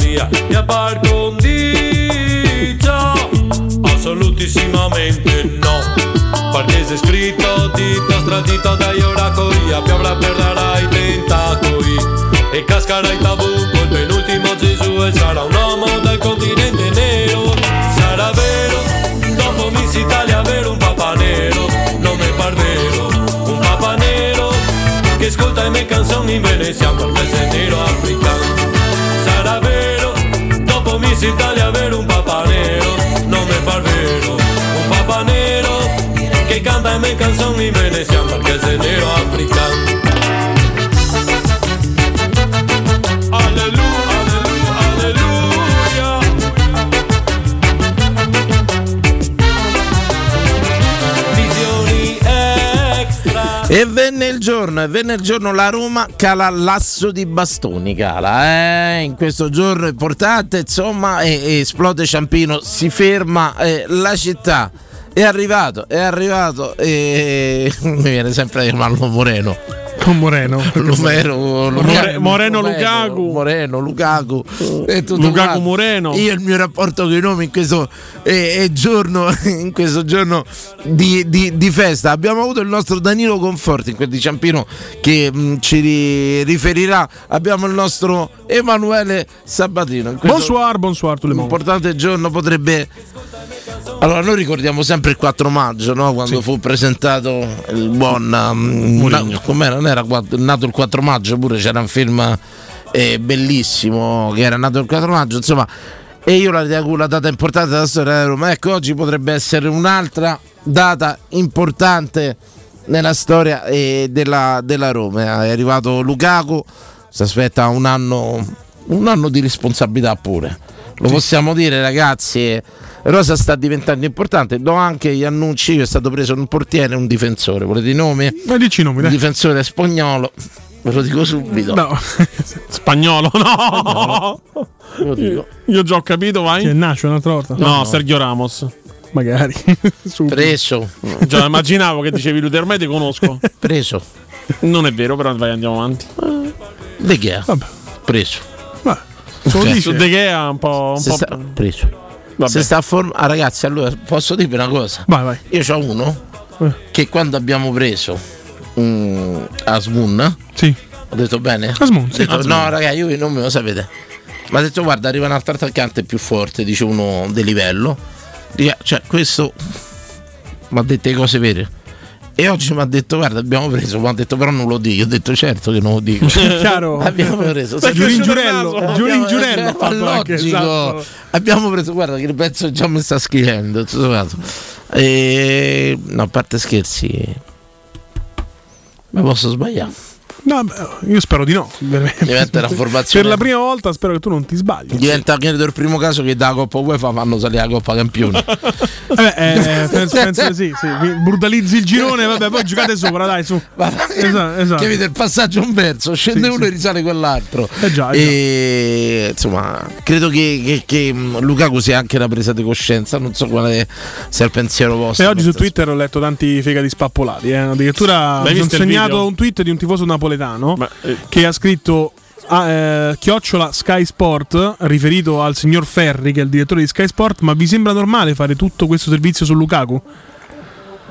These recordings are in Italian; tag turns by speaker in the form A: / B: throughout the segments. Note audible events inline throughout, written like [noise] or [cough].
A: via e a par condicio assolutissimamente no perché c'è scritto dito stradito dai oracoli a piovra perderai i tentacoli e cascarai tabù col penultimo Gesù e sarà un uomo dal continente nero sarà vero dopo Miss Italia avere un papà nero non è par vero un papà nero che ascolta le mie canzoni in Venezia per il sentiero africano sarà vero dopo Miss Italia avere un papà nero non è par vero un papà nero che canta le mie canzoni in Venezia perché il sentiero africano Alleluia, alleluia, alleluia. Visioni extra.
B: E venne il giorno, e venne il giorno la Roma cala l'asso di bastoni, cala, eh? in questo giorno importante, insomma, e- e esplode Ciampino, si ferma eh, la città. È arrivato, è arrivato, e... [laughs] mi viene sempre a chiamarlo Moreno.
C: Con
B: [laughs]
C: Moreno.
B: Lumero,
C: More- Moreno Lukaku.
B: Moreno Lukaku
C: Mm.
B: e tutto
C: Lukaku
B: quanto.
C: Moreno.
B: Io il mio rapporto con i nomi in questo eh, eh, giorno, [laughs] in questo giorno di, di- di festa. Abbiamo avuto il nostro Danilo Conforti, in quel di Ciampino, che mh, ci ri- riferirà. Abbiamo il nostro Emanuele Sabatino. In questo
C: Bonsoir, bonsoir tout le monde.
B: importante giorno potrebbe. Allora, noi ricordiamo sempre il 4 maggio, no? quando fu presentato il buon. um, na- com'era? Non era quatt- nato il 4 maggio, pure c'era un film eh, bellissimo che era nato il 4 maggio, insomma. E io la ritengo la data importante della storia della Roma. Ecco, oggi potrebbe essere un'altra data importante nella storia eh, della, della Roma. Eh, È arrivato Lukaku, si aspetta un anno, un anno di responsabilità pure. Lo possiamo dire, ragazzi. eh, Rosa sta diventando importante. Do anche gli annunci. Io è stato preso un portiere e un difensore. Volete i nomi? Il
C: Ma dici i nomi, dai.
B: difensore è spagnolo. Ve lo dico subito.
C: No.
D: [laughs] Spagnolo, no!
B: Ve lo dico.
D: Io già ho capito,
C: Che
D: vai.
C: nasce un'altra volta.
D: No, Sergio Ramos.
C: Magari. [laughs] Subito.
B: Preso,
D: Già immaginavo che dicevi lui ormai
C: [laughs]
D: ti conosco.
B: preso.
D: Non è vero, però vai andiamo avanti.
B: De Gea,
C: Vabbè.
B: preso.
C: Ma, se lo
B: Cioè,
D: Su
C: dice.
D: De Gea un po'. Un
B: Se
D: po'...
B: sta- preso.
D: vabbè.
B: Se sta a forma. Ah, ragazzi, allora posso dirvi una cosa.
C: Vai, vai.
B: Io c'ho uno
C: Eh.
B: che quando abbiamo preso mm, Asmun,
C: Sì.
B: ho detto bene?
C: Asmun,
B: Ho
C: sì.
B: detto, no, raga, io non me lo sapete. Ma ha detto, guarda, arriva un altro attaccante più forte, dice uno di livello. Dice, cioè, questo mi ha detto le cose vere. E oggi mi ha detto, guarda, abbiamo preso, mi ha detto, però non lo dico. Io ho detto, certo che non lo
C: [laughs]
B: dico.
C: Chiaro.
B: abbiamo preso. Sai,
C: Giurin
B: abbiamo-
C: Giurello. Giurin Giurello. ha
B: Ma
C: fatto anche,
B: logico.
C: esatto.
B: Abbiamo preso, guarda, che il pezzo già mi sta scrivendo. tutto sommato. E... No, a parte scherzi, ma
C: [laughs]
B: posso sbagliare.
C: No, beh, io spero di no. veramente.
B: Diventa una
C: Per
B: formazione.
C: la prima volta spero che tu non ti sbagli.
B: Diventa credo il primo caso che da Coppa UEFA fanno salire la Coppa Campione.
C: [laughs] Eh beh, eh, penso, penso di sì, sì. Vi Brutalizzi il girone, vabbè, poi giocate sopra, dai, su. Esatto, esatto.
B: Che vede il passaggio inverso, scende
C: Sì, sì.
B: uno e risale quell'altro.
C: Eh già, eh
B: e insomma, credo che, che, che mh, Lukaku sia anche una presa di coscienza. Non so quale sia il pensiero vostro.
C: E oggi su Twitter ho letto tanti fegati spappolati. Eh. Addirittura
D: L'hai
C: mi sono
D: visto il video?
C: segnato un tweet di un tifoso napoletano
D: Ma, eh,
C: che ha scritto ah, eh, chiocciola Sky Sport riferito al signor Ferri che è il direttore di Sky Sport. Ma vi sembra normale fare tutto questo servizio su Lukaku?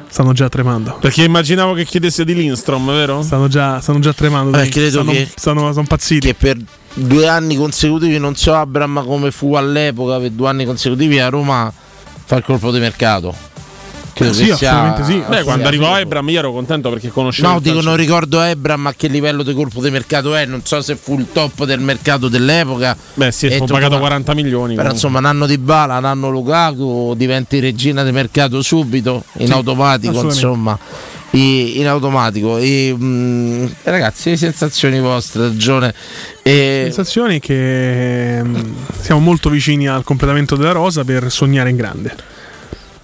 C: Stanno già tremando.
D: perché immaginavo che chiedesse di Lindstrom, vero?
C: Stanno già, stanno già tremando.
B: Beh, Eh, credo
C: stanno,
B: che-
C: stanno- sono pazziti.
B: che per due anni consecutivi, non so Abram come fu all'epoca, per due anni consecutivi a Roma fa il colpo di mercato. Credo
C: Eh sì,
B: che sia-
C: assolutamente sì.
D: Beh, quando
B: sia-
D: arrivò Ebram io ero contento perché conoscevo
B: No,
D: il
B: dico,
D: calcio.
B: non ricordo Ebram a che livello di colpo di mercato è, non so se fu il top del mercato dell'epoca,
D: Beh, sì,
B: E
D: ho
B: tutto
D: pagato
B: qua.
D: 40 milioni.
B: però
D: comunque.
B: insomma un anno di Bala, un anno Lukaku, diventi regina di mercato subito, in automatico
C: assolutamente.
B: insomma, I- in automatico. E, mm, ragazzi, le sensazioni vostre, ragione.
C: La
B: E,
C: sensazione è che ehm, siamo molto vicini al completamento della rosa per sognare in grande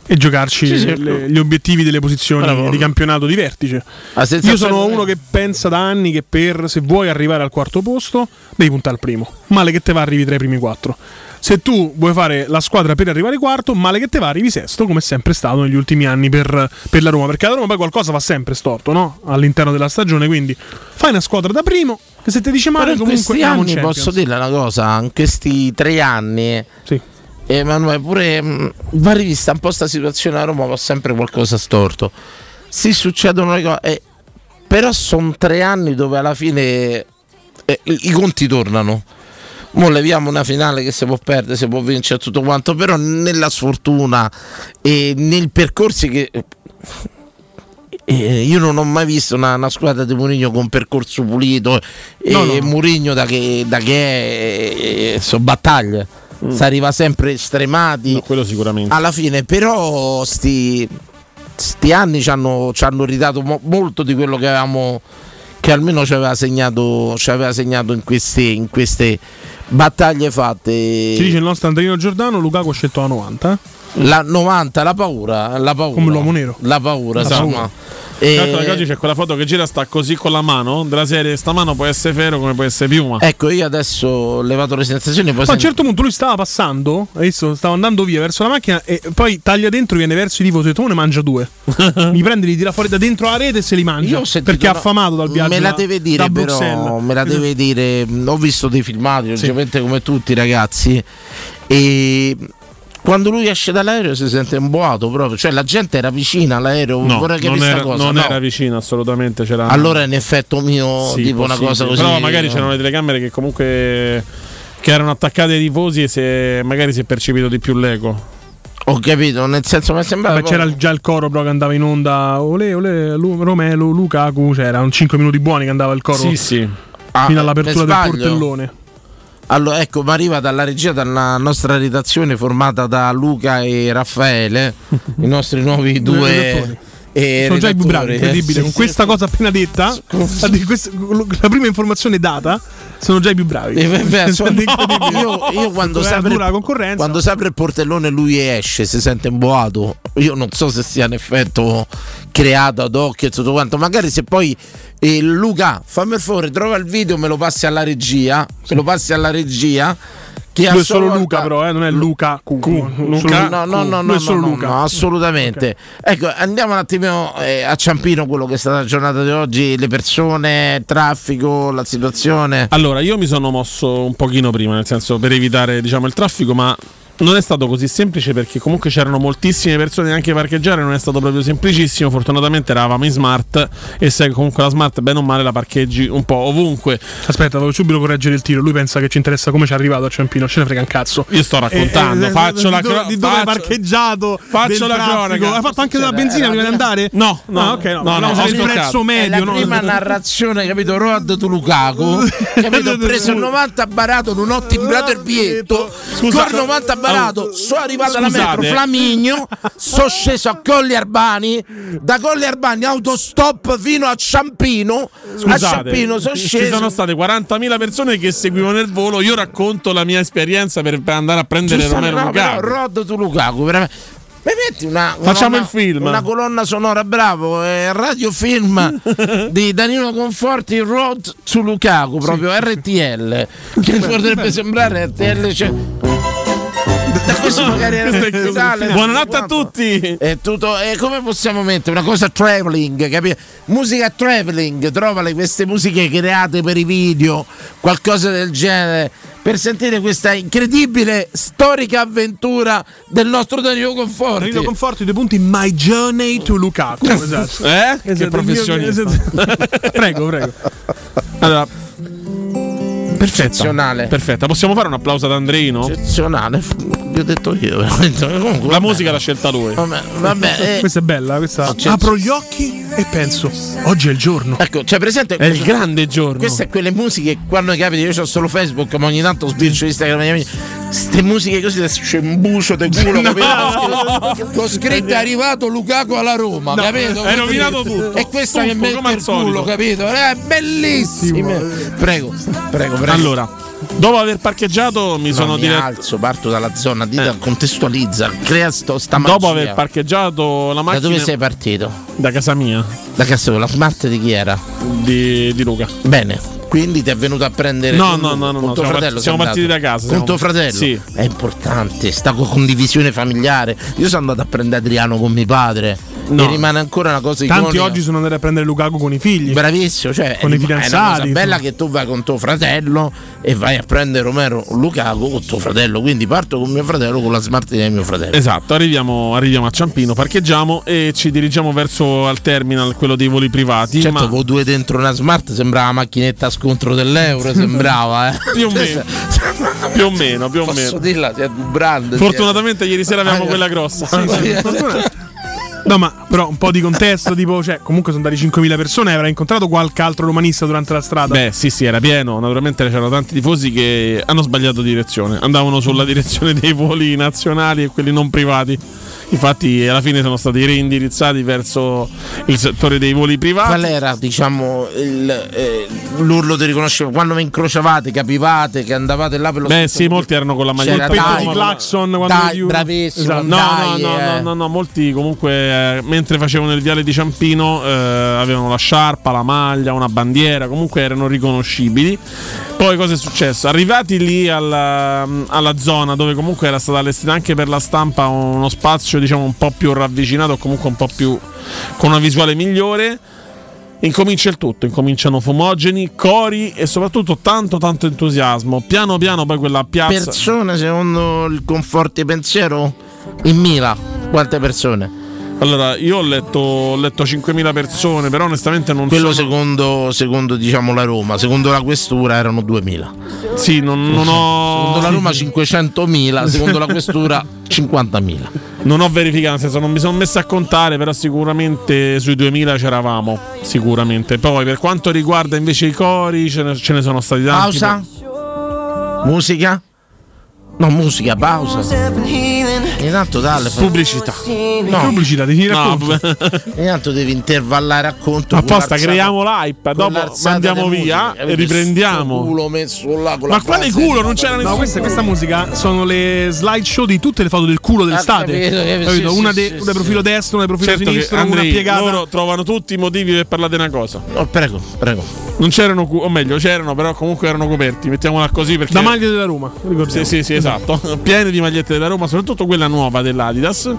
C: e giocarci
B: Sì, sì,
D: ecco.
C: le-
B: certo.
C: gli obiettivi delle posizioni
B: Bravo.
C: di campionato di vertice.
B: la sensazione-
C: Io sono uno che pensa da anni che per se vuoi arrivare al quarto posto devi puntare al primo. Male che te va arrivi tra i primi quattro. Se tu vuoi fare la squadra per arrivare quarto, male che te va arrivi sesto, come è sempre stato negli ultimi anni per, per la Roma. Perché la Roma poi qualcosa va sempre storto no? all'interno della stagione. Quindi fai una squadra da primo che Se ti dice
B: Però
C: male,
B: in
C: comunque
B: questi
C: andiamo in
B: anni
C: Champions.
B: posso dirle una cosa, in questi tre anni
C: Sì.
B: Emanuele pure mh, va rivista un po' sta situazione a Roma va sempre qualcosa storto. Si succedono le cose, eh, però sono tre anni dove alla fine eh, i i conti tornano. Mo leviamo una finale che si può perdere, si può vincere tutto quanto, però nella sfortuna e nei percorsi che eh, io non ho mai visto una, una squadra di Mourinho con percorso pulito e
C: No, no, no.
B: Mourinho da che, da che è, eh, so battaglie
C: Mm.
B: si arriva sempre stremati
D: No, quello sicuramente.
B: alla fine però sti, sti anni ci hanno, ci hanno ridato mo- molto di quello che avevamo che almeno ci aveva segnato, ci aveva segnato in, queste, in queste battaglie fatte
C: Ci dice il nostro Andrino Giordano, Lukaku ha scelto la 90. eh.
B: la 90 la paura, la paura
C: Come l'uomo nero.
B: la paura,
C: La
B: insomma.
C: paura.
B: E-
D: Esatto. Tra l'altro, ragazzi, oggi c'è quella foto che gira, sta così con la mano. Della serie, sta mano può essere ferro come può essere piuma.
B: ecco io adesso ho levato le sensazioni poi
C: Ma a un
B: sento-
C: certo punto lui stava passando, adesso stava andando via verso la macchina e poi taglia dentro, viene verso i tifosi e tu ne mangia due.
B: [laughs]
C: Mi prende, li tira fuori da dentro la rete e se li mangia.
B: Io ho sentito
C: perché è
B: una-
C: affamato dal viaggio.
B: Me la
C: da-
B: deve dire,
C: da
B: però.
C: Bruxelles.
B: Me la deve dire. mh, Ho visto dei filmati, logicamente, come tutti i ragazzi. E quando lui esce dall'aereo si sente un boato proprio. Cioè, la gente era vicina all'aereo.
D: No,
B: vorrei
D: non,
B: capire sta
D: era,
B: cosa.
D: non
B: no.
D: era vicino assolutamente. C'era
B: Allora, in effetto mio,
D: Sì,
B: tipo una
D: possibile.
B: cosa così.
D: Però magari c'erano le telecamere che comunque che erano attaccate ai tifosi e se magari si è percepito di più l'ego.
B: Ho capito, nel senso, mi sembrava.
C: Beh, c'era il- già il coro però che andava in onda, ole, ole, Lu- Romelu, Lukaku, c'era un 5 minuti buoni che andava il coro
D: Sì, sì.
B: Ah,
C: fino all'apertura
B: mi
C: del
B: sbaglio?
C: portellone.
B: Allora, ecco, ma arriva dalla regia, dalla nostra redazione formata da Luca
C: [laughs]
B: e Raffaele, i nostri nuovi
C: Due
B: due.
C: redattori.
B: eh,
C: Sono già i
B: redattori,
C: vibranti,
B: eh,
C: incredibile.
B: sì,
C: Con
B: sì.
C: questa cosa appena detta, la di- questa- la prima informazione data, sono già i più bravi.
B: Eh, beh,
C: [laughs]
B: beh, so-
C: Incredibile.
B: io, io quando
C: Dove
B: si
C: era
B: apre,
C: dura la concorrenza.
B: quando si apre il portellone lui esce, si sente un boato. Io non so se sia un effetto creato ad occhio e tutto quanto. Magari se poi eh, Luca, fammi il favore, trova il video, me lo passi alla regia. Me lo passi alla regia. Che a
C: Lui è
B: sua
C: solo
B: volta-
C: Luca, però, eh, non è Luca Q.
B: Luca, no, no, no,
C: Lui
B: no,
C: è solo
B: no, no,
C: Luca.
B: no, assolutamente. Ecco, andiamo un attimo eh, a Ciampino, quello che è stata la giornata di oggi, le persone, il traffico, la situazione.
D: Allora, io mi sono mosso un pochino prima, nel senso per evitare diciamo, il traffico, ma non è stato così semplice perché comunque c'erano moltissime persone anche parcheggiare, non è stato proprio semplicissimo. Fortunatamente eravamo in smart e sai che comunque la smart, bene o male, la parcheggi un po' ovunque.
C: Aspetta, voglio subito correggere il tiro. Lui pensa che ci interessa come ci è arrivato a Ciampino. Ce ne frega un cazzo.
D: Io sto raccontando,
C: Eh, eh,
D: faccio
C: di
D: la
C: dove-
D: cronaca.
C: Di dove hai parcheggiato?
D: faccio
C: del
D: la
C: traffico.
D: cronaca.
C: Hai fatto anche della
B: Cioè,
C: benzina prima di andare?
D: No, no,
C: Ah, ok, no.
D: no,
C: no,
D: no, ho
C: il
D: stoccato.
C: prezzo
B: È
C: medio.
B: la
C: no?
B: prima narrazione, capito? Road to
C: [laughs]
B: Lukaku, capito? Ho preso il 90 barato, non ho timbrato il biglietto. Col 90 barato, sono arrivato alla metro
D: Scusate.
B: Flaminio, sono sceso a Colli Arbani, da Colli Arbani autostop fino a Ciampino. a Ciampino sono
D: ci
B: sceso.
D: sono state 40.000 persone che seguivano il volo. Io racconto la mia esperienza per per andare a prendere
B: Giusto,
D: Romero
B: no,
D: Lukaku.
B: però Road to Lukaku, veramente. Mi metti una,
D: Facciamo
B: una-
D: il film.
B: una colonna sonora, bravo, eh, radio film
D: [laughs]
B: di Danilo Conforti, Road to Lukaku, proprio RTL, che potrebbe sembrare RTL. Cioè... Da questo magari era ufficiale, tutto
D: Buonanotte a
B: quanto.
D: tutti.
B: È tutto, e come possiamo mettere una cosa traveling, capito? Musica traveling, trovale queste musiche create per i video, qualcosa del genere, per sentire questa incredibile storica avventura del nostro Danilo Conforti.
C: Rino Conforti, due punti. My journey to
D: [laughs]
C: Lukaku. Esatto.
D: Eh?
C: Esatto,
D: Che
C: il mio-
D: professionista. [laughs]
C: esatto. prego,
B: [laughs]
C: prego.
D: Allora, perfetta.
B: Eccezionale.
D: Perfetta. Possiamo fare un applauso ad Andreino?
B: Eccezionale, vi ho detto io. veramente. Comunque,
D: La musica l'ha scelta lui.
B: Vabbè, vabbè, eh,
C: Questa è bella. Questa...
B: c'è-
C: Apro gli occhi e penso, oggi è il giorno.
B: ecco, cioè presente
D: È il grande giorno.
B: Queste sono quelle musiche quando capita, io ho solo Facebook, ma ogni tanto sbircio Instagram. agli amici. Ste musiche così adesso c'è un bucio
D: [laughs]
B: del culo, capito? Con scritto è arrivato Lukaku alla Roma, capito?
D: hai rovinato tutto.
B: E questa
D: Tutto,
B: che mette
D: come al
B: il culo,
D: solito.
B: capito? È bellissimo. Prego, prego, prego.
D: Allora, dopo aver parcheggiato, mi
B: No,
D: sono
B: mi
D: diretto.
B: alzo, parto dalla zona, dita,
D: eh.
B: contestualizza, crea sto, sta magia.
D: Dopo aver parcheggiato la
B: Da
D: macchina
B: dove sei partito?
D: da casa mia
B: Da Castello, la smart di chi era?
D: di, di Luca.
B: Bene, quindi ti è venuto a prendere
D: No,
B: tu-
D: no, no, no,
B: con
D: no,
B: tuo
D: siamo
B: fratello.
D: parti- siamo
B: sei
D: partiti
B: andato.
D: da casa,
B: Con
D: siamo-
B: tuo fratello?
D: Sì.
B: È importante, sta co- condivisione familiare. Io sono andato a prendere Adriano con mio padre. e rimane ancora una cosa
C: Tanti
B: iconica.
C: oggi sono andati a prendere Lukaku con i figli.
B: Bravissimo, cioè
C: Con i
B: rim- È una
C: fidanzati,
B: cosa bella
C: insomma.
B: che tu vai con tuo fratello e vai a prendere Romero Lukaku con tuo fratello. Quindi parto con mio fratello con la smartina di mio fratello.
D: Esatto, arriviamo, arriviamo a Ciampino, parcheggiamo e ci dirigiamo verso al terminal, quello dei voli privati.
B: Certo,
D: ma
B: con due dentro una smart sembrava la macchinetta a
D: [laughs]
B: scontro dell'euro, sembrava, eh. Cioè,
D: più o meno, più o meno, più o
B: Posso
D: meno.
B: dirla, si è un brand. cioè.
D: Fortunatamente ieri sera avevamo
B: Ah,
D: quella grossa.
C: No, ma però un po' di contesto, tipo, cioè, comunque sono andati 5.000 persone, avrà incontrato qualche altro romanista durante la strada.
D: [laughs] Beh, sì, sì, era pieno. Naturalmente c'erano tanti tifosi che hanno sbagliato direzione. Andavano sulla direzione dei voli nazionali e quelli non privati. Infatti, alla fine sono stati reindirizzati verso il settore dei voli privati.
B: Qual era, diciamo, il, eh, l'urlo di riconoscimento? Quando vi incrociavate, capivate che andavate là per lo
D: Beh,
B: stesso
D: sì, molti erano con la maglietta
B: C'era
C: Petto
B: dai,
C: di
D: Roma.
C: Claxon quando
B: Dai,
C: gli-
B: bravissimo.
C: Esatto.
D: No,
B: dai,
D: no, no,
B: eh.
D: no, no, no, molti comunque eh, mentre facevano il viale di Ciampino eh, avevano la sciarpa, la maglia, una bandiera, comunque erano riconoscibili. Poi cosa è successo? Arrivati lì alla, alla zona dove comunque era stata allestita anche per la stampa uno spazio diciamo un po' più ravvicinato, o comunque un po' più con una visuale migliore. Incomincia il tutto, incominciano fumogeni, cori e soprattutto tanto tanto entusiasmo. Piano piano poi quella piazza
B: persone secondo il conforti pensiero in Mila quante persone
D: Allora, io ho letto, ho letto 5.000 persone, però onestamente non
B: quello
D: sono-
B: secondo, secondo diciamo la Roma secondo la questura erano 2000
D: Sì, non, non
B: secondo la
D: ho,
B: Roma
D: [laughs]
B: 500.000 secondo la questura 50.000
D: non ho verificato, nel senso non mi sono messo a contare, però sicuramente sui 2.000 c'eravamo, sicuramente. Poi per quanto riguarda invece i cori, ce ne, ce ne sono stati tanti.
B: pausa musica no musica pausa ogni tanto dalle
D: Pubblicità.
B: Esatto, no
C: Pubblicità, ti finirà
D: No,
C: racconto.
B: ogni tanto devi intervallare a conto con
D: apposta,
B: l'alzata-
D: creiamo l'hype,
B: con
D: dopo
B: l'alzata
D: mandiamo
B: delle
D: via
B: musiche.
D: e
B: Sto
D: riprendiamo.
B: culo messo là con la
D: Ma quale
B: frase.
D: culo? Non c'era
C: No,
D: nessuno.
C: questa, questa musica sono le slideshow di tutte le foto del culo dell'estate.
B: Ah, capito, capito, sì,
C: una
B: sì,
C: de-
B: sì,
C: una del
B: sì.
C: profilo destro, una del profilo
D: Certo che
C: sinistro, una
D: Andrei,
C: piegata.
D: loro trovano tutti i motivi per parlare di una cosa.
B: Oh, prego prego
D: Non c'erano, cu- o meglio, c'erano, però comunque erano coperti. Mettiamola così perché.
C: Da maglia della Roma, ricordiamo.
D: Sì, sì, sì,
C: [laughs]
D: esatto. Piene di magliette della Roma, soprattutto quella nuova dell'Adidas.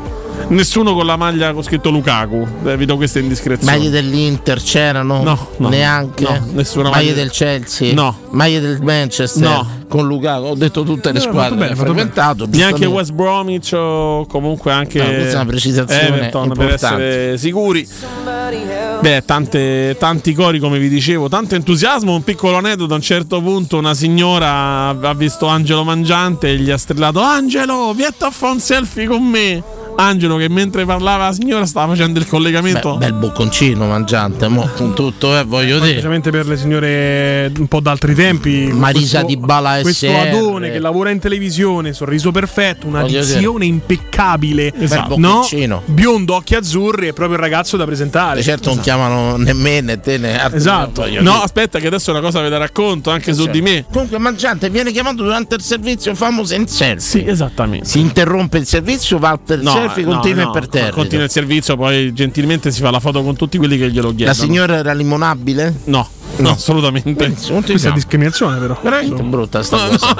D: Nessuno con la maglia con scritto Lukaku. Eh, vi do questa indiscrezione.
B: Maglie dell'Inter c'erano?
D: No, no.
B: neanche.
D: No, nessuna
B: maglie,
D: maglia.
B: del Chelsea?
D: No.
B: Maglie del Manchester?
D: No. Eh,
B: Con Lukaku, ho detto tutte le
C: fatto
B: squadre.
C: bene,
B: ho
C: fatto bene.
B: frequentato,
D: Neanche
B: giustamente.
D: West Bromwich o comunque anche
B: No, questa è una precisazione
D: Everton per
B: importante.
D: essere sicuri. Beh, tante- tanti cori come vi dicevo, tanto entusiasmo, un piccolo aneddoto, a un certo punto una signora ha visto Angelo Mangiante e gli ha strillato Angelo, vietta a fare un selfie con me. Angelo che mentre parlava la signora stava facendo il
B: Beh,
D: collegamento.
B: bel bocconcino mangiante, mo, con tutto, eh, voglio dire.
C: Specialmente per le signore un po' d'altri tempi. con
B: Marisa
C: questo-
B: Dybala
C: Questo
B: SR.
C: Adone che lavora in televisione, sorriso perfetto, una
B: Voglio dire.
C: dizione impeccabile.
B: Esatto.
C: No?
B: bocconcino.
C: Biondo, occhi azzurri, è proprio il ragazzo da presentare.
B: Certo, non chiamano nemmeno né te né altri,
C: Esatto.
B: voglio
D: Esatto. No,
B: dire.
D: aspetta, che adesso una cosa ve la racconto anche su
B: Cioè,
D: di me.
B: Comunque, mangiante viene chiamato durante il servizio famoso in selfie.
D: esattamente.
B: Si interrompe il servizio, va per il selfie, continua e per terra. diciamo.
D: Continua il servizio, poi gentilmente si fa la foto con tutti quelli che glielo chiedono.
B: La signora era limonabile?
D: No, no, assolutamente.
B: Questa
C: Questa è discriminazione, però.
B: Veramente brutta sta cosa.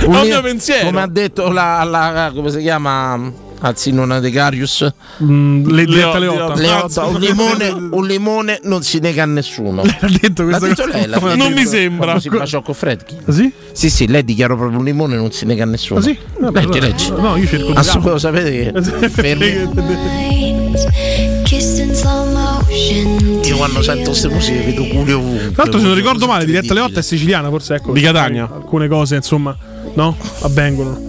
D: È un mio pensiero.
B: Come ha detto la, la- come si chiama? Alzinona De Carius.
C: Mm, le,
D: Le-
C: diretta alle
D: le-
C: otto.
D: le-
B: Leotta, un, limone, un limone non si nega a nessuno.
C: Ha detto
B: L'ha
C: questa
B: detto
C: cosa.
B: lei, l'ha
D: Non
B: detto.
D: mi sembra.
B: Quando Si baciò con Fredkin.
C: Ah, Sì?
B: Sì, sì, lei dichiarò proprio un limone non si nega a nessuno.
C: Ah, sì? Vabbè,
B: Leggi,
C: allora-
B: leggi.
C: No, io cerco di
B: Assolutamente, sapete che fermi. Io quando sento queste musiche vedo culi
C: [laughs]
B: ovunque.
C: Tra l'altro, se non ricordo male, diretta alle 8 è siciliana, forse ecco.
D: Di Catania.
C: Alcune cose, insomma, no? Avvengono.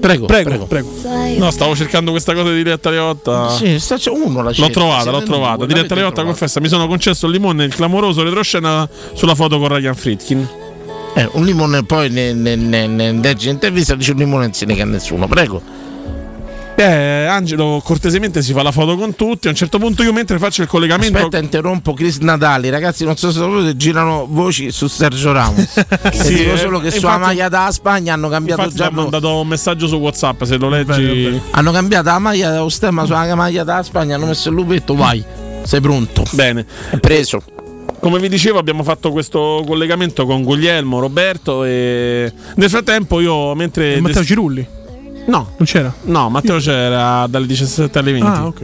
B: Prego,
C: Prego,
B: prego.
C: prego.
D: No, stavo cercando questa cosa di diretta alle 8.
B: Ah. Sì, sta- c'è uno la
D: L'ho
B: cerca,
D: trovata,
B: siete
D: l'ho
B: in
D: trovata.
B: due,
D: Diretta alle
B: l'avete
D: 8,
B: trovata.
D: confessa, mi sono concesso il limone e il clamoroso retroscena sulla foto con Ryan Fritkin.
B: Eh, un limone poi ne, ne, ne, ne- legge l'intervista dice un limone non si nega a nessuno, prego.
D: Eh, Angelo cortesemente si fa la foto con tutti. A un certo punto io mentre faccio il collegamento
B: Aspetta, interrompo Chris Natali, ragazzi, non so se sapete, girano voci su
D: [laughs]
B: Sergio Ramos.
D: Sì,
B: e dico
D: eh,
B: solo che
D: infatti-
B: sulla maglia da Spagna hanno cambiato
D: Infatti ti
B: già
D: ha mandato un messaggio su WhatsApp, se lo leggi.
C: bene, bene.
B: hanno cambiato la maglia da stemma sulla maglia da Spagna, hanno messo il lupetto, vai. Sei pronto?
D: Bene.
B: È preso.
D: Come vi dicevo, abbiamo fatto questo collegamento con Guglielmo, Roberto e nel frattempo io mentre
C: E Eh, Matteo Cirulli?
D: No,
C: Non c'era?
D: no, Matteo c'era dalle 17 alle 20.
C: Ah, ok.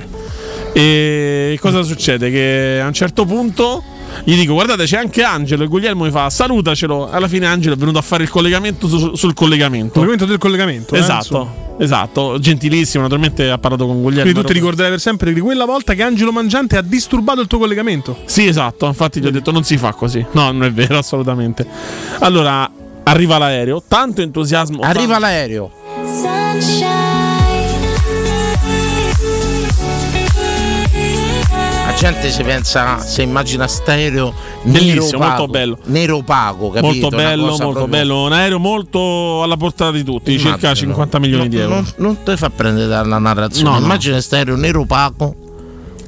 D: E cosa succede? Che a un certo punto gli dico: Guardate, c'è anche Angelo. E Guglielmo mi fa: Salutacelo. Alla fine, Angelo è venuto a fare il collegamento su- sul collegamento.
C: Collegamento del collegamento. eh, insomma.
D: Esatto, esatto, gentilissimo. Naturalmente ha parlato con Guglielmo.
C: Quindi tu ti
D: Era-
C: ricorderai per sempre di quella volta che Angelo Mangiante ha
D: [laughs]
C: disturbato il tuo collegamento.
D: Sì, esatto, infatti gli ho detto non si fa così. No, non è vero, assolutamente. Allora, arriva l'aereo, tanto entusiasmo.
B: Arriva
D: tanto-
B: l'aereo. La gente si pensa, se immagina stereo nero
D: Bellissimo, molto
B: opaco,
D: bello.
B: nero opaco, capito?
D: Molto
B: Una
D: bello,
B: cosa
D: molto
B: proprio-
D: bello. Un aereo molto alla portata di tutti, circa
B: Immagino.
D: 50 milioni
B: Non-
D: di euro.
B: Non, non ti fa prendere dalla narrazione.
D: No, no.
B: Immagina stereo nero opaco.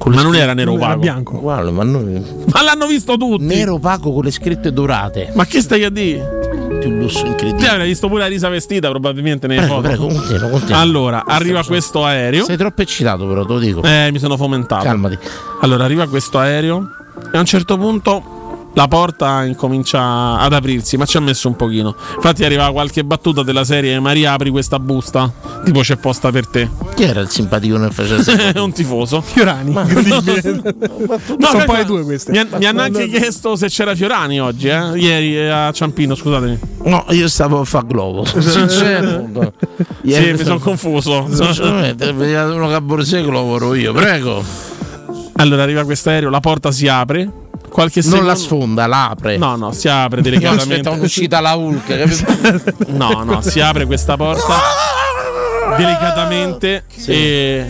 D: ma non era nero
C: Era
D: opaco.
C: bianco.
B: Uguale, ma noi-
D: Ma l'hanno visto tutti.
B: nero opaco con le scritte dorate.
D: Ma che stai a dire?
B: Che lusso
D: Ti
B: incredibile.
D: avrai visto pure la risa vestita probabilmente nei
B: Prego,
D: foto.
B: prego, continua, continua.
D: Allora, arriva questo aereo.
B: Sei troppo eccitato, però, te lo dico.
D: Eh, mi sono fomentato.
B: Calmati.
D: Allora arriva questo aereo e a un certo punto la porta incomincia ad aprirsi, ma ci ha messo un pochino. Infatti arriva qualche battuta della serie Maria apri questa busta, tipo c'è posta per te.
B: Chi era il simpatico nel facesse?
D: È un tifoso.
C: Fiorani. incredibile.
D: No,
C: Sono un
D: calcola-
C: paio due queste.
D: [laughs] Mi, ha- mi hanno anche chiesto se c'era Fiorani oggi, eh? ieri eh, a Ciampino, scusatemi.
B: No, io stavo a far
D: [laughs]
B: globo. Sincero.
D: Sì, mi sono confuso.
B: Sinceramente, veniva uno che a Borsego lo lavoro io, prego.
D: Allora arriva questo aereo, la porta si apre, qualche
B: Non
D: secondo...
B: la sfonda, l'apre.
D: No, no, si apre
B: Io aspetta
D: delicatamente.
B: un'uscita alla Hulk, capito?
D: [laughs] No, no, si apre questa porta delicatamente e,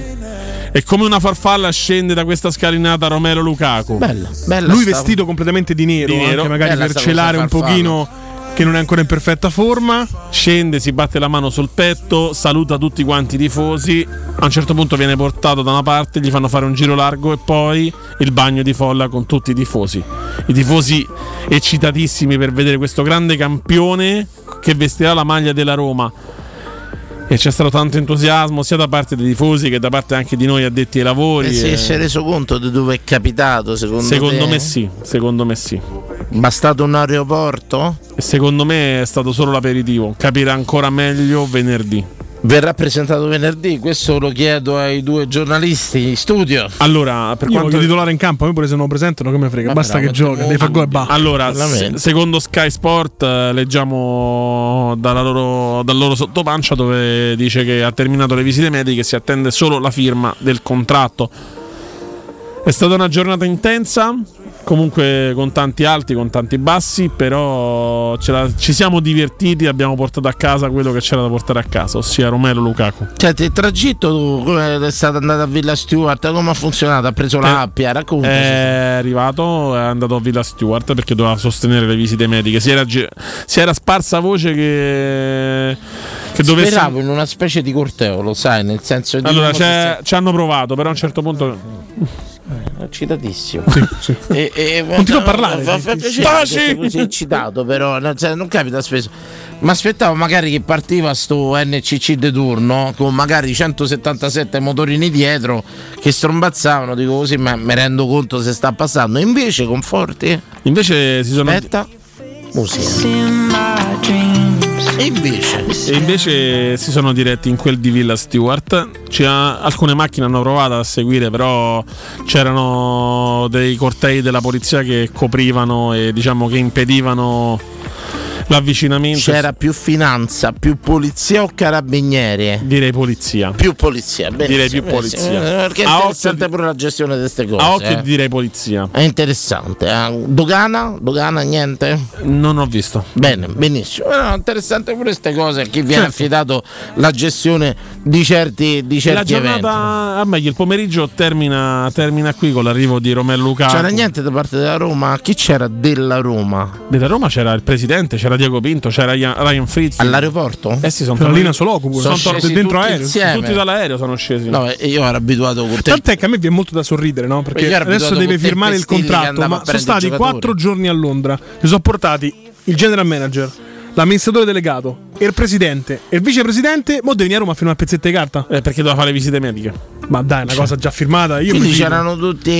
D: e come una farfalla scende da questa scalinata Romero Lukaku.
B: Bella, bella.
C: Lui
B: sta-
C: vestito completamente di nero,
D: Di
C: anche
D: nero.
C: magari
B: Bella
C: per
B: sta
C: celare un
B: cosa farfalla.
C: pochino che non è ancora in perfetta forma.
D: Scende, si batte la mano sul petto, saluta tutti quanti i tifosi. A un certo punto viene portato da una parte, gli fanno fare un giro largo e poi il bagno di folla con tutti i tifosi. I tifosi eccitatissimi per vedere questo grande campione che vestirà la maglia della Roma. E c'è stato tanto entusiasmo sia da parte dei tifosi che da parte anche di noi addetti ai lavori.
B: Eh, si,
D: e-
B: si è reso conto di dove è capitato, secondo,
D: Secondo
B: te?
D: me sì, secondo me sì.
B: Bastato un aeroporto?
D: E secondo me è stato solo l'aperitivo. Capirà ancora meglio venerdì.
B: Verrà presentato venerdì, questo lo chiedo ai due giornalisti in studio.
D: Allora, per
C: Io
D: quanto
C: voglio titolare in campo, io pure se non lo presentano, che me frega.
B: Ma
C: Basta
B: però,
C: che gioca,
B: mettiamo-
C: devi fare gol e basta.
D: Allora, se-
B: Veramente.
D: secondo Sky Sport, eh, leggiamo dalla loro, dal loro sottopancia dove dice che ha terminato le visite mediche e si attende solo la firma del contratto. È stata una giornata intensa, comunque con tanti alti, con tanti bassi, però ce la- ci siamo divertiti, abbiamo portato a casa quello che c'era da portare a casa, ossia Romero Lukaku.
B: Senti, Cioè, il tragitto tu, come è stato andato a Villa Stewart? Come ha funzionato? Ha preso
D: Eh,
B: la appia? Raccontaci.
D: È arrivato, è andato a Villa Stewart perché doveva sostenere le visite mediche. Si era, ge- si era sparsa voce che, che dovesse.
B: Speravo in una specie di
D: eh,
B: corteo, lo sai, nel senso di
D: Allora,
B: uno
D: c'è- ci hanno provato, però a un certo punto.
B: eccitatissimo. [laughs] E, e,
C: ti fa parlare,
B: Fa,
C: sì,
B: fa
C: sì.
B: piacere
D: Taci!
B: che sei così eccitato, però non, cioè, non capita spesso. Ma aspettavo magari che partiva sto NCC de turno con magari 177 motorini dietro che strombazzavano. Dico così, ma mi rendo conto se sta passando. Invece, conforti.
D: Invece si sono.
B: Aspetta, musica. E invece,
D: E invece si sono diretti in quel di Villa Stewart. Ci ha- alcune macchine hanno provato a seguire, però c'erano dei cortei della polizia che coprivano e diciamo che impedivano l'avvicinamento.
B: c'era più finanza, più polizia o carabinieri?
D: Direi polizia.
B: Più polizia, benissimo,
D: più
B: benissimo. Eh,
D: polizia.
B: Perché è
D: A
B: interessante
D: occhio di-
B: pure la gestione di queste cose.
D: A occhio
B: eh.
D: direi polizia.
B: È interessante. eh. Dogana? Dogana niente?
D: Non ho visto.
B: Bene, benissimo. Eh, no, interessante pure queste cose a chi viene affidato la gestione di certi, di
D: Certo. la
B: certi
D: giornata,
B: eventi.
D: ah, meglio, il pomeriggio termina, termina qui con l'arrivo di Romero Luca.
B: C'era niente da parte della Roma? Chi c'era della Roma?
D: Della Roma c'era il presidente, c'era Diego Pinto, c'era Ian- Ryan Fritz.
B: All'aeroporto?
D: Eh sì, sono
C: Però lì non
D: tornati
C: solo pure.
B: Sono
C: Sono
B: scesi
C: dentro
B: tutti
C: aereo.
B: insieme.
D: tutti dall'aereo, sono scesi.
B: No, eh, io ero abituato con te.
C: Tant'è che a me vi è molto da sorridere, no?
B: Io
C: Perché
B: ero
C: adesso
B: abituato
C: deve
B: con te
C: firmare il
B: Pestini che
C: contratto.
B: andava
C: Ma
B: a
C: sono
B: prendere
C: stati
B: i giocatori.
C: quattro giorni a Londra. Li sono portati il general manager, l'amministratore delegato, e il presidente e il vicepresidente. Mo' devi venire a Roma a firmare pezzetti di carta.
D: Eh, perché doveva fare visite mediche. Cioè.
C: Ma dai, è una cosa già
D: Eh,
C: firmata. Io mi
B: Quindi
C: fido.
B: c'erano tutti.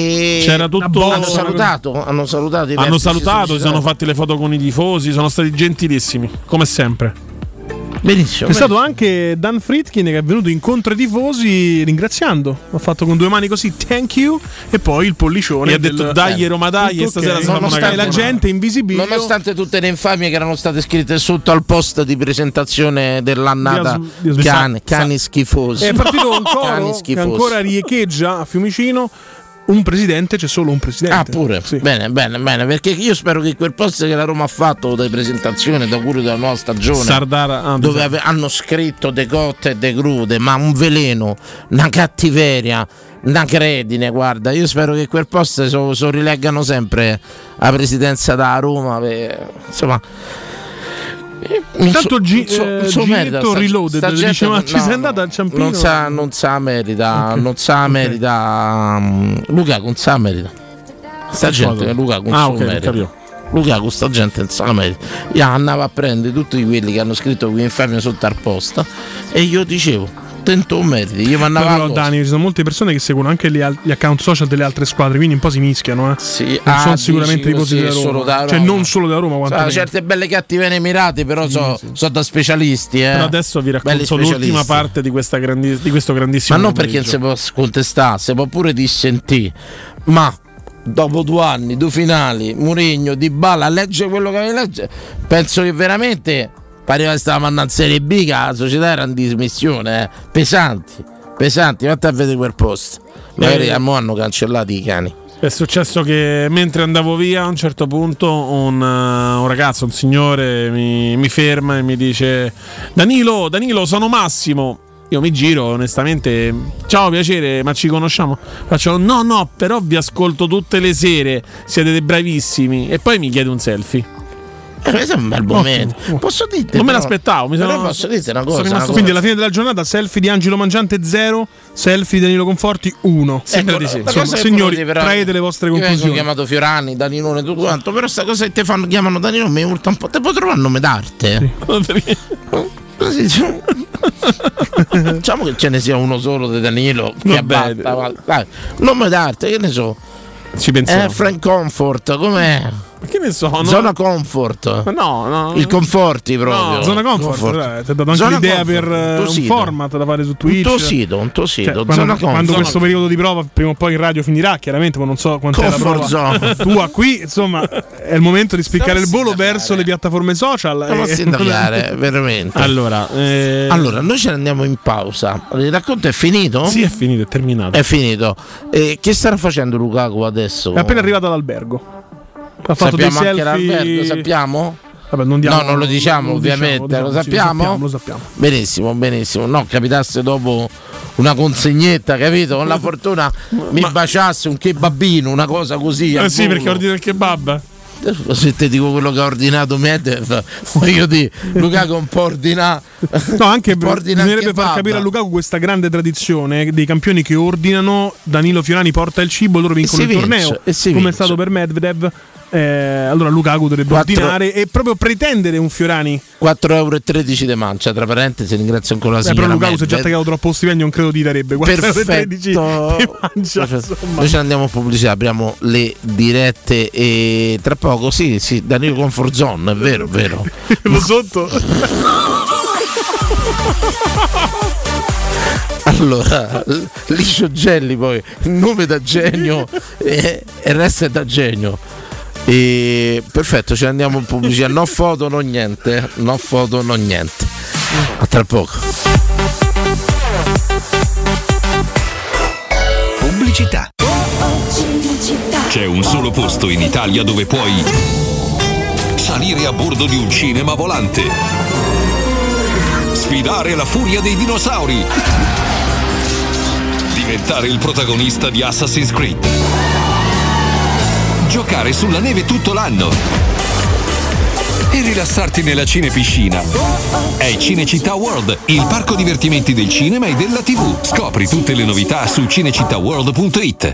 D: C'era tutto.
C: bolla,
B: Hanno
C: una cosa-
B: salutato, hanno salutato. i
D: Hanno
B: vertici
D: salutato, si sono
B: sollicitanti.
D: fatti le foto con i tifosi, sono stati gentilissimi, come sempre.
B: Benissimo.
C: C'è stato anche Dan Fritkin che è venuto incontro ai tifosi ringraziando. Ha fatto con due mani così, thank you, e poi il pollicione. eh,
D: Mi ha detto,
B: Eh.
D: "Dai, Roma, dai,
C: Tutto
D: stasera
C: ok.
D: siamo una
C: Nonostante la
D: campanata."
C: gente invisibile.
B: Nonostante tutte le infamie che erano state scritte sotto al post di presentazione dell'annata
C: Di Asu- di Asu-
B: cani,
C: Sa-
B: cani schifosi.
C: È
D: [laughs]
C: partito
B: [laughs]
C: un
B: Cani
C: coro che
B: schifosi.
C: ancora riecheggia a Fiumicino. Un presidente, c'è solo un presidente.
B: Ah pure,
C: Sì.
B: bene, bene, bene, perché io spero che quel post che la Roma ha fatto da presentazione, da auguri della nuova stagione,
D: Sardara ah,
B: dove ave- hanno scritto de cotte e de crude, ma un veleno, una cattiveria, una credine, guarda, io spero che quel post so, so rileggano sempre la presidenza da Roma, per- insomma...
C: Intanto Gi- eh, Giretto Reloaded, dice, ma ci sei andato al Ciampino?
B: Non sa, non sa merita, non sa merita... mm, Luca con sa merita. Sta gente, Luca con
D: Ah,
B: suo
D: ok,
B: merita.
D: capito.
B: Luca con sta gente in Samer io andavo a prendere tutti quelli che hanno scritto qui infermi sotto al posta e io dicevo tento un meriti io mi
C: Poi
B: andavo a
C: Però,
B: cosa.
C: Dani, ci sono molte persone che seguono anche gli, al- gli account social delle altre squadre, quindi un po' si mischiano. Eh.
B: Sì,
C: Non
B: ah,
C: sono
B: dici
C: sicuramente i
B: così,
C: posti della
B: solo
C: Roma.
B: da
C: Cioè,
B: Roma.
C: non solo della Roma,
B: Sono
C: quanto
B: certe belle cattive mirate però sono da specialisti eh.
D: Però adesso vi
B: Belli
D: racconto
B: specialisti.
D: l'ultima parte di, questa grandi- di questo
B: ma
D: grandissimo
B: non perché non
D: pomeriggio.
B: si può contestare si può pure dissentire ma dopo due anni due finali Murigno Di Balla legge quello che legge penso che veramente pareva che stavamo andando in Serie B che la società era in dismissione eh. pesanti pesanti vatti a vedere quel posto magari
D: Eh.
B: a mo hanno cancellato i cani
D: È successo che mentre andavo via a un certo punto un, eh, un ragazzo, un signore mi, mi ferma e mi dice Danilo, Danilo sono Massimo. Io mi giro onestamente, ciao piacere, ma ci conosciamo? Faccio no no, però vi ascolto tutte le sere, siete dei bravissimi. E poi mi chiede un selfie.
B: Eh, questo è un bel momento posso dirti
D: Non me
B: Eh, però-
D: l'aspettavo, Oh. mi sono-
B: però posso dirti una
D: sono
B: cosa, una
D: rimasto-
B: cosa.
C: Quindi alla fine della giornata selfie di Angelo Mangiante 0, selfie di Danilo Conforti 1.
D: Sembra
B: Ecco,
D: di sì.
B: la cosa
C: Insomma,
B: che
C: signori,
B: volevo dire, però,
C: traete le vostre
B: io vengo
C: conclusioni.
B: chiamato Fiorani, Danilone, tutto quanto. Però sta cosa che te fanno, chiamano Danilone mi urta un po'. Te puoi trovare un nome d'arte?
C: [laughs]
B: Così, cioè, diciamo che ce ne sia uno solo di Danilo. Che
D: Vabbè.
B: abbatta, va- dai, nome d'arte, che ne so.
D: Ci pensiamo.
B: Eh, Frank Comfort, com'è?
D: Ma che ne so? No,
B: Zona Comfort.
D: Ma no,
B: [laughs]
D: no.
B: Il Conforti proprio.
C: Zona Comfort, eh, ti ha dato anche
B: Zona
C: l'idea
B: Comfort,
C: per eh,
B: tuo
C: un
B: sito.
C: format da fare su
B: Un
C: Twitch.
B: tuo sito, un tuo
C: Cioè,
B: sito.
C: quando,
B: Zona
C: quando questo
B: Comfort.
C: periodo di prova prima o poi in radio finirà, chiaramente, ma non so quanto è la prova
B: Comfort
C: [laughs]
B: zone.
C: tua qui, insomma, è il momento di spiccare il volo
B: sindacare.
C: verso le piattaforme social.
B: Non
C: e- [laughs]
B: posso indagare, veramente.
D: Allora, eh,
B: Allora, noi ce ne andiamo in pausa. Il racconto è finito?
D: sì, è finito, è terminato.
B: È finito. Eh, che starà facendo Lukaku adesso?
C: È appena arrivato all'albergo. Ha fatto
B: sappiamo
C: dei
B: anche l'albergo,
C: selfie.
B: sappiamo?
C: Vabbè, non diamo-
B: No, non lo diciamo, ovviamente, lo
C: sì,
B: sappiamo?
C: Lo sappiamo.
B: Benissimo, benissimo. No, capitasse dopo una consegnetta, capito? Con la fortuna mi baciasse un kebabino, una cosa così. al
D: Eh sì,
B: volo.
D: perché ordina il kebab.
B: Se ti dico quello che ha ordinato Medev, voglio dire, Lukaku un po' ordina.
C: No,
B: [laughs]
C: anche
B: Può ordinare
C: bisognerebbe far
B: anche Babba.
C: capire a Lukaku questa grande tradizione dei campioni che ordinano. Danilo Fiorani porta il cibo, loro vincono
B: si
C: il
B: vince,
C: torneo.
B: e si
C: come è
B: vince.
C: stato per Medvedev. Eh, allora Lukaku dovrebbe
B: Quattro-
C: ordinare e proprio pretendere un Fiorani.
B: 4,13 euro di mancia, tra parentesi, ringrazio ancora la
C: Beh,
B: signora
C: Eh, però Lukaku si è già
B: Medvedev.
C: attaccato troppo stipendio, non credo ti darebbe. [laughs] 4,13
B: eh, Perfetto.
C: euro mancia,
B: Perfetto.
C: insomma.
B: Cioè, Noi ce ne andiamo a pubblicità, apriamo le dirette e tra poco, sì, sì, Danilo Comfort Zone, è vero, è vero.
C: Lo sotto.
B: Allora, l- Licio Gelli poi, nome da genio e il resto è da genio. E, perfetto, ce ne andiamo in pubblicità, no foto, no niente, no foto, no niente. A tra poco.
E: Pubblicità.
F: C'è un solo posto in Italia dove puoi salire a bordo di un cinema volante, sfidare la furia dei dinosauri, diventare il protagonista di Assassin's Creed, giocare sulla neve tutto l'anno e rilassarti nella cinepiscina. È Cinecittà World, il parco divertimenti del cinema e della TV. Scopri tutte le novità su cinecittàworld.it.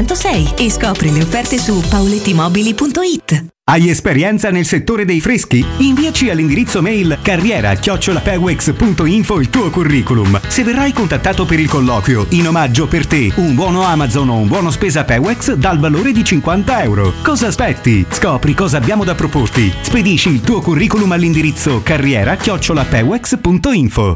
E: e scopri le offerte su paulettimobili.it.
G: Hai esperienza nel settore dei freschi? Inviaci all'indirizzo mail carriera chiocciolapewex.info il tuo curriculum. Se verrai contattato per il colloquio, in omaggio per te un buono Amazon o un buono spesa Pewex dal valore di 50 euro. Cosa aspetti? Scopri cosa abbiamo da proporti. Spedisci il tuo curriculum all'indirizzo carriera chiocciolapewex.info.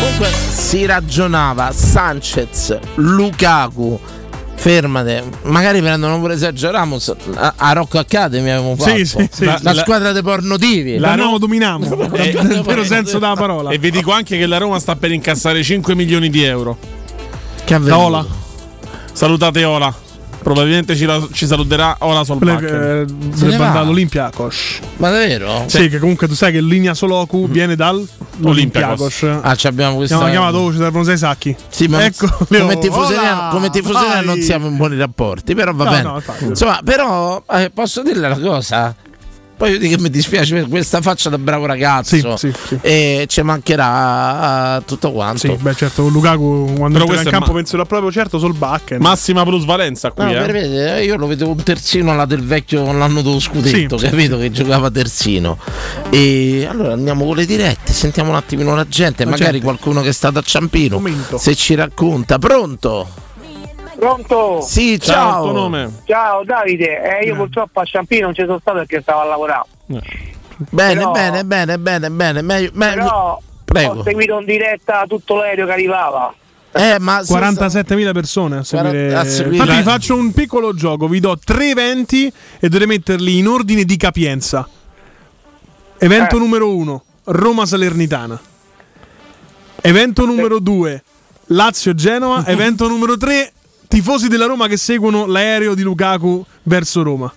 B: Comunque si ragionava Sanchez, Lukaku. Fermate, magari prendono pure Sergio Ramos a, a Rocco Academy avevamo fatto
C: Sì, sì, sì,
B: la,
C: sì.
B: la
C: La-
B: squadra dei pornotivi
C: La Roma dominiamo, nel vero senso della parola.
D: Eh, E vi dico anche che la Roma sta per incassare 5 milioni di euro.
B: che ha
C: Da
B: venduto.
C: Ola,
D: Salutate Ola. Probabilmente ci, la- ci saluterà Ola
C: quella che,
D: Solbakken.
C: eh,
B: ne
C: sarebbe
B: va.
C: andato Olympiakos.
B: ma davvero? Mm.
C: Sì, che comunque tu sai che linea Soloku viene dal
D: Olympiakos.
C: Olympiakos.
B: ah ci abbiamo questa
C: Abbiamo chiamato, oh, ci servono sei sacchi.
B: Sì, ma
C: ecco,
B: come
C: Leo,
B: tifoseria,
C: hola,
B: come tifoseria
C: vai.
B: non siamo in buoni rapporti, però va
C: No,
B: bene. oh,
C: no, infatti.
B: Insomma, però eh, posso dirle una cosa. Poi io dico che mi dispiace per questa faccia da bravo ragazzo.
C: Sì,
B: E ci mancherà eh, tutto quanto.
C: Sì, beh, certo, con Lukaku quando
B: Però
C: entra
B: questo
C: in
B: è
C: campo
B: ma-
C: penserà proprio certo sul backen.
D: Massima plusvalenza qui,
B: No,
D: eh.
B: Ah, per vedere, io lo vedevo un terzino alla del vecchio l'anno dello scudetto,
D: Sì, sì,
B: capito? Che giocava terzino. E allora andiamo con le dirette, sentiamo un attimino la gente,
H: La
B: magari
H: gente.
B: qualcuno che è stato a Ciampino
H: Momento.
B: se ci racconta. Pronto?
H: Pronto?
B: Sì, Ciao, ciao. tuo nome?
H: Ciao Davide, eh, io purtroppo a Ciampino non ci sono stato perché stavo a lavorare.
B: Bene,
H: Però-
B: bene, bene, bene, bene, meglio- me-
H: Però
B: prego.
H: ho seguito in diretta tutto l'aereo che arrivava.
B: Eh, ma
C: 47.000 persone a seguire.
B: a seguire-
C: Infatti, vi
B: La-
C: faccio un piccolo gioco. Vi do tre eventi e dovete metterli in ordine di capienza. Evento
H: Eh.
C: numero 1, Roma Salernitana. Evento numero 2, Lazio
B: [laughs]
C: Genova. Evento numero 3, tifosi della Roma che seguono l'aereo di Lukaku verso Roma.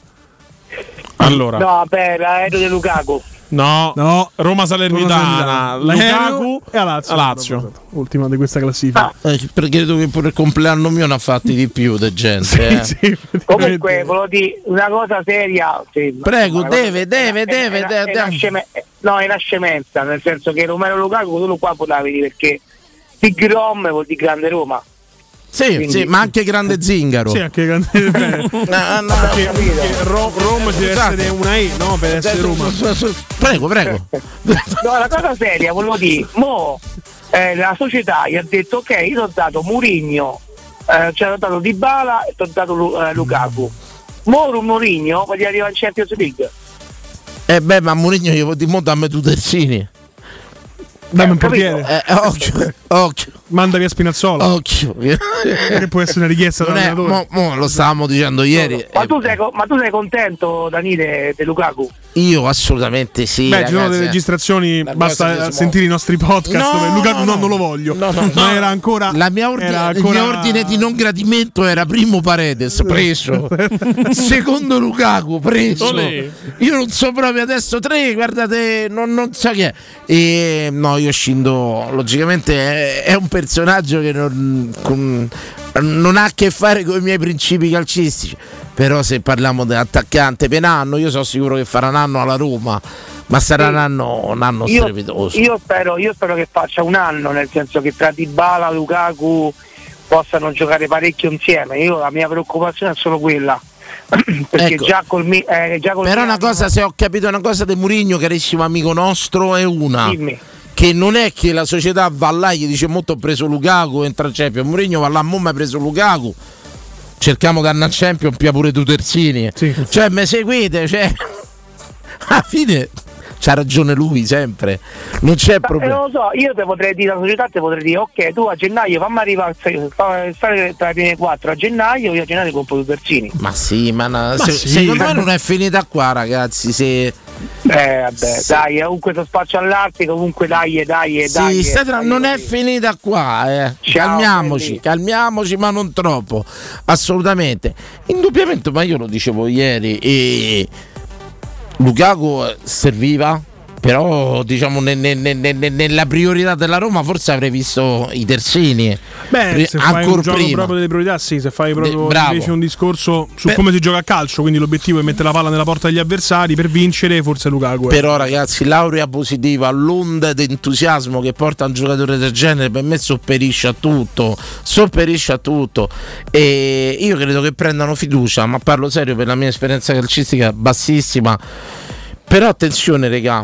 D: Allora,
H: No, vabbè, l'aereo di Lukaku.
D: no,
C: no.
D: Roma
C: Salernitana,
D: Salernitana,
C: Lukaku e a Lazio. [laughs]
D: a Lazio.
C: Ultima di questa classifica.
B: Eh, perché credo che pure il compleanno mio ne ha fatti di più di gente. eh.
H: Comunque, volevo dire una cosa seria. sì,
B: Prego,
H: una cosa-
B: deve, deve,
H: è- è-
B: deve,
H: è-
B: deve,
H: è una
B: deve.
H: sceme- No, è una scemenza, nel senso che Romero Lukaku solo qua potavi dire perché di Grom vuol dire Grande Roma.
B: Sì,
H: Quindi-
B: sì, ma anche grande zingaro.
C: Sì, anche
H: [laughs]
B: [laughs] Eh.
C: grande. bene.
H: Ah,
C: Perché- perché Ro- Roma ci deve
B: Scusate.
C: essere una E, no? Per
B: Esatto.
C: essere Roma.
B: Prego, prego.
H: No, la cosa seria, volevo dire, mo eh, la società gli ha detto ok, io ti ho dato Murigno, eh, ci hanno dato Di Bala e ti ho dato Lu- eh, Lukaku. Mo Murigno voglio arrivare in Champions League.
B: Eh beh, ma Mourinho gli di mo dammi tu terzini.
C: Dammi un portiere.
B: Eh,
C: [laughs]
B: occhio, occhio.
C: Manda via Spinazzola.
B: Occhio. Che
C: può essere una richiesta
B: Non è- mo- mo lo stavamo dicendo ieri.
H: Ma tu, sei, co- ma tu sei contento, Danile, di Lukaku?
B: Io assolutamente sì.
C: Beh, ci sono
B: ragazzi,
C: delle
B: eh.
C: registrazioni, basta
B: cosa-
C: sentire i nostri podcast.
B: No,
C: dove Luca, no,
B: no, no.
C: non lo voglio.
B: no.
C: Ma era ancora.
B: La mia ordine,
C: era
B: Il
C: ancora-
B: mio ordine di non gradimento era primo Paredes
C: [laughs]
B: preso, secondo Lukaku preso.
D: Olè.
B: Io non so proprio adesso tre, guardate, non, non so chi è. E no, io scindo, logicamente è, è un personaggio che non, con- non ha a che fare con i miei principi calcistici. Però se parliamo dell'attaccante Penanno, io sono sicuro che farà un anno alla Roma, ma sarà un anno, un anno
H: Io,
B: strepitoso.
H: io spero, io spero che faccia un anno, nel senso che tra Dybala, Lukaku possano giocare parecchio insieme. Io la mia preoccupazione è solo quella. [clears throat] Perché
B: Ecco.
H: già col, Mi- eh, già col
B: Però una
H: Milan-
B: cosa, se ho capito una cosa di Murigno, carissimo amico nostro, è una. Che non è che la società va là e gli dice molto ho preso Lukaku, entra il Champion. Murigno va là, mamma ha preso Lukaku. Cerchiamo di andare al Champion, pia pure tu terzini. Cioè, mi seguite, cioè. [laughs] Alla fine c'ha ragione lui sempre. Non c'è
H: Ma, eh,
B: problema.
H: non lo so, io te potrei dire, la società te potrei dire, ok, tu a gennaio fammi arrivare fa- stare tra le prime quattro a gennaio, io a gennaio compro due terzini.
B: Ma sì, ma, no,
H: Ma
B: se-
H: sì.
B: secondo me non è finita qua, ragazzi. Se.
H: Eh vabbè, dai, comunque sto spaccio all'arte, comunque dai, eh, dai,
B: Sì,
H: dai. eh.
B: stai tra- non è finita qua, eh. calmiamoci, calmiamoci, ma non troppo, assolutamente. Indubbiamente, ma io lo dicevo ieri, e Lukaku eh, serviva, però diciamo ne- ne- ne- ne- ne- nella priorità della Roma forse avrei visto i terzini,
C: Beh,
B: Pri-
C: se fai un
B: ancora
C: gioco
B: prima.
C: proprio delle priorità, sì, se fai proprio
B: De- bravo.
C: invece un discorso su come si gioca a calcio, quindi l'obiettivo è mettere la palla nella porta degli avversari per vincere, forse Lukaku. eh. è-
B: Però ragazzi, l'aurea positiva, l'onda d'entusiasmo che porta un giocatore del genere per me sopperisce a tutto, sopperisce a tutto. E io credo che prendano fiducia, ma parlo serio per la mia esperienza calcistica bassissima. Però attenzione, regà.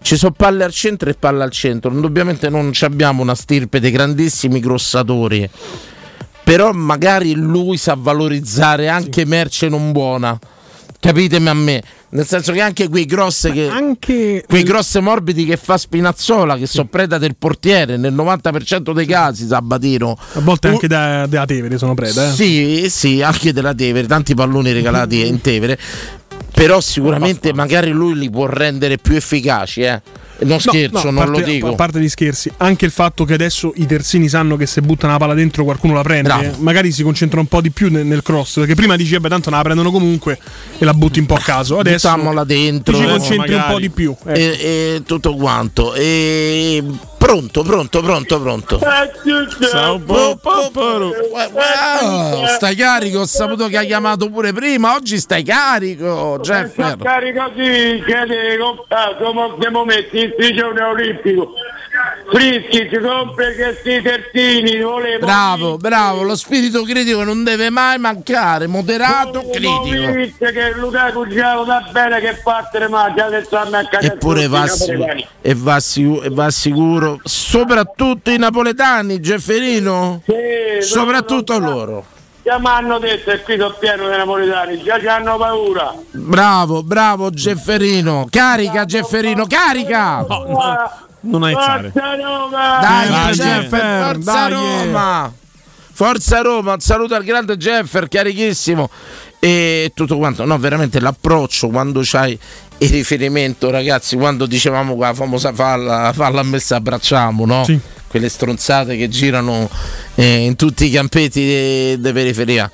B: Ci sono palle al centro e palle al centro. Indubbiamente non ci abbiamo una stirpe dei grandissimi grossatori. Però magari lui sa valorizzare anche merce non buona. Capitemi a me. Nel senso che anche quei grossi che. Quei grossi morbidi che fa Spinazzola, che sono preda del portiere nel 90% dei casi, oh. Sabatino.
C: A volte anche da, da Tevere sono preda. Eh.
B: Sì, sì, anche della Tevere, tanti palloni regalati in Tevere. Però sicuramente magari lui li può rendere più efficaci, eh. Non
C: No,
B: scherzo,
C: no, a
B: non
C: parte-
B: lo dico.
C: A parte gli scherzi, anche il fatto che adesso i terzini sanno che se buttano la palla dentro qualcuno la prende,
B: Bravo.
C: eh, magari si concentrano un po' di più nel, nel cross, perché prima dici, vabbè, tanto la prendono comunque e la butti un po' a caso. Adesso
B: Buttiamola dentro. Eh,
C: ti ci
B: Adesso
C: concentri un
B: magari.
C: po' di più. ecco.
B: E, e tutto quanto. E, Pronto, pronto, pronto, pronto. Oh, stai carico, ho saputo che hai chiamato pure prima, oggi stai carico,
I: Sta
B: Jeffer.
I: carica sì, chiede di comprare, come siamo messi in prigione olimpico. Frischi, ci compra questi terzini, volevo...
B: Bravo, bravo, lo spirito critico non deve mai mancare, moderato, critico.
I: Visto che Lukaku già
H: "Oh,
I: lo sa bene che battere mangia, adesso andiamo a cagare
B: Eppure
I: tutti i
B: va, sicu-
I: napoletani.
B: e va, sicu- e va sicuro, soprattutto i napoletani, Gefferino? soprattutto loro.
I: Già mi hanno detto e qui sono pieno di napoletani, già ci hanno paura.
B: Bravo, bravo Gefferino. Carica Gefferino, carica!
D: Non
B: aizzare.
I: Forza Roma!
B: Dai,
I: Forza
B: Jeffer,
I: Roma!
B: forza Roma! Forza Roma, un saluto al grande Jeffer, carichissimo. E tutto quanto, no, veramente l'approccio quando c'hai il riferimento, ragazzi, quando dicevamo quella famosa falla, falla a me se abbracciamo, no? Quelle stronzate che girano eh, in tutti i campetti de- de periferia.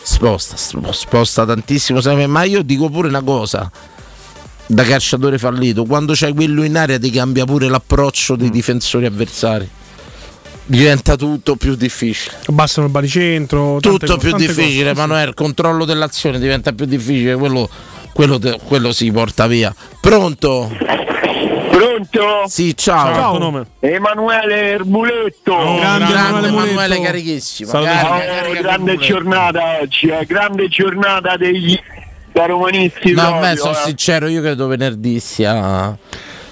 B: Sposta, sp- sposta tantissimo, sai me? ma io dico pure una cosa da calciatore fallito, quando c'è quello in area ti cambia pure l'approccio dei difensori avversari. Diventa tutto più difficile.
C: Abbassano il baricentro. tante
B: Tutto
C: cose,
B: più
C: tante
B: difficile,
C: cose.
B: Manuel. Il controllo dell'azione diventa più difficile, quello, quello te- quello si porta via. Pronto?
I: Pronto?
B: Sì, ciao. Oh,
I: Ciao. Emanuele Erbuletto.
B: grande Grande Emanuele Emanuele, Muletto. carichissimo. Saluti. Carica,
I: Oh,
B: carica
I: grande
B: Muletto.
I: giornata oggi, eh, grande giornata degli da romanisti.
B: No, a me
I: proprio,
B: sono
I: eh.
B: sincero, io credo venerdì sia,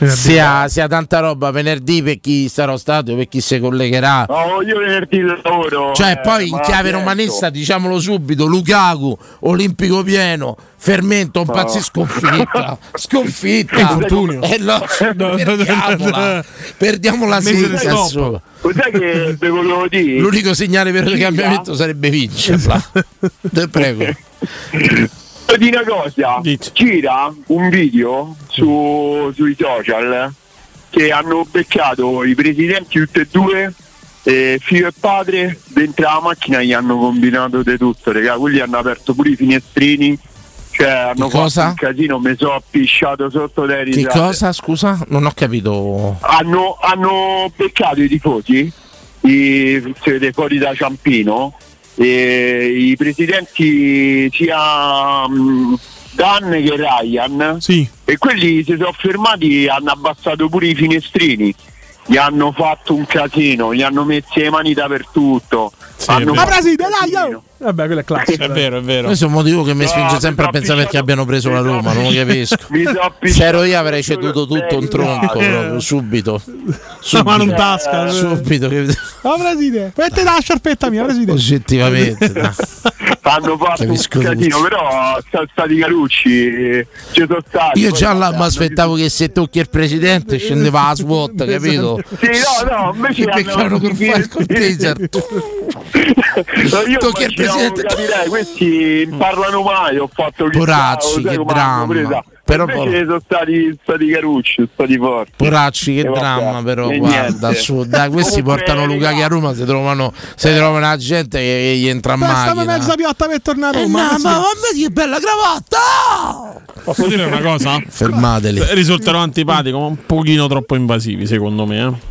B: sia, sia tanta roba. Venerdì per chi sarà stato, per chi si collegherà.
I: Oh, io venerdì lavoro.
B: Cioè,
I: eh,
B: poi in
I: ma
B: chiave
I: adesso-
B: romanista, diciamolo subito: Lukaku, Olimpico pieno, fermento, un pazzi sconfitta. sconfitta.
I: Che infortunio.
B: Eh,
I: [laughs]
B: no, perdiamola. Perdiamola
I: Mese di
B: sì,
I: stop.
B: cazzo.
I: Lo sai che ve volevo dire?
B: L'unico segnale vero di
I: Sì,
B: cambiamento sarebbe vincerla. [laughs] Te prego.
I: Voglio dire una cosa, gira un video su- sui social che hanno beccato i presidenti tutti e due, eh, figlio e padre, dentro la macchina gli hanno combinato di tutto, raga, quelli hanno aperto pure i finestrini, cioè hanno
B: cosa?
I: fatto un casino, mi sono pisciato sotto le
B: Che
I: risate.
B: cosa? Scusa, non ho capito.
I: hanno, hanno beccato i tifosi i, se vedete, fuori da Ciampino e i presidenti sia mm, Dan che Ryan e quelli si sono fermati hanno abbassato pure i finestrini gli hanno fatto un casino gli hanno messo le mani dappertutto hanno
C: Ma
I: fatto-
C: Brasile, dai, io! Vabbè, quella è classica. dai.
B: Questo è un motivo che mi spinge
C: No,
B: sempre a
C: mi sono
B: pensare perché abbiano preso la Roma, non lo capisco.
I: mi sono
B: Se
I: appiccicato
B: ero io avrei ceduto tutto un tronco
I: Eh.
B: proprio, subito.
C: La mano in tasca. eh.
B: Subito, che-
C: Ah, Brasile, mettete la sciarpetta mia, Brasile.
B: oggettivamente. dai.
I: [laughs] hanno fatto un
B: Capisco
I: casino
B: tutto.
I: però sono stati carucci ci sono stati
B: Io
I: Ah, poi
B: già là
I: vabbè,
B: mi aspettavo che se tocchi il
I: [laughs]
B: presidente scendeva la SWAT,
I: Esatto.
B: capito?
I: Sì, no, no, invece
B: Ci
I: hanno-
B: beccavano col falco taser.
I: io
B: Tocchi al presidente.
I: capirei, questi non parlano mai, ho fatto il
B: Poracci, che dramma. Però
I: Però invece sono stati, stati carucci, sono stati forti.
B: Poracci, che
I: E Eh, vabbè,
B: dramma, però
I: e
B: guarda,
I: niente. [laughs]
B: su, dai, questi
I: Comunque, Eh.
B: portano Luca che a Roma si trovano, si trovano la gente che, che gli entra a
C: Stavo
B: macchina.
C: mezza piotta per tornare a
B: Eh,
C: Roma.
B: no,
C: pensa
B: ma
C: te.
B: vedi che bella cravatta!
D: Posso dire una cosa?
B: [laughs]
D: Eh,
B: Fermateli.
D: Risulterò antipatico, ma un pochino troppo invasivi, secondo me. eh.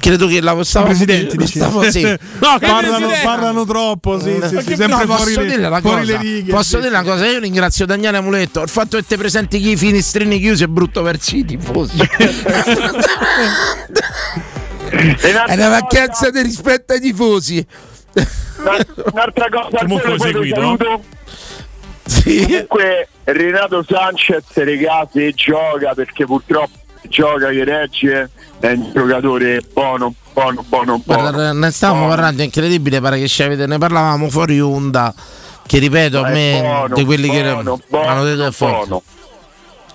B: Credo che la stavo
D: Presidente,
B: la
D: dici?
B: stavo- sì.
D: [laughs] No, che
C: parlano,
D: presidente?
C: parlano troppo, sì, sì,
B: Perché-
C: sì, sempre
B: no,
C: fuori,
B: Eh. posso
C: le,
B: dire una
C: fuori
B: cosa,
C: le righe.
B: posso
C: sì.
B: dire una cosa, io ringrazio Daniele Amuletto, il fatto che te presenti chi i finestrini chiusi è brutto per i tifosi.
I: [laughs]
B: è una mancanza di rispetto ai tifosi.
I: Un'altra cosa,
B: Comunque
I: Comunque
B: lo seguito,
I: saluto. Comunque Renato Sanchez, ragazzi, gioca perché purtroppo gioca che regge, è un giocatore buono, buono, buono, buono.
B: Guarda, ne stavamo parlando, è incredibile, pare che ci avete- ne parlavamo fuori onda, che ripeto a
I: è
B: me
I: Eh, buono,
B: di quelli
I: buono,
B: che hanno detto è forte.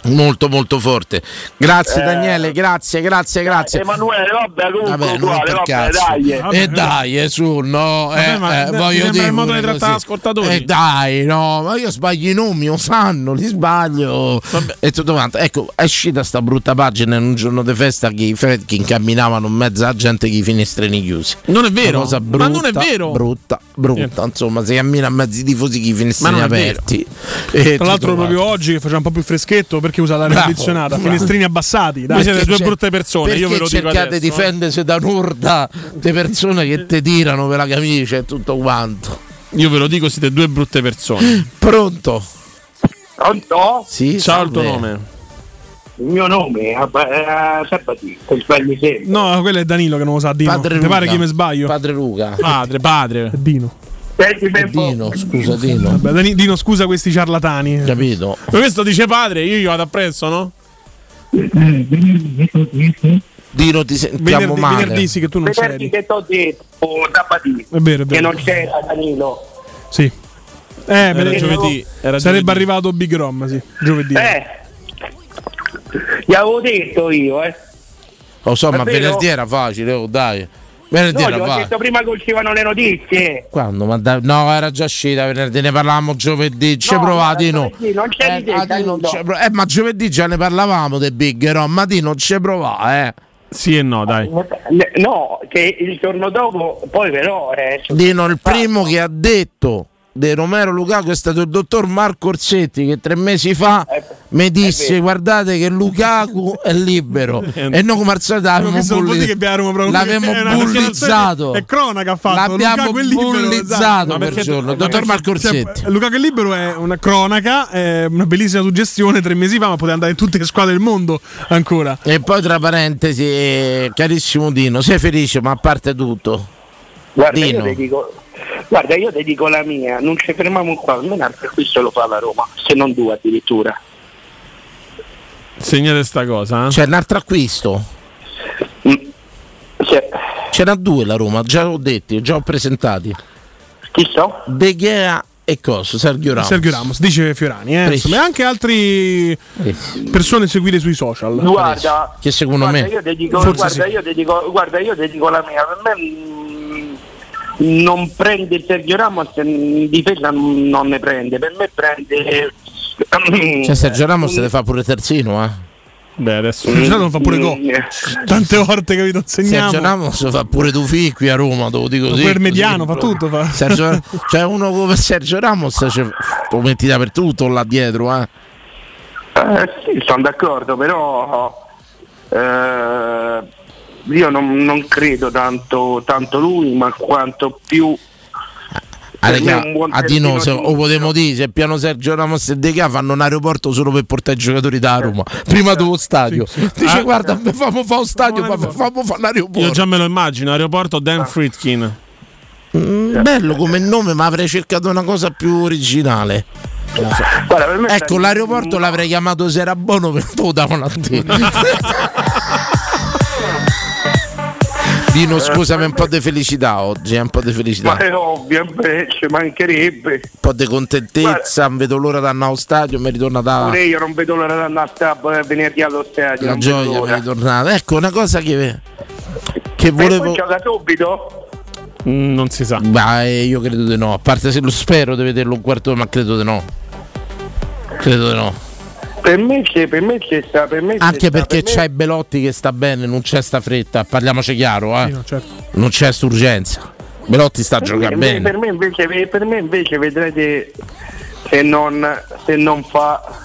B: Molto molto forte. Grazie
I: Eh.
B: Daniele, grazie, grazie, grazie.
I: Emanuele, vabbè, comunque
B: Vabbè, non
I: uguale,
B: per
I: vabbè,
B: cazzo.
I: dai.
B: E dai, eh, su, no,
I: Vabbè,
B: eh,
I: ma
B: eh,
I: ti
B: voglio
I: sembra
B: dire.
I: il modo
B: pure
I: di trattare
B: così.
I: ascoltatori?
B: Eh, dai, no, ma io sbaglio i nomi, lo sanno, li sbaglio. E tutto quanto. Ecco, è uscita sta brutta pagina in un giorno di festa che i Fredkin camminavano in mezzo a gente che i finestrini chiusi.
D: Non è vero,
B: Una cosa
D: ma
B: brutta,
D: non è vero.
B: Brutta, brutta. Insomma, si cammina a mezzo i tifosi che i finestrini
C: Ma non è vero.
B: aperti. E
C: Tra l'altro
B: tutto
C: proprio oggi che faceva un po' più freschetto perché anche usa l'aria
B: Eh, Bravo,
C: condizionata,
B: bravo.
C: finestrini abbassati. Dai.
B: Perché c'è- perché
D: eh.
C: eh.
B: cercate di difendersi da un'orda di persone che te tirano per la camicia e tutto quanto.
D: Io ve lo dico, siete due brutte persone.
B: Pronto?
H: Pronto?
B: Sì,
D: Ciao, il tuo
H: salve.
D: nome.
H: Il mio nome è Abba- eh, Sabatini, se sbagli sempre.
C: No, quello è Danilo che non lo sa. Dino.
H: Padre
C: Ti pare
H: Luca.
C: che mi sbaglio?
B: Padre Luca.
D: Padre, Ah, padre.
C: Dino.
H: Senti per
B: Eh, Dino, scusa Dino.
C: Vabbè, Dani- Dino, scusa questi ciarlatani.
B: Capito.
D: Ma questo dice padre, io gli vado appresso, no?
B: Dino, ti sentiamo
C: Venerdì-
B: male.
C: venerdì sì che tu non
H: Vederti che t'ho detto, oh, Sabatini,
C: È vero, è
H: che
C: vero.
H: non c'era Danilo.
C: Sì. Eh,
H: Era
C: per-
H: giovedì, era
C: Sarebbe
H: giovedì.
C: arrivato Big Rom, sì. Giovedì.
H: Eh, gli avevo detto io, eh.
B: Lo so, ma
H: Davvero?
B: venerdì era facile, oh, dai. Venerdì
H: No, gli
B: era
H: ho
B: facile.
H: detto prima che uscivano le notizie.
B: Quando? Ma dai- no, era già uscita venerdì, ne parlavamo giovedì, ci provate no.
H: Sì, non c'è di te, Danilo.
B: Ci pro- Eh, ma giovedì già ne parlavamo dei big, no? Ma di non ci provare, eh.
D: Sì e no, dai.
H: Ne- No, che il giorno dopo, poi però, eh,
B: Dino, il primo che ha detto di Romero Lucaco è stato il dottor Marco Orsetti che tre mesi fa
H: Eh,
B: mi disse guardate che Lukaku è libero e noi come al solito
C: Quello
B: l'avevamo
C: che sono voti che
B: bulli-
C: abbiamo proprio- Eh, [laughs]
B: l'avevamo
C: è una
B: bullizzato
C: dichiarazione- È cronaca ha fatto.
B: l'abbiamo
C: Lukaku è libero, esatto.
B: bullizzato quel giorno il dottor Marco
C: Cioè,
B: Orsetti
C: eh, Luca che libero è una cronaca, è una bellissima suggestione tre mesi fa, ma poteva andare in tutte le squadre del mondo ancora.
B: e poi tra parentesi eh, carissimo Dino sei felice ma a parte tutto
H: guarda, io
B: Dino
H: ti dico, guarda, io ti dico la mia, non ci fermiamo qua, almeno un questo lo fa la Roma, se non due addirittura.
D: Segnate sta cosa. eh.
B: c'è un altro acquisto
H: Mm,
B: C'era due la Roma, già ho detto, già ho presentati.
H: Chi so?
B: De Gea e Coso, Sergio Ramos.
C: Sergio Ramos, dice Fiorani, eh,
B: Preci.
C: insomma, e anche altre
B: Eh.
C: persone seguite sui social.
H: Guarda,
B: che secondo
H: Guarda, io ti dico,
C: Forse
H: guarda,
C: sì.
H: io ti dico, guarda, io ti dico la mia, per me mm, non prende Sergio Ramos, in difesa non non ne prende, per me prende... eh,
B: Cioè Sergio Ramos se ne fa pure terzino, eh.
D: Beh, adesso
C: Sergio Ramos fa
H: Mm.
C: pure gol. Tante volte che vi insegniamo.
B: Sergio Ramos fa pure Tufi qui a Roma, te lo dico così.
C: Quel mediano,
B: così.
C: fa tutto, fa. [laughs]
B: Sergio- cioè uno come Sergio Ramos cioè, lo metti dappertutto là dietro, eh.
H: Eh, sì, sono d'accordo, però eh, io non, non credo tanto, tanto lui, ma quanto più...
D: Eh,
B: Ah,
H: per me
B: raga,
H: un buon
B: a di no, se-
H: terzino
B: o potremmo dire se piano Sergio Ramos e De Gea fanno un aeroporto solo per portare i giocatori da Roma
D: Eh,
B: prima dello stadio dice
D: Ah.
B: guarda famo fa un stadio ma famo fa un
D: Io
B: aeroporto Ah.
D: già me lo immagino, aeroporto Dan Fritkin.
B: Mm, bello come nome ma avrei cercato una cosa più originale ecco l'aeroporto l'avrei chiamato Serabono per lo davano a te
D: [laughs]
B: Dino scusami un po' di felicità oggi eh, un po' di felicità
H: Ma è ovvio, beh, ci mancherebbe.
B: un po' di contentezza non vedo l'ora di andare allo stadio mi ritorna da
H: Pure io non vedo l'ora di andare a
J: eh,
H: sta- venerdì allo stadio.
B: la
H: non vedo
B: gioia mi
H: l'ora.
B: è ritornata. Ecco una cosa che, che
H: E poi
B: volevo.
H: gioca subito?
D: Mm, Non si sa.
B: Beh, io credo di no. A parte se lo spero di vederlo un quarto, d'ora, ma credo di no. Credo di no.
H: Per me c'è, per me c'è sta, per me c'è
B: Anche
H: sta, per
B: perché
H: me-
B: c'è Belotti che sta bene, non c'è sta fretta. Parliamoci chiaro, eh.
H: no, certo.
B: Non c'è st'urgenza. Belotti sta a giocare
H: per me-
B: bene.
H: Per me, invece, per me invece vedrete se non, se non fa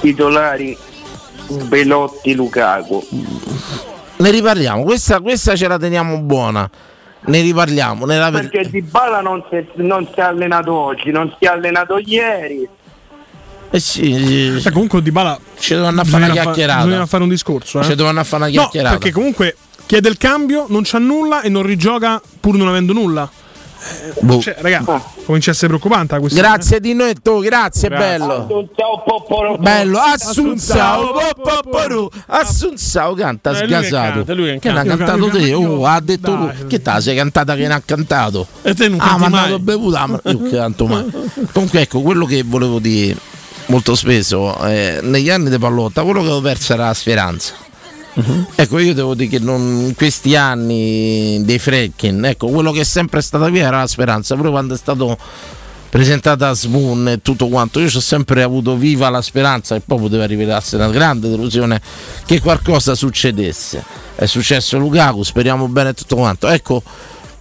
H: titolari Belotti Lukaku.
B: Ne riparliamo. Questa, questa ce la teniamo buona. Ne riparliamo. nella ver-
H: Perché Di Bala non si, è- non si è allenato oggi, non si è allenato ieri.
B: Eh sì, sì.
C: comunque Di Bala
B: ci dovranno fare una chiacchierata.
C: bisogna fare un discorso. Eh?
B: Ci dovranno fare una chiacchierata.
C: No, perché comunque chiede il cambio, non c'ha nulla e non rigioca pur non avendo nulla. Eh,
B: Boh.
C: Cioè, raga,
H: Ah.
C: comincia a essere preoccupante la questione.
B: Grazie di noi tu, grazie, bello. Bello, Assunzao, Popporu, Assunzao canta
D: Eh, lui che
B: sgasato.
D: canta, lui che
B: Che ne ha
D: canta.
B: cantato
D: Io canto,
B: te,
D: io-
B: oh, ha detto lui. Che ta sei cantata che ne ha cantato?
D: E te non
B: Ah,
D: canti
B: ma
D: mai.
B: andato bevuta, ah, ma io che canto mai. Comunque ecco, quello che volevo dire molto spesso, eh, negli anni di pallotta, quello che avevo perso era la speranza. Ecco, io devo dire che non- in questi anni dei Freckin, ecco, quello che è sempre stata via era la speranza, pure quando è stato presentata Smoon e tutto quanto, io ci ho sempre avuto viva la speranza che poi poteva rivelarsi una grande delusione che qualcosa succedesse. È successo Lukaku, speriamo bene e tutto quanto. Ecco,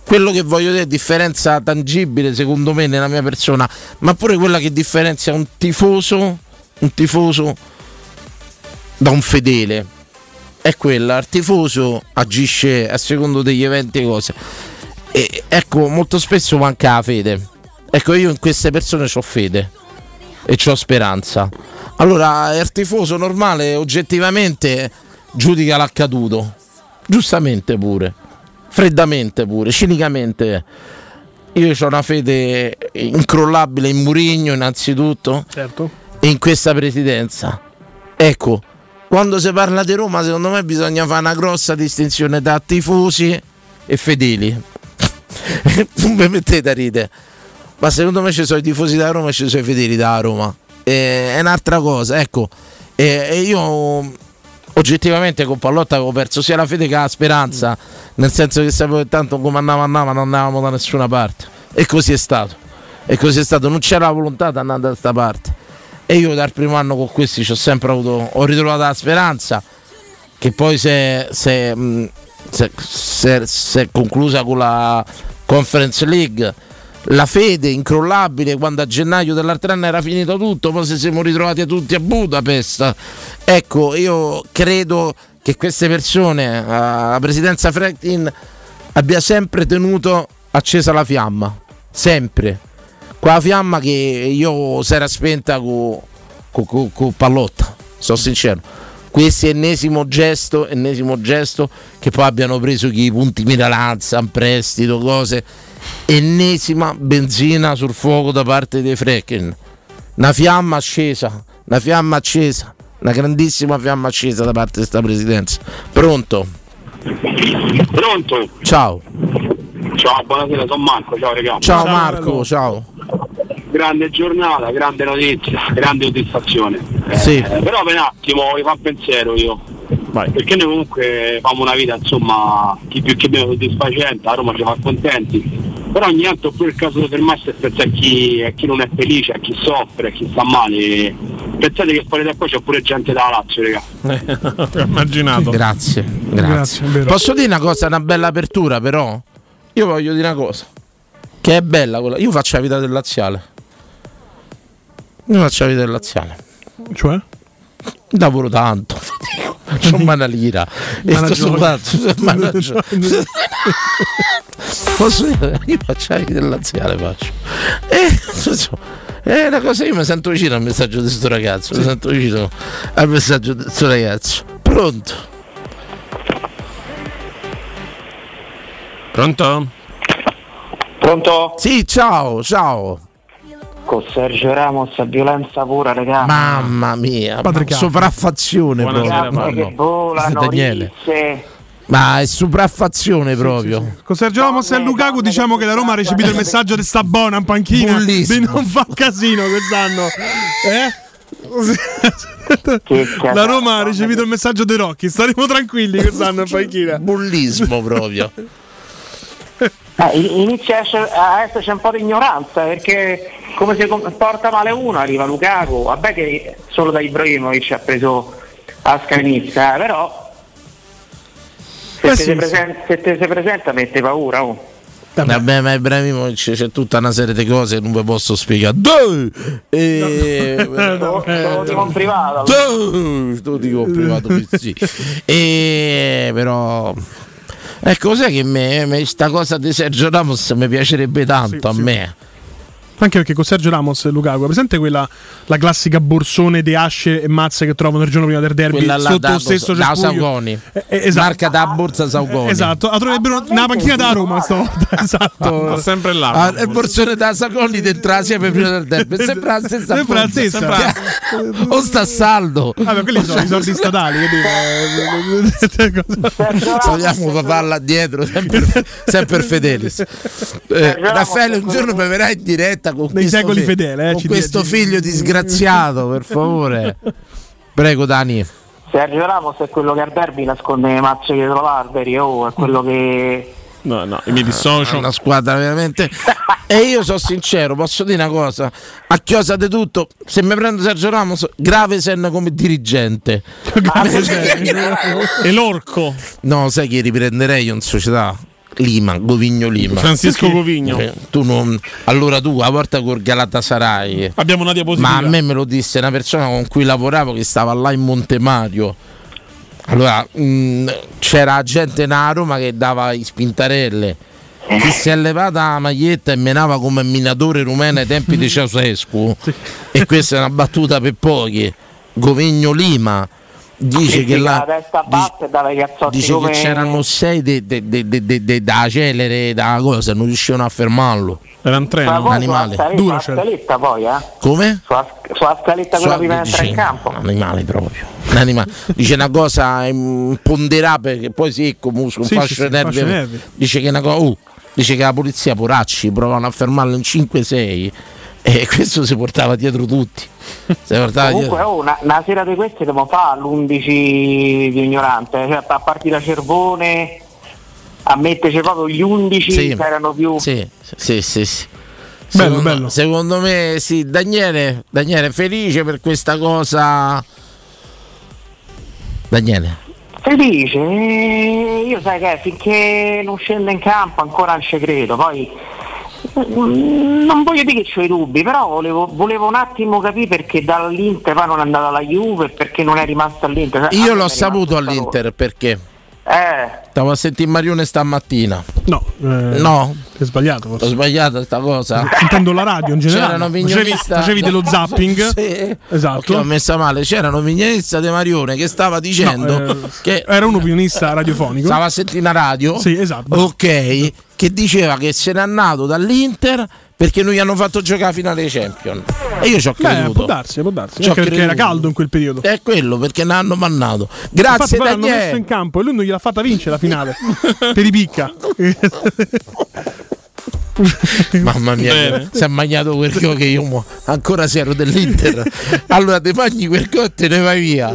B: quello che voglio dire, differenza tangibile secondo me nella mia persona, ma pure quella che differenzia un tifoso, un tifoso da un fedele è quella, il tifoso agisce a secondo degli eventi e cose. E, ecco, molto spesso manca la fede. Ecco, io in queste persone ho fede e ho speranza. Allora, il tifoso normale oggettivamente giudica l'accaduto, giustamente pure, freddamente pure, cinicamente. Io ho una fede incrollabile in Murigno innanzitutto
C: Certo.
B: e in questa presidenza. Ecco, quando si parla di Roma secondo me bisogna fare una grossa distinzione tra tifosi e fedeli. [laughs] non mi mettete a ridere. Ma secondo me ci sono i tifosi da Roma e ci sono i fedeli da Roma. Eh, è un'altra cosa, ecco. Eh, E io oggettivamente con Pallotta avevo perso sia la fede che la speranza, nel senso che sapevo che tanto come andava andava non andavamo da nessuna parte. E così è stato. E così è stato, non c'era la volontà di andare da questa parte. E io dal primo anno con questi ci ho sempre avuto, ho ritrovato la speranza che poi se, se, mh, se- se- se è conclusa con la Conference League la fede incrollabile quando a gennaio dell'altro anno era finito tutto poi se siamo ritrovati tutti a Budapest ecco io credo che queste persone eh, la presidenza Franklin abbia sempre tenuto accesa la fiamma sempre quella fiamma che io si era spenta con Pallotta sono sincero questo ennesimo gesto ennesimo gesto che poi abbiano preso chi i punti miralanza in prestito cose ennesima benzina sul fuoco da parte dei Frecken una fiamma accesa una fiamma accesa una grandissima fiamma accesa da parte di questa presidenza pronto
I: Pronto?
B: ciao
I: Ciao, buonasera, sono Marco, ciao ragazzi.
B: ciao Marco ciao
I: Grande giornata, grande notizia, grande soddisfazione.
B: sì
I: Eh, però per un attimo mi fa un pensiero io. Perché noi comunque facciamo una vita, insomma, chi più che meno soddisfacente, a Roma ci fa contenti. Però ogni tanto pure il caso di fermarsi e pensare a chi, a chi non è felice, a chi soffre, a chi sta male. Pensate che fuori da qua c'è pure gente da Lazio, raga.
D: immaginato.
B: Grazie, grazie. Posso dire una cosa, una bella apertura però? Io voglio dire una cosa, che è bella quella. Io faccio la vita del laziale. Io faccio la vita del laziale.
C: Cioè?
B: Lavoro tanto, [laughs] fatico, non una lira. E sto
C: Managione.
K: [laughs]
B: soltanto- managione. Posso dire? Io [laughs] faccio la vita del laziale, faccio. Eh, E, è Eh, una cosa, io mi sento vicino al messaggio di sto ragazzo, mi sento vicino al messaggio di sto ragazzo. Pronto?
D: Pronto?
B: Pronto? Sì, ciao, ciao.
H: Con Sergio Ramos, violenza pura, ragazzi.
B: Mamma mia, ma sopraffazione
H: Gambe
B: proprio.
H: che volano,
B: Daniele.
H: risse.
B: Ma è sopraffazione proprio.
C: Con Sergio Ramos e Lukaku diciamo che la Roma ha ricevuto il messaggio di sta buona in panchina
B: Bullissimo.
C: di non far casino quest'anno. Eh? [laughs] La Roma ha ricevuto il messaggio dei Rocchi, staremo tranquilli quest'anno in panchina.
B: Bullismo proprio.
H: Eh, in- inizia a esser- a esserci un po' di ignoranza perché come si comporta male uno arriva Lukaku, vabbè che solo da Ibrahimovic ha preso a Scanizza, però se
B: Eh
H: te
B: sì,
H: si
B: sì.
H: presen- se te si presenta mette paura. oh.
B: Vabbè, ma Ibrahimovic c'è tutta una serie di cose che non vi posso spiegare. Dai! [laughs] E...
H: Sono
C: Eh,
H: tipo
C: cioè.
H: un privato.
B: Dai! Te lo dico in privato qui, sì. E però ecco cos'è che me, me- sta cosa di Sergio Ramos mi piacerebbe tanto a me.
C: Anche perché con Sergio Ramos e Lukaku, è presente quella la classica borsone di asce e mazze che trovano il giorno prima del derby
B: Quella là
C: sotto
B: da,
C: lo stesso
B: da
C: cespuglio?
B: Saugoni.
C: Eh, esatto.
B: Marca da borsa Saugoni.
C: Esatto, la troverebbero una panchina da Roma stavolta, [laughs] esatto.
B: Ma sempre Ah, il borsone da Saugoni dentro sempre prima del tempo. Sembra la stessa
C: Sembra la
B: cosa.
C: stessa.
B: Sembra- [laughs] O sta a saldo.
C: Vabbè, quelli sono i soldi statali, che dico, eh,
B: [laughs] Vogliamo paparla dietro, sempre, sempre Fedelis. Eh, Raffaele, un giorno mi verrai in diretta con
C: Nei
B: questo
C: secoli
B: fi-
C: fedele, eh,
B: con
C: ci
B: questo
C: dia- ci-
B: figlio disgraziato,
C: [laughs]
B: per favore. Prego, Dani.
H: Sergio Ramos è quello che al derby nasconde le mazze dietro l'alberi, oh, è quello che
D: No, no, mi
B: dissocio. Ah, Una squadra veramente. e io sono sincero, posso dire una cosa: a chiosa di tutto, se mi prendo Sergio Ramos, Gravesen come dirigente. Ah,
C: e l'orco.
D: [laughs]
B: No, sai che riprenderei io in società? Lima, Govigno Lima.
D: Francisco Govigno.
B: Eh, Tu non- allora tu a volta col Galatasaray.
D: Abbiamo una diapositiva.
B: Ma a me me lo disse una persona con cui lavoravo che stava là in Montemario. Allora, mh, c'era gente in Roma che dava i spintarelle. Che si è levata la maglietta e menava come minatore rumeno ai tempi
D: [laughs]
B: di Ceausescu. E questa è una battuta per pochi. Govigno Lima dice che la,
H: la testa bassa e da ragazzotti
B: Dice
H: come
B: che c'erano sei de- de- de- de- de- de- da celere, da cosa, non riuscivano a fermarlo.
D: Era un
H: Ma
B: treno,
H: poi
B: un
H: sulla
B: animale. cioè.
H: scaletta- sulla scaletta poi, eh?
B: Come?
H: Sulla, sulla scaletta quella
B: Sulla-
H: prima di entrare in
B: sì,
H: campo.
B: Un animale proprio. Un animale. Dice una cosa imponderabile che poi secco, musco, un
H: Sì, sì,
B: fascio
H: sì,
B: di nervi.
H: fascio di nervi.
B: Dice che una cosa. oh, dice che la polizia poracci provavano a fermarlo in 5-6 e questo si portava dietro tutti. Si portava
H: Comunque,
B: dietro.
H: oh, una, una sera di queste dobbiamo fare l'11 di ignorante, cioè, a partire da Cervone, a metterci proprio gli 11
B: Sì.
H: che erano più.
B: Sì, sì, sì, sì.
H: Bello,
B: secondo, secondo me sì, Daniele, Daniele felice per questa cosa. Daniele.
H: Felice, eh, io sai che finché non scende in campo ancora non ci credo, poi mm, non voglio dire che ho i dubbi, però volevo, volevo un attimo capire perché dall'Inter poi non è andata alla Juve, perché non è rimasta all'Inter.
B: Io l'ho saputo all'Inter perché
H: Eh,
B: stavo a sentire Marione stamattina.
C: No, eh,
B: No.
C: È sbagliato forse.
B: Ho sbagliato sta cosa.
C: Intendo la radio in generale.
B: C'erano
C: Facevi,
B: vignolista.
C: facevi
B: [laughs]
C: dello zapping.
B: Sì.
C: Esatto.
B: Che ho messa male. C'era un vignolista di Marione che stava dicendo
C: No, eh,
B: che
C: Era un opinionista radiofonico.
B: stava a sentire una radio.
C: Sì, esatto.
B: Ok, che diceva che se n'è andato dall'Inter perché non gli hanno fatto giocare la finale dei Champions. E io ci ho
C: Beh,
B: creduto.
C: può darsi, può darsi.
B: Ci ho
C: Anche perché era
B: creduto.
C: caldo in quel periodo.
B: È quello perché ne hanno mannato. Grazie
C: Infatti, poi l'hanno messo
B: Daniele.
C: in campo e lui non gliel'ha fatta vincere la
B: [laughs]
C: finale. per i picca.
B: Mamma mia,
C: Bene.
B: si è mangiato quel che io mo- ancora se ero dell'Inter.
C: [laughs]
B: allora ti mangi quel che e te ne vai via.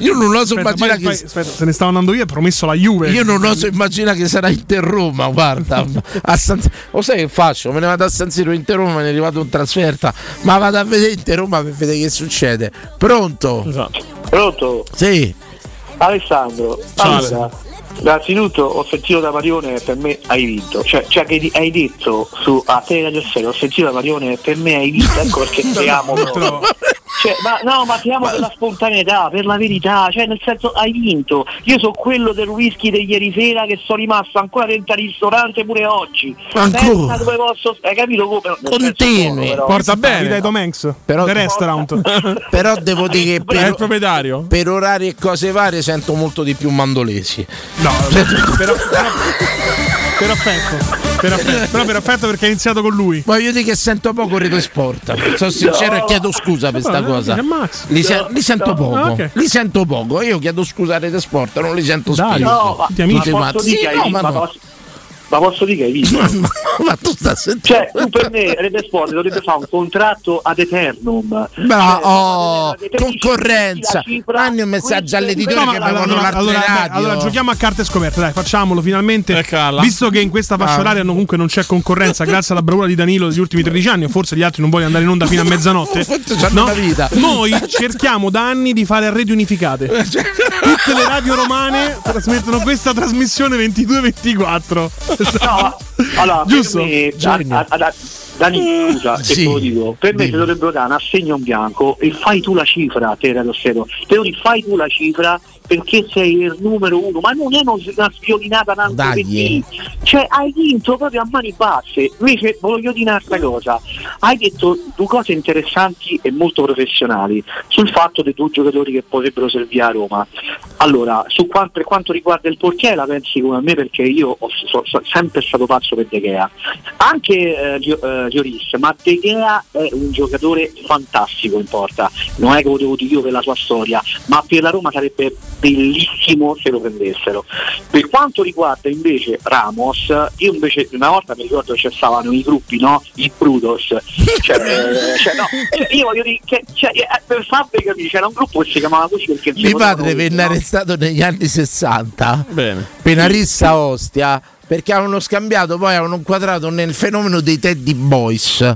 B: Io non oso
C: Aspetta,
B: immaginare
C: poi-
B: che.
C: poi- aspetta, se ne stava andando via, ha promesso la Juve.
B: Io non oso immaginare che sarà Inter Roma, guarda. A San- Lo sai che faccio? Me ne vado a San Siro Inter Roma, me ne è arrivato in trasferta, ma vado a vedere Inter Roma per vedere che succede. Pronto?
C: Esatto.
H: pronto?
B: Sì.
H: Alessandro,
B: Ciao.
H: allora, innanzitutto ho sentito da Marione per me hai vinto, cioè, cioè che di- hai detto su a te Radio Serio, ho sentito da Marione per me hai vinto, ecco perché
B: [laughs]
H: ti amo proprio. Cioè, ma no, ma ti amo per la spontaneità, per la verità, cioè nel senso hai vinto. Io sono quello del whisky di ieri sera che sono rimasto ancora dentro al ristorante pure oggi.
B: Ancora?
H: Pensa dove posso. Hai capito come? Nel senso buono,
B: Continui.
H: però.
B: Dai, dai, Tom
C: Hanks.
B: Però,
C: The restaurant.
B: però devo dire che
C: È
B: per,
C: il proprietario?
B: per orari e cose varie sento molto di più mandolesi.
C: No, [laughs]
B: [laughs]
C: però,
H: [laughs]
C: Per affetto. Per affetto. Però per affetto perché ha iniziato con lui.
B: Ma io dico che sento poco Rito Sporta. Sono sincero e chiedo scusa per questa
C: No, no,
B: cosa.
C: dice Max.
B: Li, se-
C: No,
B: li sento
C: no.
B: poco.
C: Ah, ok.
B: Li sento poco. Io chiedo scusa a Rete Sport, non li sento
H: Dai,
B: spesso.
H: no, ma-
B: Tutti
H: ma
B: i
H: posso
B: mazzi.
H: dire che
B: Sì,
H: hai-
B: no, ma
H: ma
B: no.
H: posso- Ma posso dire che hai vinto?
B: [laughs] ma tu stai
H: Cioè, tu per me Rete Sport dovrebbe fare un contratto ad eternum.
B: Ma oh, concorrenza. Danni un messaggio all'editore
C: No,
B: che
C: ma
B: avevano
C: allora, allora,
B: l'arte
C: dai,
B: radio.
C: allora giochiamo a carte scoperte, dai, facciamolo finalmente.
D: Eccola.
C: Visto che in questa fascia
D: Ah.
C: oraria non- comunque non c'è
B: [laughs]
C: concorrenza, grazie alla bravura di Danilo degli ultimi 13 anni, o forse gli altri non vogliono andare in onda fino a
B: [laughs]
C: mezzanotte.
B: Forse c'hanno una vita.
C: Noi cerchiamo da anni di fare reti
B: [laughs]
C: unificate.
B: Eh, cioè,
C: [laughs] Tutte le radio romane trasmettono questa trasmissione 22-24.
H: No, allora,
C: Giusto?
H: Per me,
C: Genio.
H: a, a- a- Dani, scusa, se
C: Sì,
H: te lo dico, per me ti dovrebbero dare un assegno in bianco e fai tu la cifra, te lo serio. Te lo dico, fai tu la cifra perché sei il numero uno, ma non è uno- una sviolinata tanto
B: Dai,
H: per
B: eh.
H: te. Cioè hai vinto proprio a mani basse. Invece voglio dire un'altra cosa. Hai detto due cose interessanti e molto professionali sul fatto dei due giocatori che potrebbero servire a Roma. Allora, su qua- per quanto riguarda il portiere la pensi come me perché io ho- so- so- sempre stato pazzo per De Gea. Anche eh, Gio- eh, Lloris, ma De Gea è un giocatore fantastico in porta. Non è che lo devo dire io per la sua storia, ma per la Roma sarebbe bellissimo se lo prendessero. Per quanto riguarda invece Ramos, io invece una volta mi ricordo che c'erano i gruppi, no? I Brutos. Cioè, eh, cioè, no, cioè, io voglio dire che cioè, eh, per farvi capire c'era un gruppo che si chiamava così perché
B: Mio padre
H: noi,
B: venne
H: no?
B: arrestato negli anni 60.
D: Bene.
B: Penarissa a Ostia perché avevano scambiato poi avevano inquadrato nel fenomeno dei Teddy Boys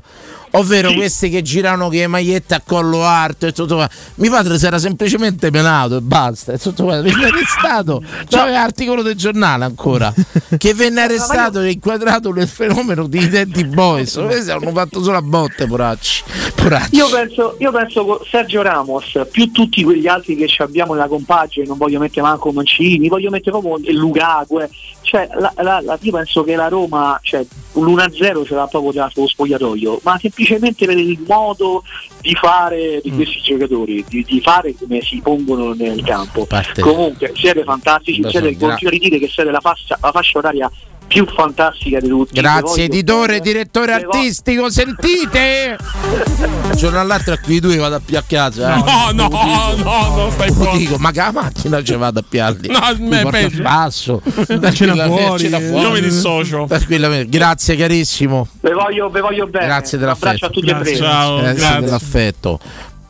B: ovvero questi che girano che magliette a collo arto e tutto qua. Mio padre si era semplicemente menato e basta, e tutto qua. Venne arrestato, c'aveva l'articolo del giornale ancora, che venne arrestato e inquadrato nel fenomeno di Daddy Boys. Questi hanno fatto solo a botte, poracci. poracci.
H: Io penso, io penso con Sergio Ramos, più tutti quegli altri che ci abbiamo nella compagine, non voglio mettere manco Mancini, voglio mettere proprio Lugago. Cioè, la- la- la- io penso che la Roma, cioè, l'1-0 ce l'ha proprio già sullo spogliatoio, ma semplicemente per il modo di fare
B: Mm.
H: di questi giocatori, di, di fare come si pongono nel campo.
B: Parte-
H: Comunque, siete fantastici,
B: Beh,
H: siete
B: sono
H: il consiglio di dire che siete la fascia, la fascia oraria più fantastica di tutti.
B: Grazie
H: Voglio-
B: editore, direttore
H: [laughs]
B: artistico, sentite! Un giorno all'altro a qui due vado a piacchiare. eh.
D: No, no, no, no, stai
B: fuori. Dico, ma che la macchina ci vado a piarli.
D: No, me peggio. [laughs]
B: basso. [laughs]
D: fuori, io mi dissocio.
B: Tranquillamente. Grazie carissimo.
H: Ve voglio, ve voglio bene.
B: Grazie
H: Abbraccio
D: Eh,
B: dell'affetto.
H: a tutti e tre.
B: Grazie Eh, dell'affetto.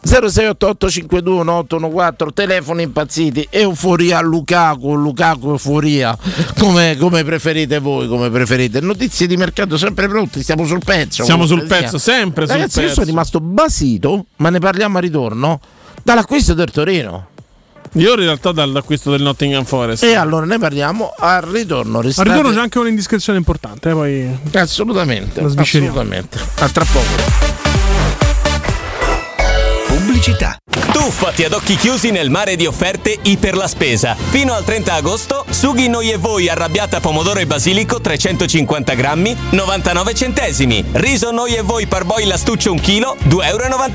B: 0688521814 telefoni impazziti euforia Lukaku Lukaku euforia come, come preferite voi come preferite notizie di mercato sempre pronte siamo sul pezzo
D: Siamo sul
B: comunque
D: pezzo,
B: sia.
D: sempre sul
B: ragazzi io
D: pezzo.
B: sono rimasto basito ma ne parliamo a ritorno dall'acquisto del Torino
D: Io in realtà dall'acquisto del Nottingham Forest.
B: e allora ne parliamo al ritorno
C: Al
B: restate-
C: ritorno c'è anche un'indiscrezione importante, eh, poi
B: assolutamente
C: la svisceriamo.
B: assolutamente a tra poco
L: Pubblicità. Tuffati ad occhi chiusi nel mare di offerte Iper la spesa. Fino al 30 agosto, sughi noi e voi arrabbiata pomodoro e basilico 350 grammi, 99 centesimi. Riso noi e voi parboil astuccio 1 kg, 2,99 euro.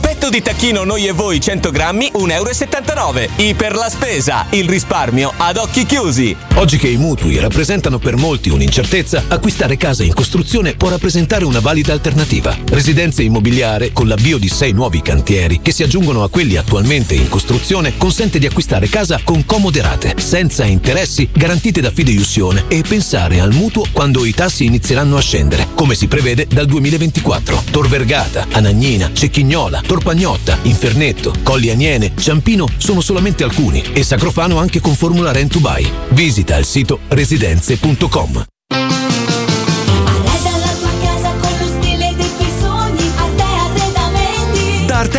L: Petto di tacchino noi e voi 100 grammi, 1,79 euro. Iper la spesa, il risparmio ad occhi chiusi.
M: Oggi che i mutui rappresentano per molti un'incertezza, acquistare casa in costruzione può rappresentare una valida alternativa. Residenze immobiliare, con l'avvio di sei nuovi cantieri che si aggiungono a quelli attualmente in costruzione, consente di acquistare casa con comode rate, senza interessi, garantite da fideiussione e pensare al mutuo quando i tassi inizieranno a scendere, come si prevede dal 2024. Tor Vergata, Anagnina, Cecchignola, Torpagnotta, Infernetto, Colli Aniene, Ciampino sono solamente alcuni e Sacrofano anche con formula Rent to Buy. Visita il sito residenze.com.
N: Arreda la tua casa con lo stile dei tuoi sogni. Arte Arredamenti.
O: Da Arte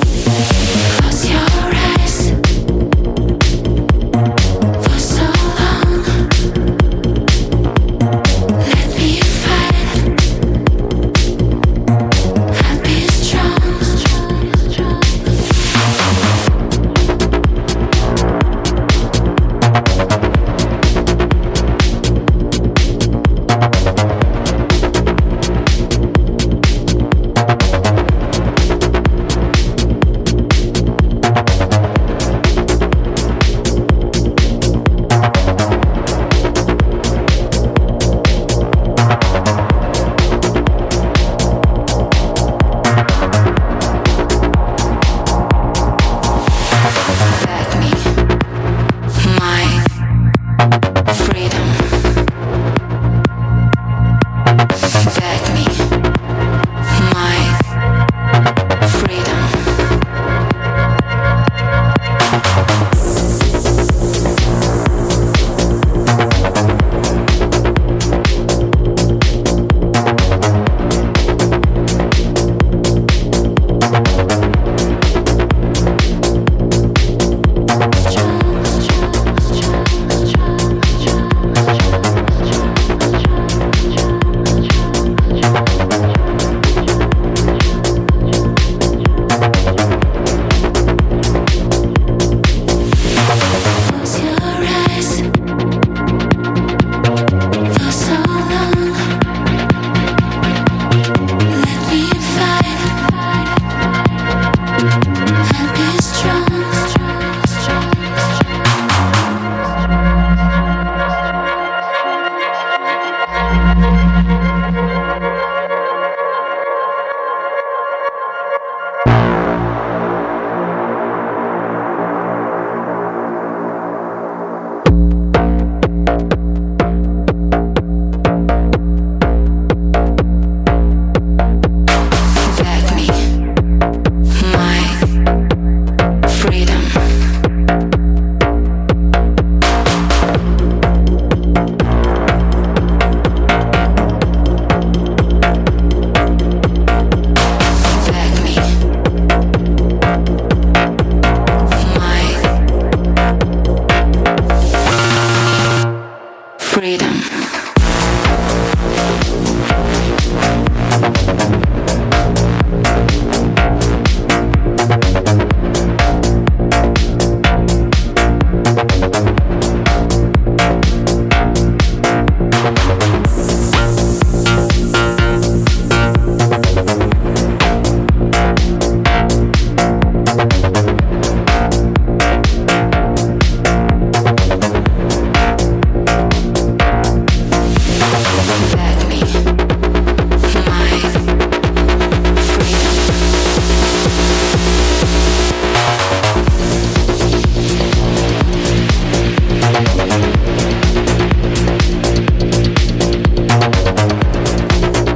N: Close your eyes for so long. Let me fight. I'll be strong.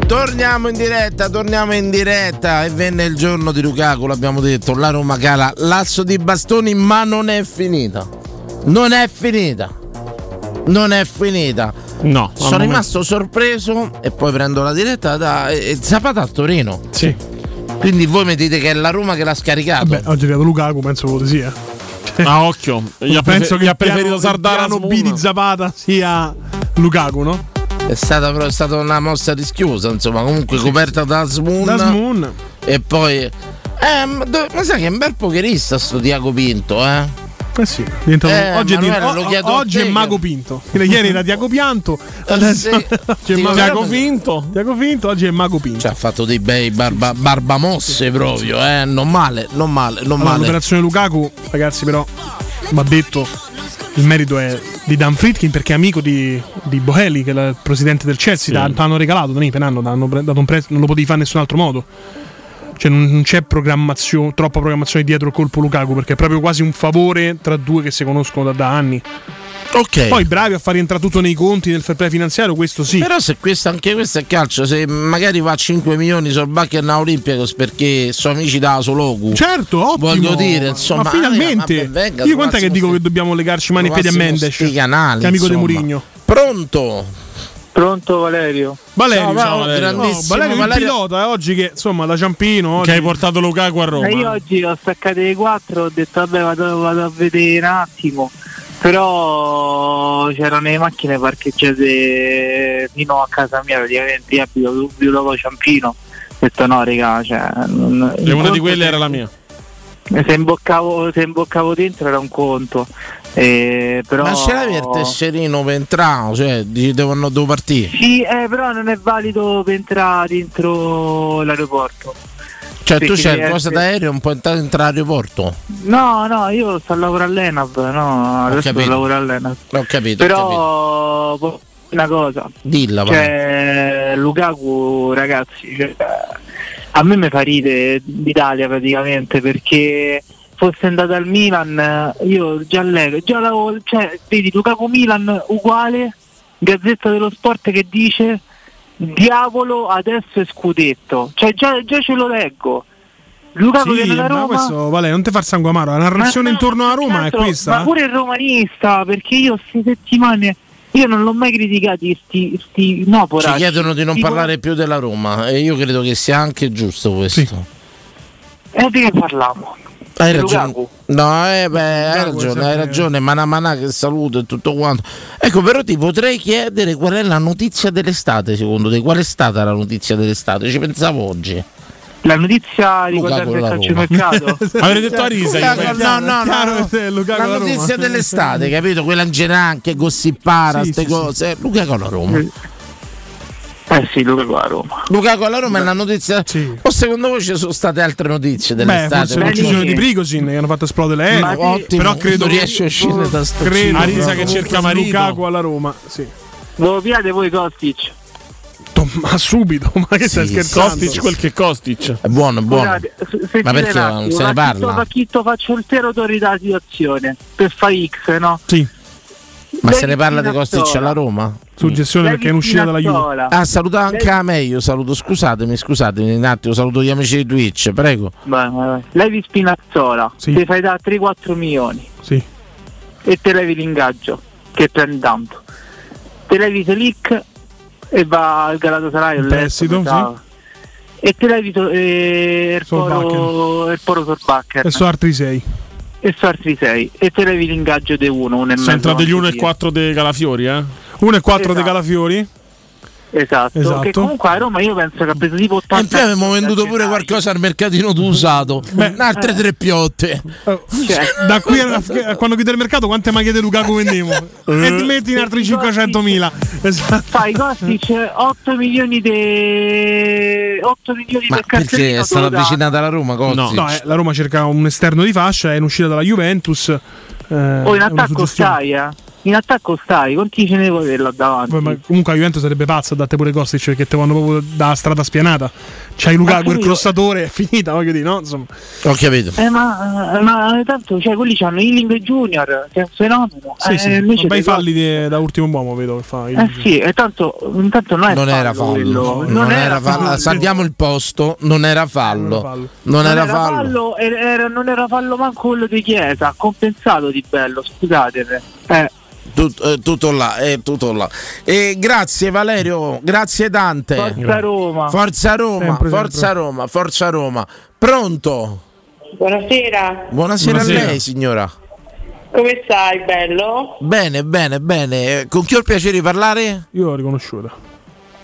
B: torniamo in diretta, torniamo in diretta. E venne il giorno di Lukaku, l'abbiamo detto, la Roma cala, lasso di bastoni, ma non è finita. Non è finita. Non è finita.
D: No, al
B: Sono
D: momento-
B: rimasto sorpreso e poi prendo la diretta da eh, eh, Zapata a Torino.
D: Sì.
B: Quindi voi mi dite che è la Roma che l'ha scaricato.
C: Beh, Eh, oggi è arrivato Lukaku, penso proprio di sì. eh.
D: Ah, occhio. Gli ha prefe- gli ha preferito Sardara
C: Sardano
D: Smuna.
C: B di Zapata sia Lukaku, no?
B: È stata però è stata una mossa rischiosa, insomma, comunque coperta da Smoon.
C: Da Smoon.
B: E poi. Eh, ma, do- ma sai che è un bel pokerista sto Diago Pinto, eh?
C: Eh sì, diventato-
B: Eh,
C: oggi è,
B: Manuela,
C: diventato-
B: lo
C: o-
B: chiedo a
C: oggi
B: te
C: è
B: che-
C: Mago Pinto. Quindi Ieri era Diago Pianto, adesso [laughs] oggi è
B: Dico,
C: Mago
B: Diago
C: Pinto. Diago Pinto, oggi è Mago Pinto.
B: Cioè, ha fatto dei bei barba- barbamosse proprio, eh? Non male, non male, non
C: Allora,
B: male.
C: l'operazione Lukaku, ragazzi, però va detto il merito è di Dan Fritkin perché è amico di, di Boheli, che era il presidente del Chelsea. Ti hanno regalato, Dani Penanno, t'hanno pre- dato un prezzo, non lo potevi fare in nessun altro modo. Cioè, non non c'è programmazio- troppa programmazione dietro il colpo Lukaku perché è proprio quasi un favore tra due che si conoscono da, da anni.
B: Ok.
C: Poi bravi a far rientrare tutto nei conti nel fair play finanziario, questo sì.
B: Però se questo, anche questo è calcio, se magari va a 5 milioni sul backen a Olympiacos perché sono amici da Sologu.
C: Certo, ottimo.
B: Voglio dire, insomma,
C: ma
B: ah,
C: finalmente.
B: vabbè, venga,
C: Io quant'è che
B: trovassimo
C: dico che dobbiamo legarci mani e piedi a
B: trovassimo
C: Mendes,
B: sti canali,
C: che è amico di
B: insomma.
C: Murigno.
B: Pronto?
H: Pronto Valerio.
C: Valerio,
B: Ciao,
C: ciao,
B: Valerio.
C: Valerio.
B: Grandissimo
C: Oh, Valerio, il
B: Valerio.
C: pilota eh, oggi che insomma da Ciampino oggi.
D: Che hai portato Lukaku a Roma.
H: Eh, io oggi ho staccato le 4, ho detto vabbè vado, vado a vedere un attimo, però c'erano le macchine parcheggiate fino a casa mia, praticamente io abito biologo Ciampino, ho detto no raga, cioè, non-
D: E una di quelle era la mia.
H: se, imboccavo, se imboccavo dentro era un conto, eh, però...
B: Ma ce l'avevi il tesserino per entrare? Cioè, dici, devono, devo partire.
H: Sì, eh, però non è valido per entrare dentro l'aeroporto.
B: Cioè, tu
H: Perché
B: c'hai il
H: deve
B: posto
H: essere-
B: d'aereo un po' entrato in aeroporto.
H: No, no, io sto a lavorare all'ENAV, no, adesso
B: capito.
H: lavoro all'ENAV.
B: Ho capito, ho
H: Però po- una cosa,
B: capito. Dilla, Valerio.
H: cioè, Lukaku ragazzi, cioè, a me mi fa ride d'Italia praticamente perché fosse andata al Milan, io già leggo, già l'avevo, cioè, vedi Lukaku Milan uguale, Gazzetta dello Sport che dice diavolo adesso è scudetto, cioè già, già ce lo leggo. Lukaku
C: Sì,
H: viene da
C: ma
H: Roma,
C: questo, Vale, non ti far sanguamaro, la narrazione
H: Ma no,
C: intorno a Roma è
H: Altro,
C: questa.
H: Ma pure il romanista, perché io queste settimane io non l'ho mai criticato sti, sti no,
B: Ci
H: poracci,
B: chiedono di non
H: sti
B: parlare più della Roma e io credo che sia anche giusto questo.
H: poracci. E eh, di che parliamo?
B: Hai
H: Di
B: ragione.
H: Lukaku.
B: No, eh, beh, hai
H: Lukaku,
B: ragione,
H: sempre-
B: hai ragione, manà manà che saluto e tutto quanto. Ecco, però ti potrei chiedere qual è la notizia dell'estate, secondo te? Qual è stata la notizia dell'estate? Ci pensavo oggi.
H: La notizia
B: Lukaku
H: riguardante il
B: alla Roma.
H: calciomercato.
D: [laughs] Avrei detto a Risa, io
B: Lukaku-
D: penso. eh,
B: no, no,
C: Chiaro
B: no,
C: che è
B: no.
C: Lukaku
B: La
C: alla Roma.
D: [laughs]
B: notizia dell'estate, capito? Quella in Geranche,
C: Ah,
B: Gossipara, queste cose. Lukaku alla Roma.
H: Eh sì, Lukaku alla Roma.
B: Lukaku alla Roma è una notizia. O secondo voi ci sono state altre notizie
C: Beh,
B: dell'estate?
C: forse l'uccisione di Prigozin che hanno fatto esplodere
B: Ma
C: l'aereo.
B: ottimo,
C: Eh, però credo
B: non riesce a uscire da sto
C: credo,
B: giro.
C: però,
B: Arisa che
C: comunque,
B: cerca
C: su
B: marito.
C: Lukaku alla Roma, sì.
H: Lo piate voi Kostic?
C: Ma subito, ma che stai scherzando?
D: Kostic quel che Kostic.
B: È buono, è buono.
H: Guardate, se- se
B: Ma
H: ci
B: perché
H: sei un
B: non
H: attimo,
B: se
H: ma
B: ne
H: chi to-
B: parla?
H: Ma chi to faccio il tero torri della situazione per fare X, no?
C: Sì.
B: Ma se ne parla di
H: David
B: Kostic
H: Spinazzola.
B: alla Roma?
C: Suggestione
H: perché è in uscita dalla Juve.
B: Ah, saluta anche a me, io saluto, scusatemi, scusatemi un attimo, saluto gli amici di Twitch, prego.
H: Vai, vai, vai. Levi eh, Spinazzola, ti fai da 3-4 milioni.
C: Sì.
H: E te levi l'ingaggio, che prendi tanto. Te levi Selic e va al Galatasaray. ho letto,
C: prestito,
H: mi sa. E te levi to- eh, il poro il poro Sorbacher.
C: E so altri
B: [laughs]
C: 6.
H: E su altri 6. E te levi l'ingaggio di 1, 1 e mezzo.
D: Sono entrati gli 1 e
H: quanti
D: 4 dei Calafiori, eh?
C: 1 e 4
H: Esatto.
C: De Calafiori.
H: sia. Esatto.
C: Esatto.
H: Che comunque a Roma io penso che ha preso tipo
B: E in più
H: 80
B: avevamo venduto pure qualcosa al mercatino tu usato,
H: Eh,
B: altre tre piotte.
C: Oh, Da qui a, a quando chiude il mercato, quante maglie di Lukaku vendiamo? e ti metti
H: [laughs]
C: in altri 500.000. Esatto.
H: Fai Kostic 8 milioni di 8 milioni
B: Ma
H: per
B: perché
H: cartellino
B: è stata
H: te lo dà.
B: avvicinata alla Roma Kostic?
C: No, eh, la Roma cerca un esterno di fascia, è in uscita dalla Juventus. eh,
H: Oh, in
C: è una
H: attacco
C: suggestione.
H: stai, eh. in attacco stai, con chi ce ne vuoi là davanti?
C: Poi, ma comunque la Juventus sarebbe pazza, date pure Kostic perché te vanno proprio da strada spianata. C'hai Lukaku, il
H: Appunto.
C: crossatore, è finita, voglio dire, no? Insomma.
B: Ho capito.
H: Eh, ma, ma tanto cioè, quelli hanno Healing Junior, che è un fenomeno.
C: Sì,
H: eh,
C: sì,
H: invece
C: bei
H: dei-
C: falli di- da ultimo uomo vedo che fa.
H: Eh sì, e tanto, intanto non è
B: non
C: [laughs]
B: era
H: fallo
B: fallo,
H: quello.
B: non, era fallo. Salviamo il posto, non era fallo, non era fallo.
H: er- era- non era fallo manco quello di Chiesa, ha compensato di bello, scusatene. Eh.
B: Tut- eh, tutto là, eh, tutto là. E grazie Valerio, grazie Dante.
H: Forza Roma.
B: Forza Roma,
H: Sempre,
B: forza
H: sempre.
B: Roma, forza Roma. Pronto?
P: Buonasera,
B: Buonasera,
P: Buonasera.
B: a lei signora.
P: come stai, bello?
B: Bene, bene, bene. Eh, Con chi ho il piacere di parlare?
C: Io l'ho riconosciuta.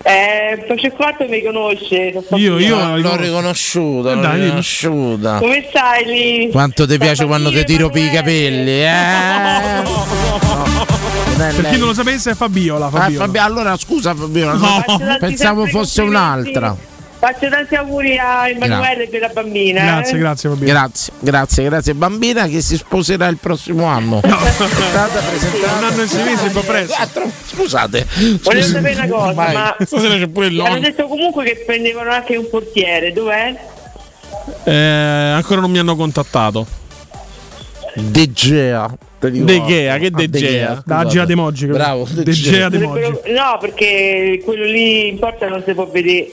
P: Eh, Pace Quarto mi conosce. lo so
B: Io,
P: bene.
B: l'ho riconosciuta, l'ho
C: Dai, dimmi.
B: riconosciuta.
P: Come stai lì?
B: Quanto ti piace quando ti tiro per i capelli, eh?
C: Per chi non lo sapesse è
P: Ah,
C: Fabiola. Fabiola.
B: Fabio- allora scusa Fabiola,
C: No.
P: tanti
B: pensavo
P: sempre
B: fosse
P: complimenti.
B: un'altra.
P: Faccio tanti auguri a Emanuele per la bambina. eh.
C: grazie Fabiola.
B: Grazie, grazie, grazie. Bambina che si sposerà il prossimo anno.
C: Un anno e sei mesi, un po' presto.
B: Scusate.
P: Volevo
B: Scusi.
P: sapere una cosa,
B: Vai.
P: ma
B: Stasera c'è pure il
P: hanno
B: nonno.
P: detto comunque che prendevano anche un portiere, dov'è?
D: Eh, ancora non mi hanno contattato.
B: De Gea.
D: De Gea, che De
C: Ah, De Gea,
D: Gea?
C: scusate. Da Gea De Moggi, credo.
B: Bravo, De
C: De Gea De Moggi.
P: Dovrebbero- No, perché quello lì in porta non si può vedere.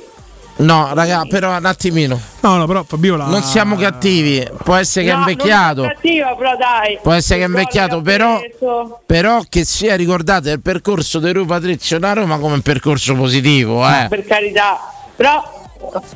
B: No, raga, però un attimino.
C: No, no, però Fabiola.
B: Non siamo cattivi. Può essere che è
P: No,
B: invecchiato.
P: Non è cattiva, però dai.
B: Può essere che è invecchiato, però,
P: preso.
B: però che sia ricordato il percorso di Rui Patrizio a Roma come un percorso positivo, eh.
P: Per carità. Però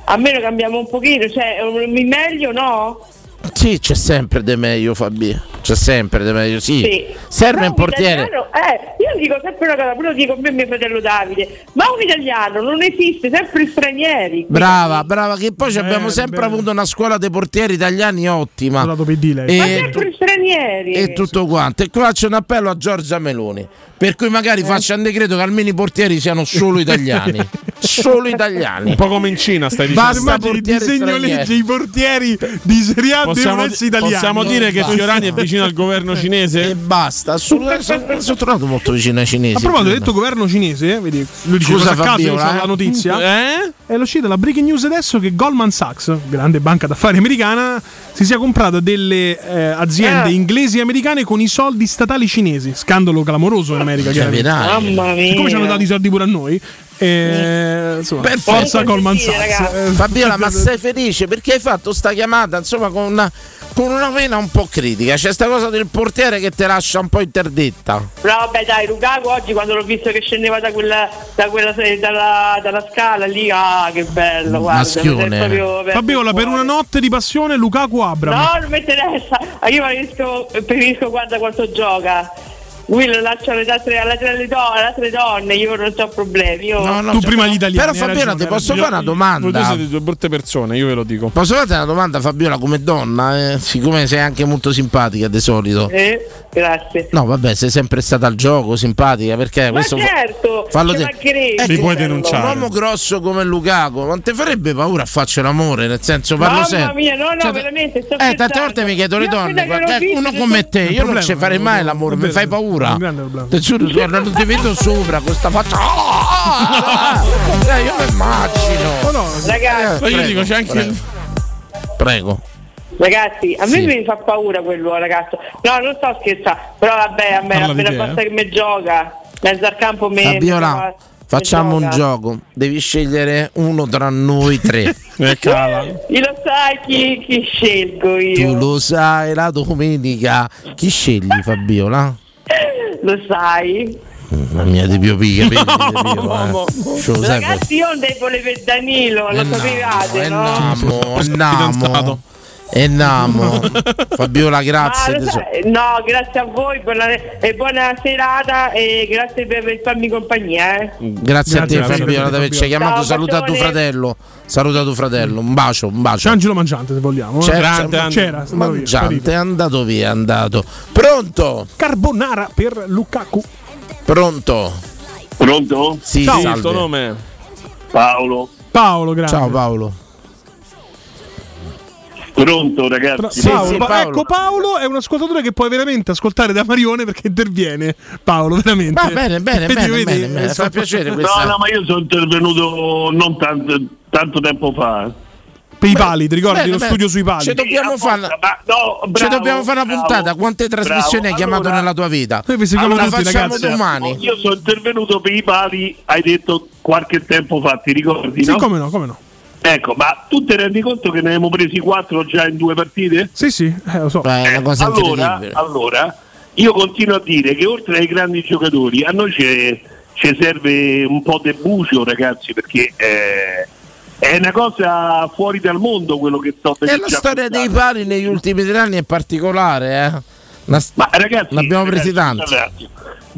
P: almeno cambiamo un pochino, cioè un- mi meglio no?
B: Sì, c'è sempre De meglio, Fabio. C'è sempre De meglio, sì. Serve
P: Però
B: un portiere.
P: italiano- eh, io dico sempre una cosa, pure lo dico a me e mio fratello Davide, ma un italiano non esiste, sempre stranieri.
B: Brava, brava, che poi ci abbiamo sempre avuto una scuola dei portieri italiani ottima.
P: Ma certo
B: E,
P: sempre stranieri.
B: e tutto quanto. E qua c'è un appello a Giorgia Meloni. Per cui magari
P: Eh.
B: faccia un decreto che almeno i portieri
D: [laughs]
B: siano solo italiani. solo italiani.
D: Un po' come in Cina, stai dicendo.
B: Basta Immagini, portiere disegno straniero. legge, i
C: portieri di Serie A
D: possiamo,
B: devono essere italiani.
D: Possiamo
B: No,
D: dire che
B: basta.
D: Fiorani è vicino al governo cinese? E
B: basta, assolutamente. Sono tornato molto vicino ai cinesi.
C: A proposito, ho detto governo cinese, eh, vedi, lui dice
B: Scusa,
C: cosa a caso io
B: Fabiola,
C: so
B: eh?
C: la notizia.
D: Eh?
C: È l'uscita la breaking news adesso che Goldman Sachs, grande banca d'affari americana, si sia comprata delle eh, aziende
P: Eh.
C: inglesi e americane con i soldi statali cinesi. Scandalo clamoroso in America,
B: Cioè,
C: chiaramente.
B: vedrai.
P: Mamma mia.
C: Siccome ci hanno dato i soldi pure a noi. eh, insomma, forza Goldman Sachs. Eh,
B: Fabiola, ma sei felice perché hai fatto sta chiamata, insomma, con una, con una vena un po' critica. C'è sta cosa del portiere che te lascia un po' interdetta.
P: No, vabbè dai, Lukaku oggi quando l'ho visto che scendeva da quella, da quella se- dalla, dalla scala lì, ah che
B: Mm,
P: bello, guarda. mi sento proprio aperto
C: Fabiola,
P: il
C: per
P: cuore.
C: una notte di passione, Lukaku Abram.
P: No, non mi interessa. Ah, Io preferisco, preferisco guarda quanto gioca. Lui lo lascia alle altre, alle altre- alle do- alle altre donne, io non ho problemi. Io...
C: tu prima gli italiani.
B: cioè, Però, Fabiola,
C: hai
B: ti posso
C: hai
B: fare una domanda?
D: Voi due siete due brutte persone, io ve lo dico.
B: Posso farti una domanda, Fabiola, come donna? eh? Siccome sei anche molto simpatica di solito.
P: Eh, grazie.
B: No, vabbè, sei sempre stata al gioco, simpatica, perché
P: Ma
B: questo. fa-
P: certo,
B: fallo
P: ci
B: te-
P: mancherebbe.
B: Ecco, Un uomo grosso come Lukaku, non ti farebbe paura a farci l'amore? Nel senso, parlo
P: Mamma
B: sempre.
P: mia, no, no,
B: Cioè,
P: veramente. Sto
B: Eh, tante volte mi chiedo le donne, guarda, uno come te, io non ci farei mai l'amore, mi fai paura. Ti giuro, guarda, non ti vedo sopra con sta faccia. Ah! Eh, io mi immagino.
P: Ragazzi,
B: Eh, prego,
C: cioè,
B: prego. Prego.
P: Ragazzi, a me mi fa paura quell'uomo, ragazzo. No, non sto scherzando, però vabbè, a me
B: Parla di
P: appena
B: te,
P: basta
B: eh.
P: che mi gioca, mezzo al campo me.
B: Fabiola, facciamo un gioco. Devi scegliere uno tra noi tre.
P: [laughs] Io lo sai chi, chi scelgo io.
B: Tu lo sai, la domenica. Chi scegli, Fabiola?
P: Lo sai.
B: Mamma Mm, mia, ti pio pica, eh. [laughs] Lo sai, Eh
P: Ragazzi, io ho un debole per Danilo, lo sapevate, no?
B: Namo, Namo. E Namo. Fabiola, grazie.
P: Ah, lo
B: tesoro.
P: sai- no, grazie a voi buona, e buona serata e grazie per, per farmi compagnia. eh.
B: Grazie, a te,
C: Grazie,
B: Fabiola,
C: Fabiola.
B: di averci chiamato.
P: Ciao,
B: Saluta tuo
P: bacione.
B: fratello. Saluta tuo fratello. Un bacio, un bacio.
C: C'è Angelo Mangiante, se vogliamo. eh.
B: C'era,
C: c'era, se andavo io,
B: Mangiante, è andato via, è andato. Pronto?
C: Carbonara per Lukaku.
B: Pronto?
I: Pronto?
B: Sì,
C: Ciao.
B: salve.
C: Il tuo
D: nome?
I: Paolo.
C: Paolo, grazie.
B: Ciao Paolo.
J: Pronto ragazzi?
C: Tra- Paolo, Pa- Ecco Paolo è un ascoltatore che puoi veramente ascoltare da Marione perché interviene. Paolo, veramente. Esatto.
B: Va Ah, bene, bene, bene, bene, bene, fa piacere questa-
J: No, no, ma io sono intervenuto non tanto, tanto tempo fa.
C: Per i pali, ti ricordi
B: Bene,
C: lo
B: bene.
C: studio sui pali?
B: Ci dobbiamo fare una,
J: no,
B: ci
J: bravo,
B: dobbiamo fare una
J: bravo,
B: puntata. Quante
J: bravo.
B: trasmissioni hai chiamato
J: Allora-
B: nella tua vita? la facciamo domani.
J: Io sono intervenuto per i pali, hai detto qualche tempo fa, ti ricordi?
C: Sì,
J: no?
C: come no, come no.
J: Ecco, ma tu ti rendi conto che ne abbiamo presi quattro già in due partite?
C: Sì, sì, eh, lo so.
J: allora, allora, io continuo a dire che oltre ai grandi giocatori, a noi c'è- ci serve un po' di bucio, ragazzi, perché eh, è una cosa fuori dal mondo quello che sto
B: E
J: vedendo.
B: la storia dei pari negli ultimi tre anni è particolare, eh?
J: Ma ragazzi,
B: ne abbiamo presi
J: ragazzi,
B: tanti.
J: ragazzi,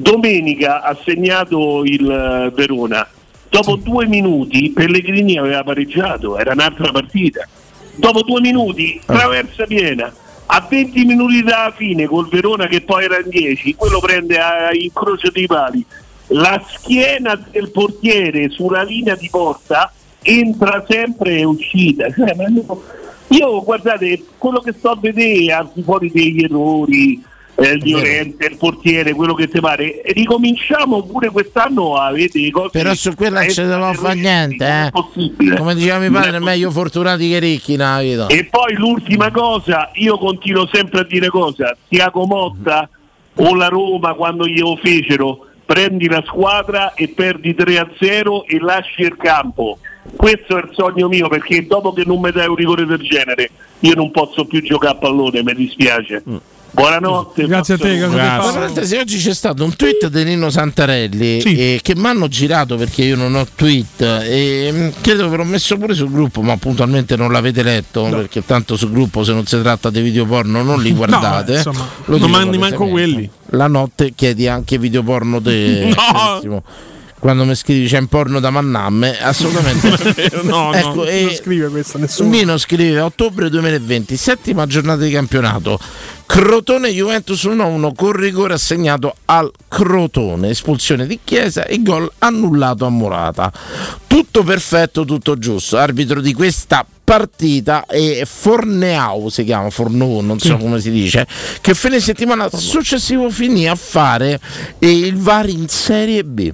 J: Domenica ha segnato il eh, Verona. Dopo due minuti Pellegrini aveva pareggiato, era un'altra partita. Dopo due
B: Eh.
J: minuti, traversa piena. A 20 minuti dalla fine col Verona che poi era in 10, quello prende a incrocio dei pali. La schiena del portiere sulla linea di porta entra sempre e uscita. Cioè, ma io, io, guardate, quello che sto a vedere al di fuori degli errori, eh, il Llorente, il portiere, quello che ti pare, e ricominciamo pure quest'anno a vedere cose.
B: Però su quella non ci dobbiamo fare niente, eh? Come diceva mio padre, meglio fortunati che ricchi nella vita.
J: E poi l'ultima cosa, io continuo sempre a dire cosa, Tiago Motta o la Roma quando glielo fecero, prendi la squadra e perdi 3 a 0 e lasci il campo. Questo è il sogno mio perché dopo che non mi dai un rigore del genere io non posso più giocare a pallone, mi dispiace. Buonanotte. Grazie a te,
B: Guardate, se oggi c'è stato un tweet di Nino Santarelli eh, che mi hanno girato perché io non ho tweet e mh, credo ve l'ho messo pure sul gruppo, ma puntualmente non l'avete letto perché tanto sul gruppo se non si tratta di video porno non li
D: [laughs] No,
B: guardate.
D: eh, insomma,
B: Lo
D: non
B: dico
D: mandi manco
B: palesemente.
D: quelli.
B: La notte chiedi anche video porno te.
D: [laughs] No!
B: carissimo. Quando mi scrivi c'è un porno da
D: [laughs]
B: mannamme, assolutamente.
C: no,
B: Ecco,
C: no,
B: e-
C: non scrive questo nessuno.
B: Nino scrive ottobre 2020, settima giornata di campionato. Crotone Juventus 1-1 con rigore assegnato al Crotone, espulsione di Chiesa e gol annullato a Morata. Tutto perfetto, tutto giusto. Arbitro di questa partita è Forneau, si chiama Forneau, non so come si dice, che fine settimana successivo finì a fare eh, il VAR in Serie B.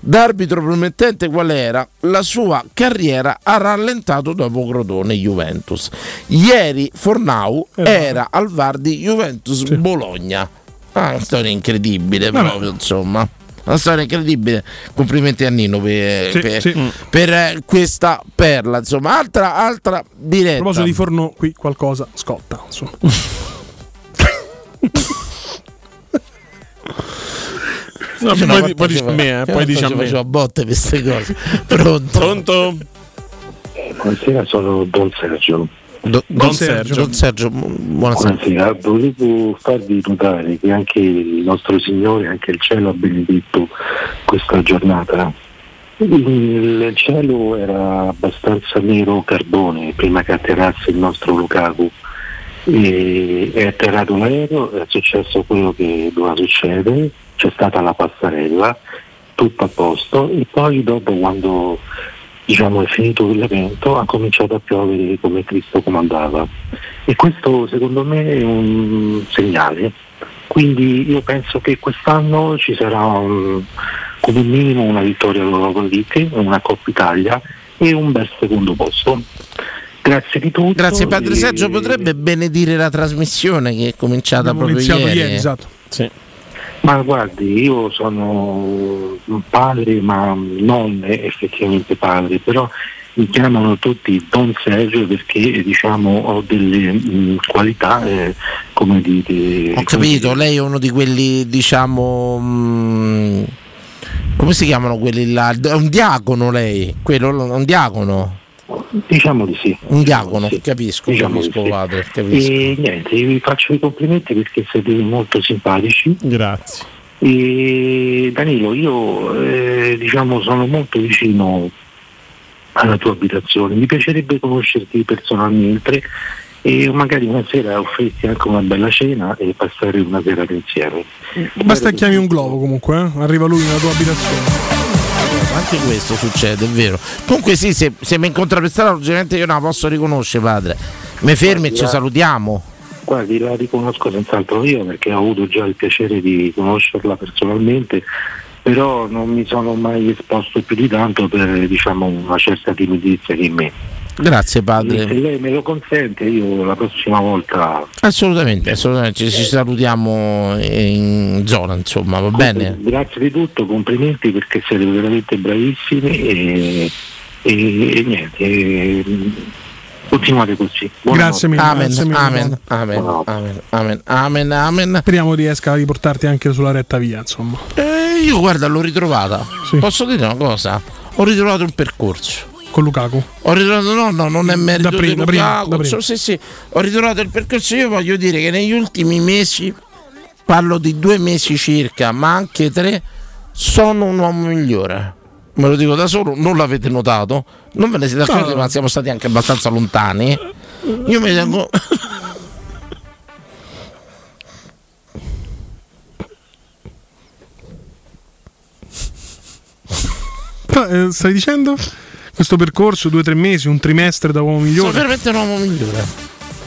B: D'arbitro promettente qual era, la sua carriera ha rallentato dopo Crotone e Juventus. Ieri Fornau
C: Eh.
B: era al VAR di Juventus Bologna. Ah, una storia incredibile proprio, insomma. Una storia incredibile. Complimenti a Nino per,
C: Sì,
B: per-
C: sì.
B: per, eh, questa perla. Insomma, altra, altra
C: A
B: diretta.
C: proposito di forno, qui qualcosa scotta. Insomma.
D: No,
B: Io
D: poi
B: una
D: di-
B: volta
D: poi dici
B: facevo-
D: a me, eh,
B: io
D: poi
B: una
D: dici
B: volta
D: a me.
B: facevo botte per queste cose. [laughs] Pronto?
D: Pronto?
Q: Buonasera, sono Don Sergio.
B: Don Sergio. Don Sergio, bu- buonasera.
Q: Buonasera, volevo farvi notare che anche il nostro Signore, anche il cielo ha benedetto questa giornata. Il cielo era abbastanza nero carbone prima che atterrasse il nostro Lukaku. E è atterrato un aereo, è successo quello che doveva succedere, c'è stata la passerella, tutto a posto e poi dopo quando diciamo, è finito quell'evento ha cominciato a piovere come Cristo comandava e questo secondo me è un segnale quindi io penso che quest'anno ci sarà un- come minimo una vittoria all'Europa League, una Coppa Italia e un bel secondo posto grazie di tutto
B: Grazie Padre
Q: e-
B: Sergio, potrebbe benedire la trasmissione che è cominciata proprio ieri.
D: esatto.
Q: Ma guardi, io sono un padre, ma non effettivamente padre, però mi chiamano tutti Don Sergio perché eh, diciamo ho delle mh, qualità eh, come dite.
B: Ho capito, lei è uno di quelli, diciamo. mh, come si chiamano quelli là? È un diacono lei, quello è un diacono.
Q: Diciamo di sì.
B: Un diacono, capisco,
Q: Diciamo di
B: capisco,
Q: sì.
B: padre, capisco.
Q: E niente, vi faccio i complimenti perché siete molto simpatici.
D: Grazie.
Q: E Danilo, io eh, diciamo sono molto vicino alla tua abitazione, mi piacerebbe conoscerti personalmente e magari una sera offrirti anche una bella cena e passare una serata insieme.
C: Basta che chiami un globo comunque, eh? arriva lui nella tua abitazione.
B: Anche questo succede, è vero. Comunque sì, se, se mi incontra per strada, ovviamente io non la posso riconoscere, padre. Mi fermi e ci salutiamo.
R: Guardi, la riconosco senz'altro io perché ho avuto già il piacere di conoscerla personalmente, però non mi sono mai esposto più di tanto per diciamo, una certa timidezza che in me.
B: Grazie
R: Se
B: padre.
R: lei me lo consente, io la prossima volta
B: Assolutamente, assolutamente. Ci, ci salutiamo in zona, insomma, va bene.
R: Grazie di tutto, complimenti perché siete veramente bravissimi e, e- e niente. e- continuate così.
C: Grazie
R: Buonanotte.
C: mille.
B: Amen,
C: grazie mille,
B: amen,
C: Madonna.
B: amen, amen, amen, amen, amen.
C: Speriamo riesca a riportarti anche sulla retta via, insomma.
B: Eh, io guarda, l'ho ritrovata. Posso dire una cosa? Ho ritrovato un percorso.
C: Con Lukaku.
B: Ho ritrovato, no, no, non è merito
C: Da prima,
B: di
C: da prima,
B: Lukaku,
C: da prima.
B: so- sì, sì. Ho ritrovato il percorso. Io voglio dire che negli ultimi mesi, parlo di due mesi circa, ma anche tre, sono un uomo migliore. Me lo dico da solo, non l'avete notato, non ve ne siete accorti,
C: No.
B: ma siamo stati anche abbastanza lontani. Io mi tengo.
C: Ma, eh, stai dicendo? Questo percorso, due o tre mesi, un trimestre da uomo
B: Sono
C: migliore.
B: veramente un uomo migliore.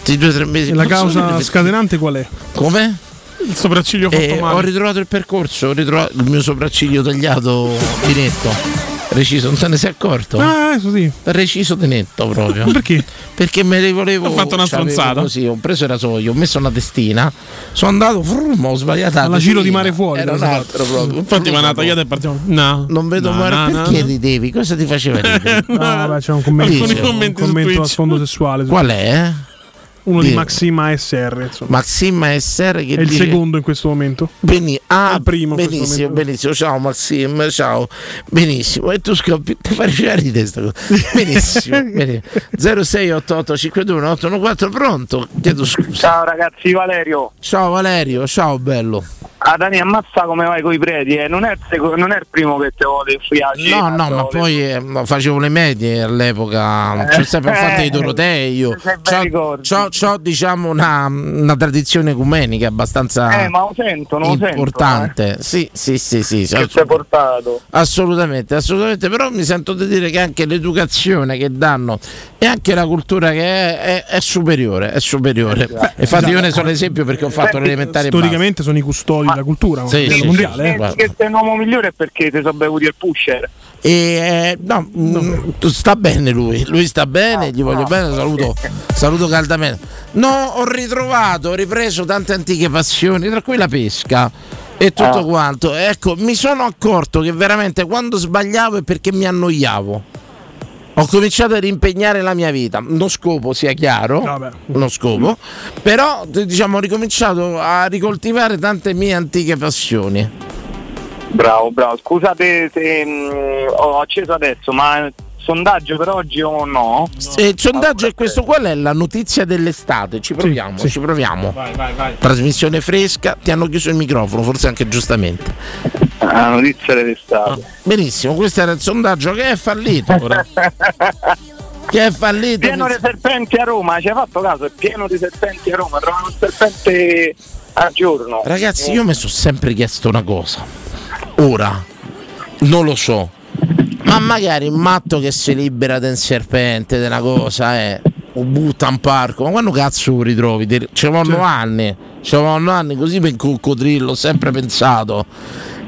B: Di due o tre mesi.
C: E la
B: non sono
C: causa
B: veramente-
C: scatenante qual è?
B: Come?
C: Il sopracciglio fatto
B: Eh,
C: male.
B: Ho ritrovato il percorso, ho ritrovato il mio sopracciglio tagliato di netto. Reciso, non te ne sei accorto?
C: Ah, adesso sì.
B: Reciso di netto proprio.
C: Ma perché?
B: Perché me ne volevo.
C: Ho fatto una
B: c'avevo
C: stronzata.
B: Così, ho preso il rasoio, ho messo una testina, sono andato, frum, ho sbagliato. la
C: Alla giro di
B: testina.
C: mare fuori,
B: Era un
C: cosa
B: altro
C: fate?
B: proprio. Eh,
D: Infatti, ma una tagliata e partiamo. No.
B: Non vedo
D: No, no,
B: male perché
D: no.
B: ridevi, cosa
C: [laughs]
B: ti faceva ridere?
C: No, vabbè, c'è un commento,
B: Alcuni
C: un
B: commenti su
C: commento a
B: Twitch.
C: sfondo sessuale.
B: Qual è?
C: Uno di
B: Dillo.
C: Maxima SR. Insomma.
B: Maxima SR che
C: è il
B: dice-
C: secondo in questo momento.
B: Beni- ah,
C: primo in questo
B: benissimo,
C: momento.
B: benissimo. Ciao Maxim, ciao. Benissimo. E tu scoppi, ti fai ridere di testa.
C: [laughs]
B: cosa. Benissimo. benissimo. 0688521814, pronto? Chiedo scusa.
H: Ciao ragazzi, Valerio.
B: Ciao Valerio, ciao bello.
H: Ah Dani, ammazza come vai coi preti, eh. non, è il seco- non è il primo che te vuole infriarci.
B: No, no, ma poi eh, ma facevo le medie
H: Eh,
B: all'epoca, ci ho sempre fatto i Dorotei. Io c'ho, c'ho- c'ho, diciamo una, una tradizione ecumenica abbastanza
H: Eh, ma lo sento, non lo sento.
B: importante. Sì, sì, sì, sì.
H: eh, Che
B: sì.
H: ci hai portato?
B: Assolutamente, assolutamente, però mi sento di dire che anche l'educazione che danno e anche la cultura che è, è- è superiore, è
H: Eh,
B: superiore. Infatti io ne sono l'esempio perché ho fatto l'elementare e basta.
C: Storicamente sono i custodi della cultura ma-
B: Sì,
C: del
B: sì,
C: mondiale.
B: sì,
C: eh.
B: sì, guarda.
H: Che sei un uomo migliore è perché ti sono bevuti il pusher.
B: E, eh, no, mm, tu- sta bene lui, lui sta bene, gli voglio bene, saluto, saluto caldamente. No, ho ritrovato, ho ripreso tante antiche passioni, tra cui la pesca e tutto
H: Ah.
B: quanto. Ecco, mi sono accorto che veramente quando sbagliavo è perché mi annoiavo. Ho cominciato a rimpegnare la mia vita, uno scopo sia chiaro, uno scopo, però d- diciamo ho ricominciato a ricoltivare tante mie antiche passioni.
H: Bravo, bravo. Scusate se mh, ho acceso adesso, ma sondaggio per oggi o no?
B: E il sondaggio è questo, qual è la notizia dell'estate? Ci proviamo, ci proviamo.
H: vai, vai.
B: Trasmissione fresca, ti hanno chiuso il microfono, forse anche giustamente.
H: La notizia dell'estate.
B: Ah. Benissimo, questo era il sondaggio che è fallito. ora. che è fallito.
H: Pieno di serpenti a Roma, ci hai fatto caso? È pieno di serpenti a Roma, trovano un serpente al giorno.
B: Ragazzi, io mi sono sempre chiesto una cosa. Ora, non lo so, ma magari il matto che si libera del serpente, di una cosa, eh, o butta in parco, ma quando cazzo lo ritrovi? Te- Ci vanno anni, ci vanno anni, così per il coccodrillo, ho sempre pensato.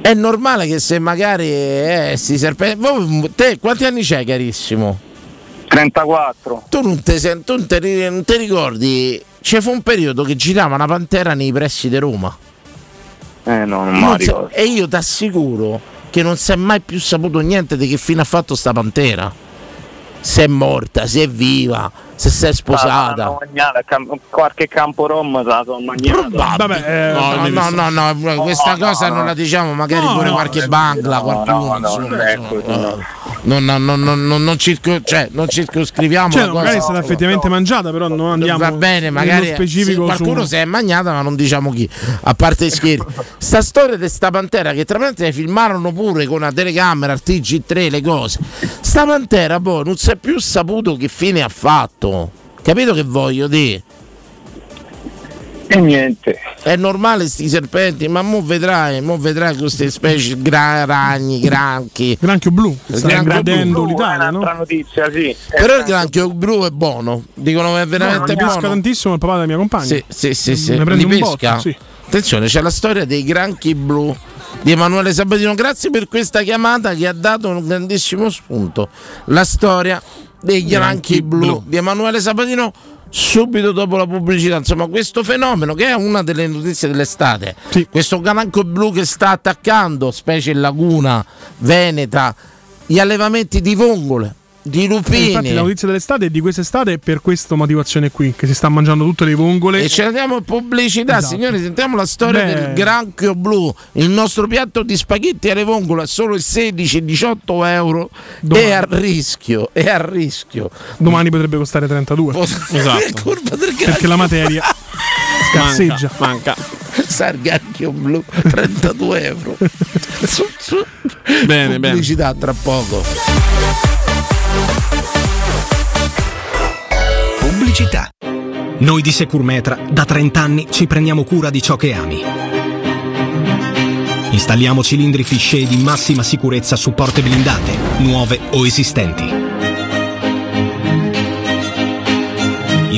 B: È normale che se magari eh, sti serpenti... Voi, te, quanti anni c'hai, carissimo?
H: 34.
B: Tu non te, sen- tu non te ri- non te ricordi? C'è fu un periodo che girava una pantera nei pressi di Roma.
H: Eh no, non
B: Non
H: mi
B: si-
H: ricordo.
B: e io ti assicuro che non si è mai più saputo niente di che fine ha fatto sta pantera. Se è morta, se è viva, se si è
H: Ah,
B: sposata.
H: no, magnale, cam- qualche campo rom se la sono mangiata. Eh,
B: Vabbè, eh, no, no, no, no, questa cosa non la diciamo, magari
H: No,
B: pure
H: no,
B: qualche
H: eh,
B: bangla,
H: no,
B: qualcuno.
H: no, no,
B: insomma,
H: non è
B: insomma,
I: Ecco,
H: così, no.
B: Non, non- non- non- non- non circo- cioè, non circoscriviamo
C: Cioè,
B: la
C: no,
B: diciamo cosa.
C: magari è stata effettivamente mangiata, però non andiamo
B: Va bene,
C: nello
B: magari
C: specifico
B: sì, qualcuno
C: su-
B: si è magnata, ma non diciamo chi. A parte
C: [laughs]
B: i scherzi, sta storia di sta pantera che tra l'altro filmarono pure con una telecamera, il TG3, le cose. Sta pantera poi non si è più saputo che fine ha fatto. Capito che voglio dire? E niente. È normale sti serpenti, ma mo vedrai, mo vedrai queste specie gra- ragni, granchi.
C: Granchio blu.
B: Il granchio blu.
C: l'Italia,
H: no? notizia, sì.
B: Però il granchio blu è buono, dicono che è
C: ne
B: veramente
C: pesca
B: buono.
C: tantissimo il papà della mia compagna. Mm,
B: Sì, sì, sì, sì.
C: Ne
B: Li
C: prende un
B: pesca.
C: botto, sì.
B: Attenzione, c'è la storia dei granchi blu di Emanuele Sabatino. Grazie per questa chiamata che ha dato un grandissimo spunto. La storia dei granchi,
D: Granchi
B: blu, di Emanuele Sabatino subito dopo la pubblicità. Insomma, questo fenomeno che è una delle notizie dell'estate. Questo granco blu che sta attaccando, specie in laguna, veneta, gli allevamenti di vongole, di
C: E
B: lupini.
C: Eh, Infatti la notizia dell'estate è di quest'estate è per questa motivazione qui, che si sta mangiando tutte le vongole.
B: E ce ne diamo pubblicità,
C: Esatto.
B: signori. Sentiamo la storia
C: Beh.
B: del granchio blu. Il nostro piatto di spaghetti alle vongole è solo 16-18 euro. È a rischio, è a rischio.
C: Domani potrebbe costare 32.
B: [laughs] Esatto. Curva del
C: Perché la materia scarseggia.
D: Manca.
B: Sargacchio blu, 32 euro. Su, su.
D: Bene, bene.
B: Pubblicità tra poco.
S: Pubblicità. Noi di Securmetra da 30 anni ci prendiamo cura di ciò che ami. Installiamo cilindri fisce di massima sicurezza su porte blindate, nuove o esistenti. I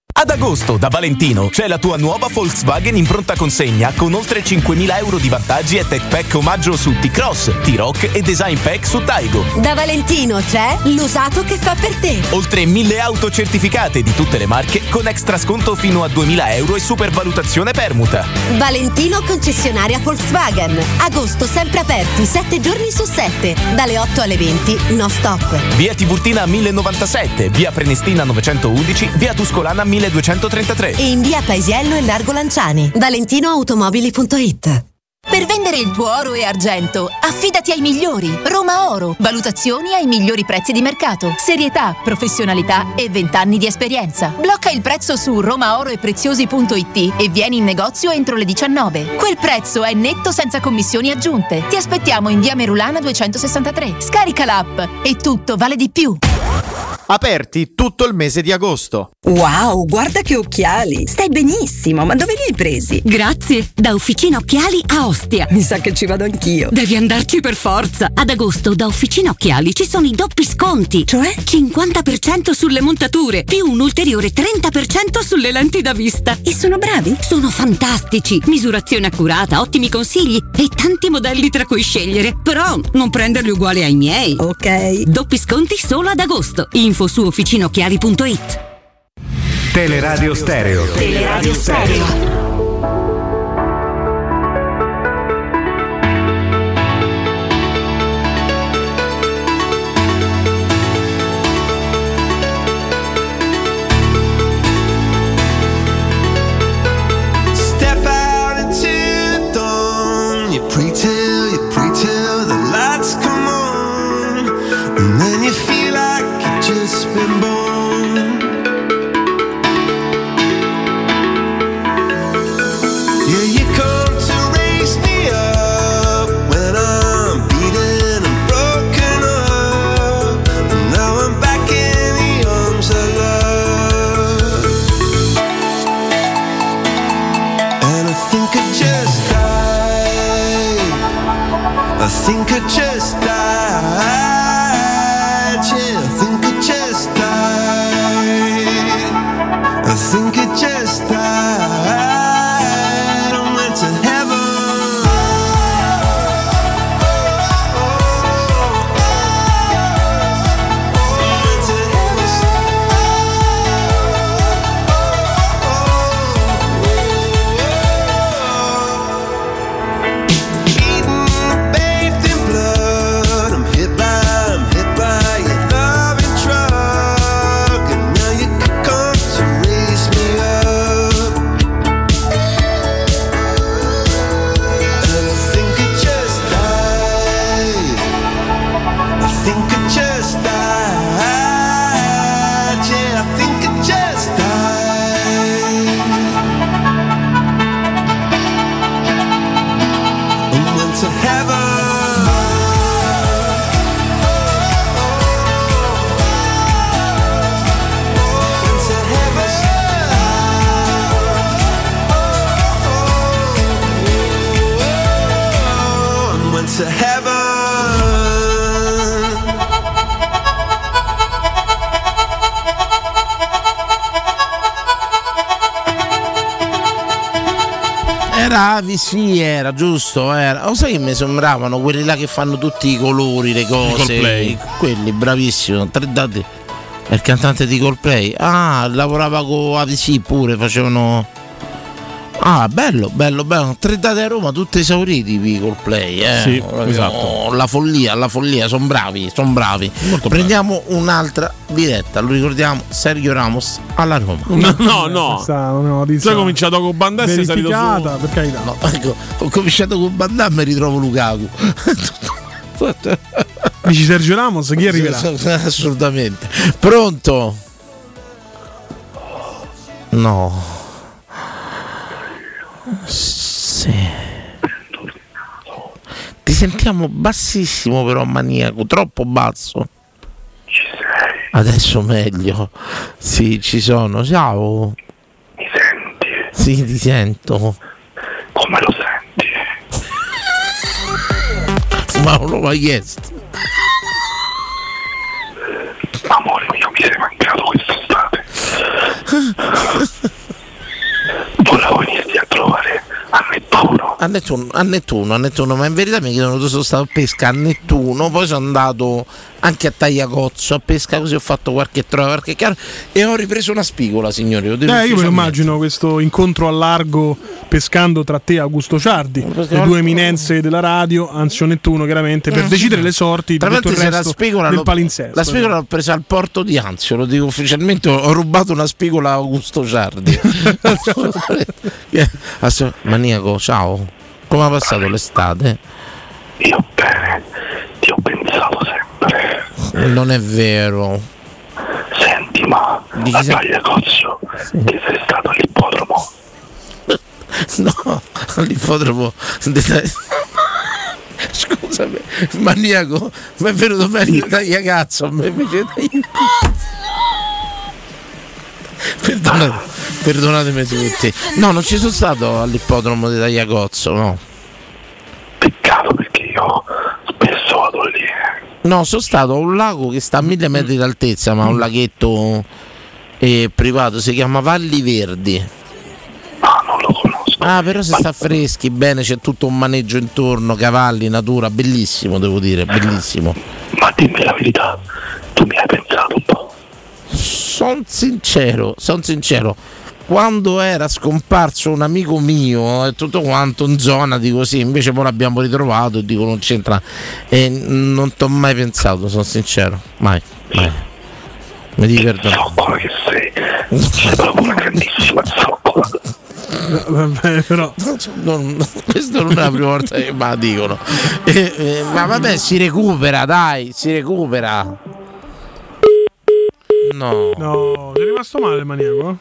T: Ad agosto da Valentino c'è la tua nuova Volkswagen in pronta consegna con oltre 5.000 euro di vantaggi e tech pack omaggio su T-Cross, T-Rock e design pack su Taigo.
U: Da Valentino c'è l'usato che fa per te.
T: Oltre 1.000 auto certificate di tutte le marche con extra sconto fino a 2.000 euro e supervalutazione permuta.
U: Valentino concessionaria Volkswagen. Agosto sempre aperti, 7 giorni su 7, dalle 8 alle 20, no stop.
T: Via Tiburtina 1097, via Prenestina 911, via Tuscolana 1233.
U: E in via Paesiello e Largo Lanciani. ValentinoAutomobili.it
V: Per vendere il tuo oro e argento, affidati ai migliori. Roma Oro. Valutazioni ai migliori prezzi di mercato. Serietà, professionalità e 20 anni di esperienza. Blocca il prezzo su romaoroepreziosi.it e vieni in negozio entro le 19. Quel prezzo è netto senza commissioni aggiunte. Ti aspettiamo in via Merulana 263. Scarica l'app e tutto vale di più.
W: Aperti tutto il mese di agosto.
X: Wow, guarda che occhiali! Stai benissimo, ma dove li hai presi?
Y: Grazie, da Officina Occhiali a Ostia. Mi sa che ci vado anch'io. Devi andarci per forza. Ad agosto da Officina Occhiali ci sono i doppi sconti. Cioè? 50% sulle montature, più un ulteriore 30% sulle lenti da vista. E sono bravi? Sono fantastici. Misurazione accurata, ottimi consigli e tanti modelli tra cui scegliere. Però non prenderli uguali ai miei. Ok. Doppi sconti solo ad agosto. Info su officinocchiali.it.
G: Teleradio Stereo.
N: Teleradio Stereo.
K: Step out into the dawn. You pray till, you pray till the lights come on. And then you feel like you've just been born. Yeah, you come to raise me up when I'm beaten and broken up. And now I'm back in the arms of love. And I think I just died. I think I just died. Yeah, I think I just died. I think I just died. I went to heaven. Went to Eaten, bathed in blood, to heaven. Into heaven. Went to heaven.
B: Era Avi, sì, era giusto. Era. Lo sai che mi sembravano quelli là che fanno tutti i colori, le cose.
D: Coldplay.
B: Quelli, bravissimo. Tre date. È il cantante di Coldplay. Ah, lavorava con Avi, sì, pure facevano. Ah, bello, bello, bello. Tre date a Roma, tutti esauriti i Coldplay. Eh.
D: Sì,
B: Proprio,
D: esatto.
B: oh, la follia, la follia, sono bravi, sono bravi. Prendiamo un'altra diretta, lo ricordiamo, Sergio Ramos alla Roma.
D: No, no,
C: eh,
D: no. Tu hai cominciato con Bandessa e sei salito su.
B: per carità. ecco, ho cominciato con Van Damme e ritrovo Lukaku.
C: [laughs] Dici Sergio Ramos, chi arriverà?
B: Assolutamente. Pronto? No. Sì. Ti sentiamo bassissimo però maniaco, troppo basso. Adesso meglio. Sì, ci sono. Ciao. Mi senti? Sì, ti sento. Come lo senti? Ma non l'ho mai chiesto.
K: Amore mio, mi sei mancato quest'estate. Volevo venirti a trovare a Nettuno.
B: A Nettuno, a Nettuno, a Nettuno, ma in verità mi chiedono dove sono stato a pesca a Nettuno, poi sono andato anche a Tagliacozzo a pesca, così ho fatto qualche trova, qualche caro e ho ripreso una spigola, signori. Lo
C: Eh,
B: dico
C: io me lo
B: ufficialmente.
C: immagino questo incontro a largo pescando tra te e Augusto Ciardi, le due eminenze della radio, Anzio Nettuno, chiaramente, per
B: Mm.
C: decidere le sorti di
B: Tra
C: tutto
B: l'altro
C: il
B: se la
C: resto
B: spigola
C: del
B: l'ho-
C: palinsesto.
B: La spigola l'ho presa al porto di Anzio, lo dico ufficialmente, ho- ho rubato una spigola a
C: [laughs]
B: Augusto Ciardi. Eh, asso- Maniaco, ciao. Come ha passato l'estate? Io bene, ti ho pensato sempre. Non è vero.
K: Senti, ma
B: Di chi
K: a
B: sei?
K: Tagliacozzo che sei stato all'ippodromo.
B: [laughs] No, all'ippodromo. Scusami, maniaco, mi è venuto bene il tagliacazzo, mi invece taglia- Perdonate-
K: Ah.
B: perdonatemi tutti. No, non ci sono stato all'ippodromo di Tagliacozzo, no. No, sono stato a un lago che sta a mille metri d'altezza, ma un laghetto eh, privato, si chiama Valli Verdi. Ah, però si sta freschi, bene, c'è tutto un maneggio intorno, cavalli, natura, bellissimo, devo dire, bellissimo.
K: Ma dimmi la verità, tu mi hai pensato un po'.
B: Sono sincero, sono sincero. Quando era scomparso un amico mio e tutto quanto in zona di così, invece poi l'abbiamo ritrovato e dico non c'entra. E non t'ho mai pensato, sono sincero. Mai, mai. Mi dico perdono.
K: che sei. Sei proprio una grandissima zoccola.
C: Vabbè, però.
B: Non- questa non è la prima volta che me la dicono. Eh, eh, ma vabbè, si recupera, dai, si recupera. No.
C: No, sei rimasto male il maniaco?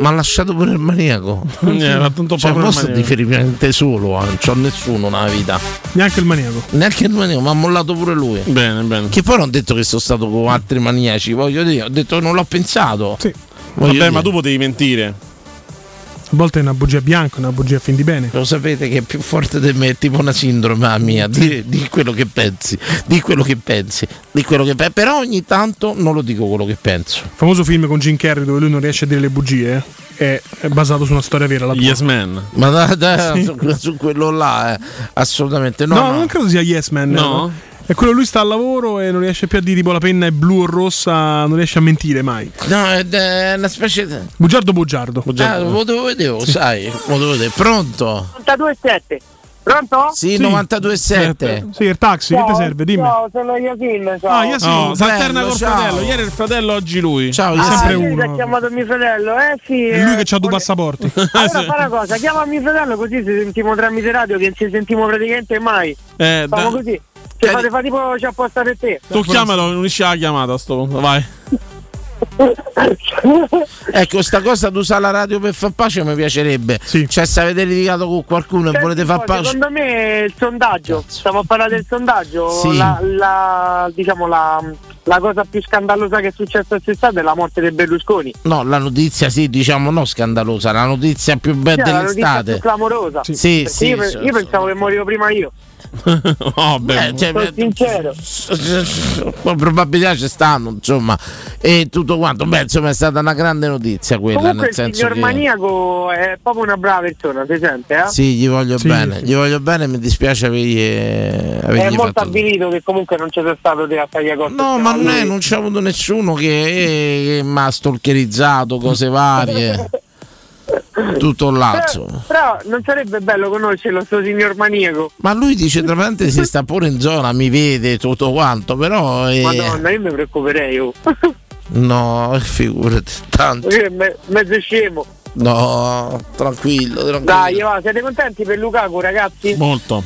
B: Ma ha lasciato pure il maniaco.
C: Eh, ha fatto un po'
B: cioè,
C: paura
B: mo
C: il
B: sto
C: maniaco.
B: di rimanente solo, eh, non c'ho nessuno nella vita.
C: Neanche il maniaco.
B: Neanche il maniaco, ma ha mollato pure lui.
D: Bene, bene.
B: Che poi non ho detto che sono stato con altri maniaci, voglio dire, ho detto che non l'ho pensato. Sì.
D: Vabbè, ma tu potevi mentire.
C: A volte è una bugia bianca, una bugia fin di bene.
B: Lo sapete che è più forte di me, è tipo una sindrome ah, mia, di, di quello che pensi, di quello che pensi, di quello che pensi. Però ogni tanto non lo dico quello che penso.
C: Il famoso film con Jim Carrey dove lui non riesce a dire le bugie è è basato su una storia vera. La
D: Yes Man.
B: Ma da, da-
C: Sì.
B: su, su quello là, eh, assolutamente no.
C: No,
B: no.
C: non credo sia Yes Man. eh,
B: No?
C: È quello lui sta al lavoro e non riesce più a dire tipo la penna è blu o rossa, non riesce a mentire mai.
B: No, è, è una specie di.
C: Bugiardo bugiardo.
B: Ah, lo devo vedere, lo sai, lo devo vedere. Pronto?
H: 92,7. Pronto?
B: Sì, 92,7.
C: Sì, il taxi, che
H: Ciao,
C: ti serve? Dimmi.
H: Ciao, sono Yasin. Ciao.
C: Ah, Yasin.
D: No, si alterna
C: Bello,
D: col
C: ciao.
D: fratello. Ieri era il fratello, oggi lui.
C: Ciao,
H: Ah,
C: sempre
H: lui
C: uno.
H: ha chiamato mio fratello, eh sì.
C: È lui
H: eh.
C: che ha due passaporti.
H: [laughs]
C: [laughs]
H: Allora fa una cosa, chiama mio fratello così ci sentiamo tramite radio che non ci sentiamo praticamente mai.
D: Eh,
H: Facciamo
D: da-
H: così. Se fate fa tipo c'è apposta per te.
D: Tu chiamalo, unisci la chiamata a sto punto. Vai.
B: [laughs] Ecco, sta cosa di usare la radio per far pace mi piacerebbe. Cioè, se avete litigato con qualcuno e volete far
H: Poi,
B: pace.
H: Secondo me il sondaggio, stiamo a parlare del sondaggio,
B: Sì.
H: la, la- diciamo la, la cosa più scandalosa che è successa quest'estate è la morte di Berlusconi.
B: No, la notizia sì, diciamo no scandalosa, la notizia più bella
H: Cioè, la notizia
B: dell'estate.
H: più
B: [laughs]
H: clamorosa.
B: Sì, sì,
H: Perché io, pe-
B: sì,
H: io pensavo che morivo prima io.
B: oh,
H: Sono sincero.
B: probabilità ci stanno, insomma, e tutto quanto. Beh, insomma, è stata una grande notizia quella,
H: Comunque
B: nel
H: il
B: senso
H: signor
B: che
H: maniaco è proprio una brava persona, si sente, eh?
B: Sì, gli voglio
H: Sì,
B: bene,
H: sì.
B: gli voglio bene, mi dispiace avergli, eh,
H: È
B: avergli
H: molto
B: fatto.
H: avvilito che comunque non ci sia stato della taglia costa.
B: No, ma non, è, non c'è avuto nessuno che, eh, mi ha stalkerizzato, cose
H: [laughs]
B: varie. Tutto là, insomma.
H: Però non sarebbe bello conoscerlo sto signor maniaco.
B: Ma lui dice tra parentesi sta pure in zona, mi vede tutto quanto, però eh,
H: Madonna, io mi preoccuperei. oh.
B: no, figurati tanto.
H: [laughs] Io me- mezzo scemo.
B: No, tranquillo, tranquillo.
H: Dai, va, siete contenti per Lukaku, ragazzi?
B: Molto.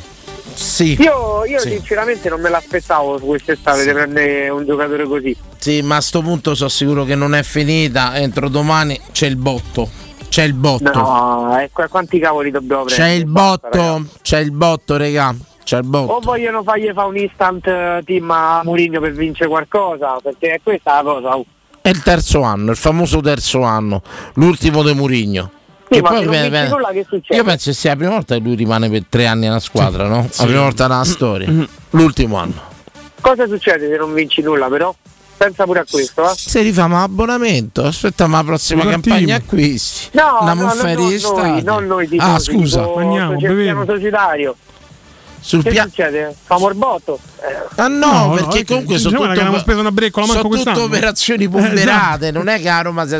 B: Sì.
H: Io, io
B: sì.
H: sinceramente non me l'aspettavo su quest'estate di prendere un giocatore così.
B: Sì, ma a sto punto sono sicuro che non è finita, entro domani c'è il botto. C'è il botto.
H: No, ecco, quanti cavoli dobbiamo
B: c'è
H: prendere?
B: il
H: Basta, Oh. ragazzi.
B: botto, c'è il botto, regà. C'è il botto.
H: O vogliono fargli fare un instant eh, team a Mourinho per vincere qualcosa, perché è questa la cosa. oh.
B: È il terzo anno, il famoso terzo anno, l'ultimo de Murigno.
H: Sì, ma se non vinci nulla che succede?
B: Io penso che sia la prima volta che lui rimane per tre anni alla squadra, no?
H: Sì.
B: La prima volta nella storia.
C: Mm.
B: L'ultimo anno.
H: Cosa succede se non vinci nulla però? Pensa pure a questo, eh.
B: Se rifà ma abbonamento, aspetta ma la prossima
H: Un
B: campagna
H: attimo.
B: acquisti.
H: No,
B: la
H: no, no,
B: muffa
H: non
B: di
H: noi,
B: estate.
H: non noi diciamo, di Cioè,
B: Ah, scusa, andiamo,
H: c'è il piano societario.
B: Sul
H: che
B: pia-
H: succede? Fa morbotto. Eh,
B: Ah no,
C: No, no,
B: perché
C: eh,
B: comunque
C: in
B: sono
C: Germania
B: tutto,
C: che avevamo speso una breccola
B: sono
C: manco
B: tutto
C: quest'anno.
B: operazioni
C: Eh,
B: ponderate,
C: [laughs] esatto.
B: non è che a Roma si è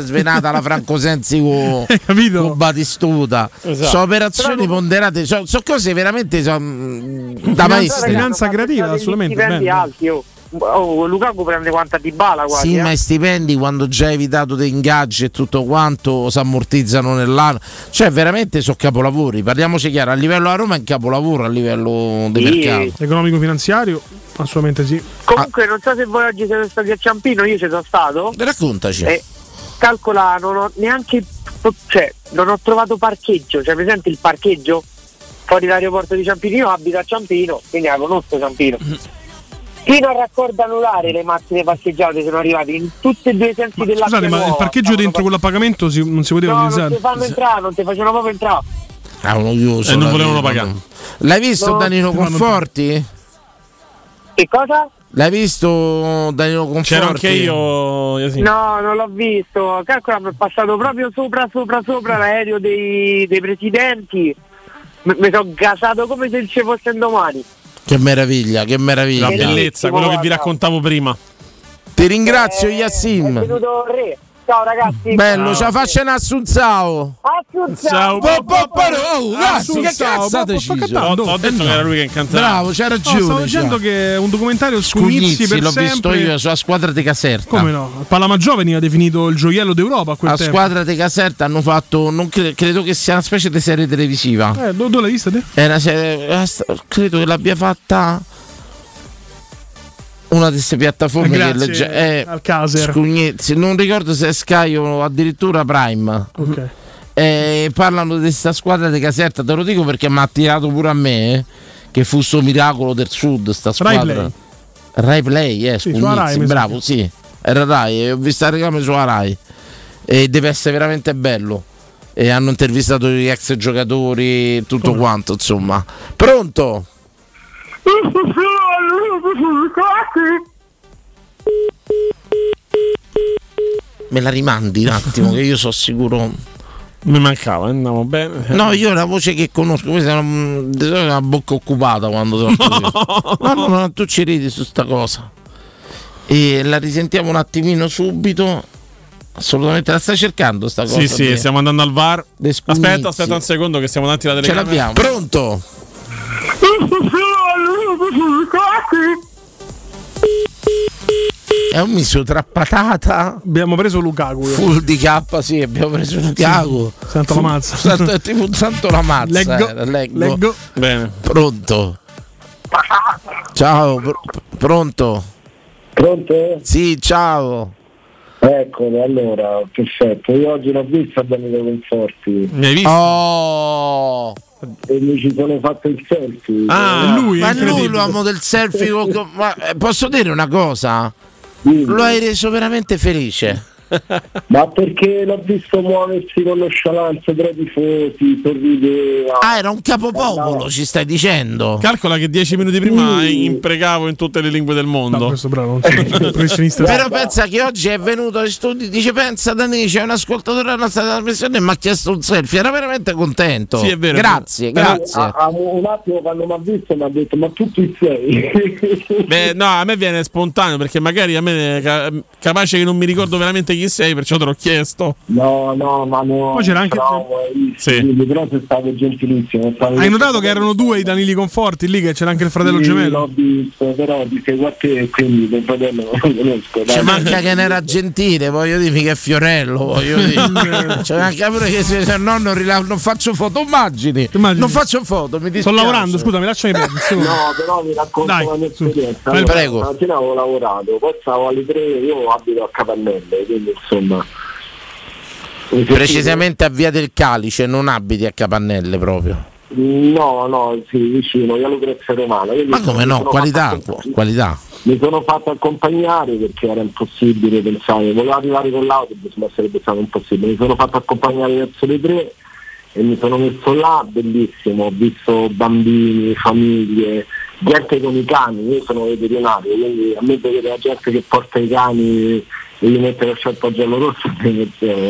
C: [laughs]
B: svenata la Franco Sensi con, con Batistuta.
C: Esatto.
B: Sono cioè, operazioni ponderate, sono cose veramente so, mm, da maestri.
H: Ma pensate agli stipendi alti, oh. Oh, Lukaku prende quanta di bala quasi.
B: Sì,
H: eh.
B: ma i stipendi quando già hai evitato dei ingaggi e tutto quanto si ammortizzano nell'anno. Cioè, veramente sono capolavori. Parliamoci chiaro, a livello a Roma è un capolavoro a livello di mercato.
C: Economico finanziario, assolutamente sì.
H: Comunque, non so se voi oggi siete stati a Ciampino, io ci sono stato.
B: Raccontaci.
H: E calcola, non ho neanche. cioè, non ho trovato parcheggio. Cioè, presente il parcheggio? Fuori l'aeroporto di Ciampino, io abito a Ciampino, quindi la conosco Ciampino.
B: Mm-hmm.
H: Fino a raccordo anulare le macchine parcheggiate sono arrivate in tutti e due i sensi dell'acqua.
C: Ah, Scusate, ma il parcheggio dentro quello a pagamento si- non si poteva
H: No, non
C: utilizzare? Eh,
H: ti fanno entrare, non ti facevano proprio entrare.
B: Ah, uno chiuso,
D: E non
B: la
D: volevano
B: verità.
D: pagare.
B: Mm. L'hai visto
H: No,
B: Danilo
H: ti fanno-
B: Conforti?
H: Che cosa?
B: L'hai visto Danilo Conforti?
D: C'ero anche io, Yasin.
H: No, non l'ho visto. Calcola, mi è passato proprio sopra, sopra, sopra l'aereo dei, dei presidenti. M- Mi sono gasato come se ci fosse un domani.
B: Che meraviglia, che meraviglia.
D: La bellezza, quello che vi raccontavo prima.
B: Ti ringrazio, Yassim.
H: Venuto il re. Ciao ragazzi.
B: Bello, ce la faccia un assunzao.
H: Assunzao.
B: Po- po- po- oh, ragazzi, che
C: Assunzao,
B: cazzo ha
C: po- po- sto
B: deciso?
C: cantando.
D: Ho detto che era lui che incantava.
B: eh, Bravo, c'ha ragione.
C: No, stavo dicendo
B: cioè.
C: che è un documentario su Nizzi
B: Cugnizzi,
C: per
B: l'ho
C: sempre.
B: visto io sulla squadra di Caserta.
C: Come no? Palamaggiò veniva definito il gioiello d'Europa a quel
B: La
C: tempo.
B: squadra di Caserta hanno fatto, non cre- credo che sia una specie di serie televisiva.
C: Eh, dove dove l'hai vista te?
B: È una serie- eh, st- credo che l'abbia fatta una di queste piattaforme
C: Eh, grazie
B: che legge- eh,
C: al Caser.
B: Scugnizzi, non ricordo se è Sky o addirittura Prime.
C: Ok.
B: Eh, parlano di questa squadra di Caserta, te lo dico perché mi ha attirato pure a me, eh, che fu sto miracolo del sud, sta
C: Rai
B: squadra.
C: Play.
B: Rai Play, eh,
C: Sì,
B: Scugnizzi,
C: sulla Rai, mi sa.
B: bravo, sì, era Rai, eh, ho visto la recame sulla Rai e deve essere veramente bello. E hanno intervistato gli ex giocatori, tutto quanto, insomma. Pronto? Me la rimandi un attimo, che io sono sicuro.
D: Mi mancava, andiamo bene.
B: No, io ho una voce che conosco, questa è una, di solito è una bocca occupata quando sono così. no, no, no, tu ci ridi su sta cosa. E la risentiamo un attimino subito. Assolutamente la stai cercando sta cosa.
D: Sì, sì,
B: di-
D: stiamo andando al VAR.
B: Scugnizzi.
D: Aspetta, aspetta un secondo che siamo davanti alla
B: Ce
D: telecamera.
B: l'abbiamo. Pronto? È un misto tra patata.
C: Abbiamo preso Lukaku.
B: Full di K, sì, abbiamo preso Lukaku.
C: Sì, santo la mazza.
B: Fu- santo- è tipo un santo la mazza.
C: Leggo,
B: eh, leggo.
C: leggo.
D: Bene.
B: Pronto? Ciao, pr- pronto? Pronto? Sì, ciao.
R: Eccolo, allora, perfetto. Io oggi l'ho vista Danilo Conforti.
D: Mi hai visto?
B: Oh!
R: E mi ci sono fatto il selfie.
C: Ah,
D: Ah,
B: Eh, ma lui l'uomo del
R: [laughs]
B: selfie. con- con- ma, eh, posso dire una cosa? Lo hai reso veramente felice.
R: Ma perché l'ho visto muoversi con lo scialanzo tra i tifosi, sorrideva.
B: Ah, era un capopopolo, ci stai dicendo.
D: Calcola che dieci minuti
B: Uh.
D: prima imprecavo in tutte le lingue del mondo.
C: questo bravo, non
D: [laughs]
C: professionista.
B: Però pensa che oggi è venuto in studio, dice pensa Dani, c'è un ascoltatore della nostra trasmissione e mi ha chiesto un selfie, era veramente contento.
D: Sì, è vero.
B: Grazie,
R: Però, ah,
B: grazie.
R: Eh, a- a- un attimo quando mi ha visto mi ha detto ma tu chi sei?
D: Beh, no, a me viene spontaneo perché magari a me ca- capace che non mi ricordo veramente chi sei, perciò te l'ho chiesto.
R: no, no, ma no.
D: Poi c'era anche-
R: bravo, eh, quindi, però sei stato gentilissimo. stavi-
C: Hai notato che erano due i Danili Conforti lì, che c'era anche il fratello
R: Sì,
C: gemello?
R: L'ho visto, però di seguo a te, quindi tuo fratello non lo conosco.
B: C'è
R: dai.
B: manca
R: [laughs]
B: che ne era gentile, voglio dire mica è Fiorello, voglio dire. C'è manca pure che se, se no non, rila- non faccio foto, immagini. Non faccio foto, mi dispiace.
C: Sto lavorando, scusa, mi lasciami perdere.
R: No, però vi racconto
C: Dai,
R: la mia esperienza.
C: Vai,
R: Allora,
C: prego.
R: Stamattina avevo lavorato, poi stavo alle tre, io abito a Capannelle, quindi insomma...
B: Precisamente a Via del Calice, non abiti a Capannelle proprio.
R: No, no, sì, vicino, io lo Grezza Romana. quindi
B: Ma come
R: mi
B: no?
R: sono
B: Qualità,
R: fatto-
B: qualità.
R: Mi sono fatto accompagnare perché era impossibile pensare, volevo arrivare con l'autobus ma sarebbe stato impossibile, mi sono fatto accompagnare verso le tre e mi sono messo là, bellissimo, ho visto bambini, famiglie, gente con i cani, io sono veterinario, quindi a me vedere la gente che porta i cani e gli mette lo sciarpa giallo rosso [laughs] è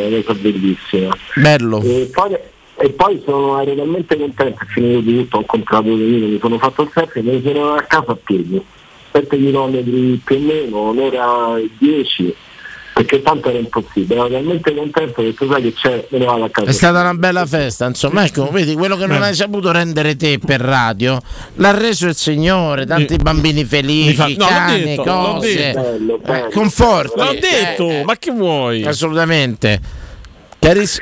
R: una cosa bellissima.
B: Bello.
R: E poi, e poi sono, ero talmente contento, finito di tutto, ho comprato un vino, mi sono fatto il selfie e me ne sono andato a casa a piedi, 7 km più o meno, un'ora e 10, perché tanto era impossibile, ero talmente contento che tu sai che c'è, me ne vado a casa.
B: È stata una bella festa, insomma, ecco, vedi, quello che non
R: Beh.
B: hai saputo rendere te per radio, l'ha reso il Signore, tanti bambini felici,
D: Mi fa- Cioè, no, l'ho
B: cani,
D: detto, l'ho
B: cose,
D: detto. Bello, bello.
B: eh, conforti.
D: L'ho detto,
B: ma che vuoi? Assolutamente. Cariss-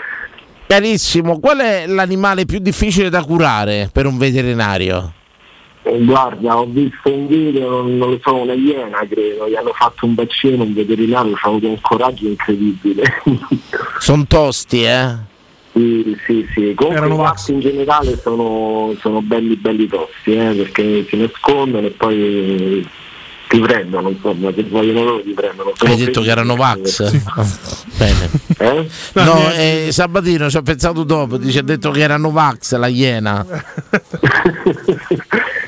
B: carissimo, qual è l'animale più difficile da curare per un veterinario?
R: E guarda, ho visto un video, non, non lo so, una iena credo, gli hanno fatto un bacino, un veterinario, ha avuto un coraggio incredibile. [laughs]
B: Sono tosti, eh?
R: Sì, sì, sì. Comunque i gatti in generale sono, sono belli belli tosti, eh, perché si nascondono e poi ti prendono, insomma, se vogliono loro ti prendono. Sono
B: Hai detto
R: felici.
B: che erano Vax? [laughs] Bene.
R: Eh?
B: No, eh, Sabatino ci ho pensato dopo, dice ha detto che erano Vax la iena.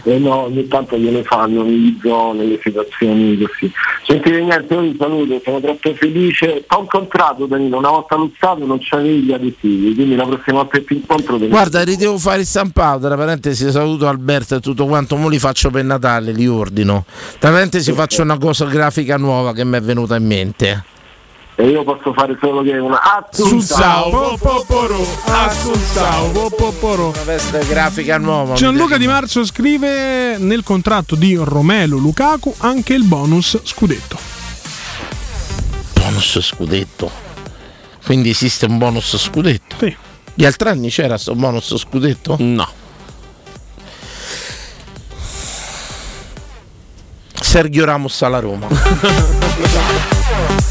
R: Eh no, ogni tanto gliele fanno negli zoo, nelle situazioni così. Sentite niente, io vi saluto, sono troppo felice. T'ho incontrato Danilo, una volta luzzato non c'avevi gli additivi, quindi la prossima volta che ti incontro te ne-
B: Guarda, li devo fare il stampato, tra parentesi saluto Alberto e tutto quanto, mo li faccio per Natale, li ordino. Tra parentesi faccio una cosa grafica nuova che mi è venuta in mente.
R: e io posso fare solo che una Ah,
B: Assunzao, po,
C: Assunzao,
B: Una veste grafica nuova.
C: Gianluca Di Marzo scrive nel contratto di Romelo Lukaku anche il bonus scudetto.
B: Bonus scudetto. Quindi esiste un bonus scudetto?
C: Sì.
B: Gli altri anni c'era sto bonus scudetto?
D: No.
B: Sergio Ramos alla Roma.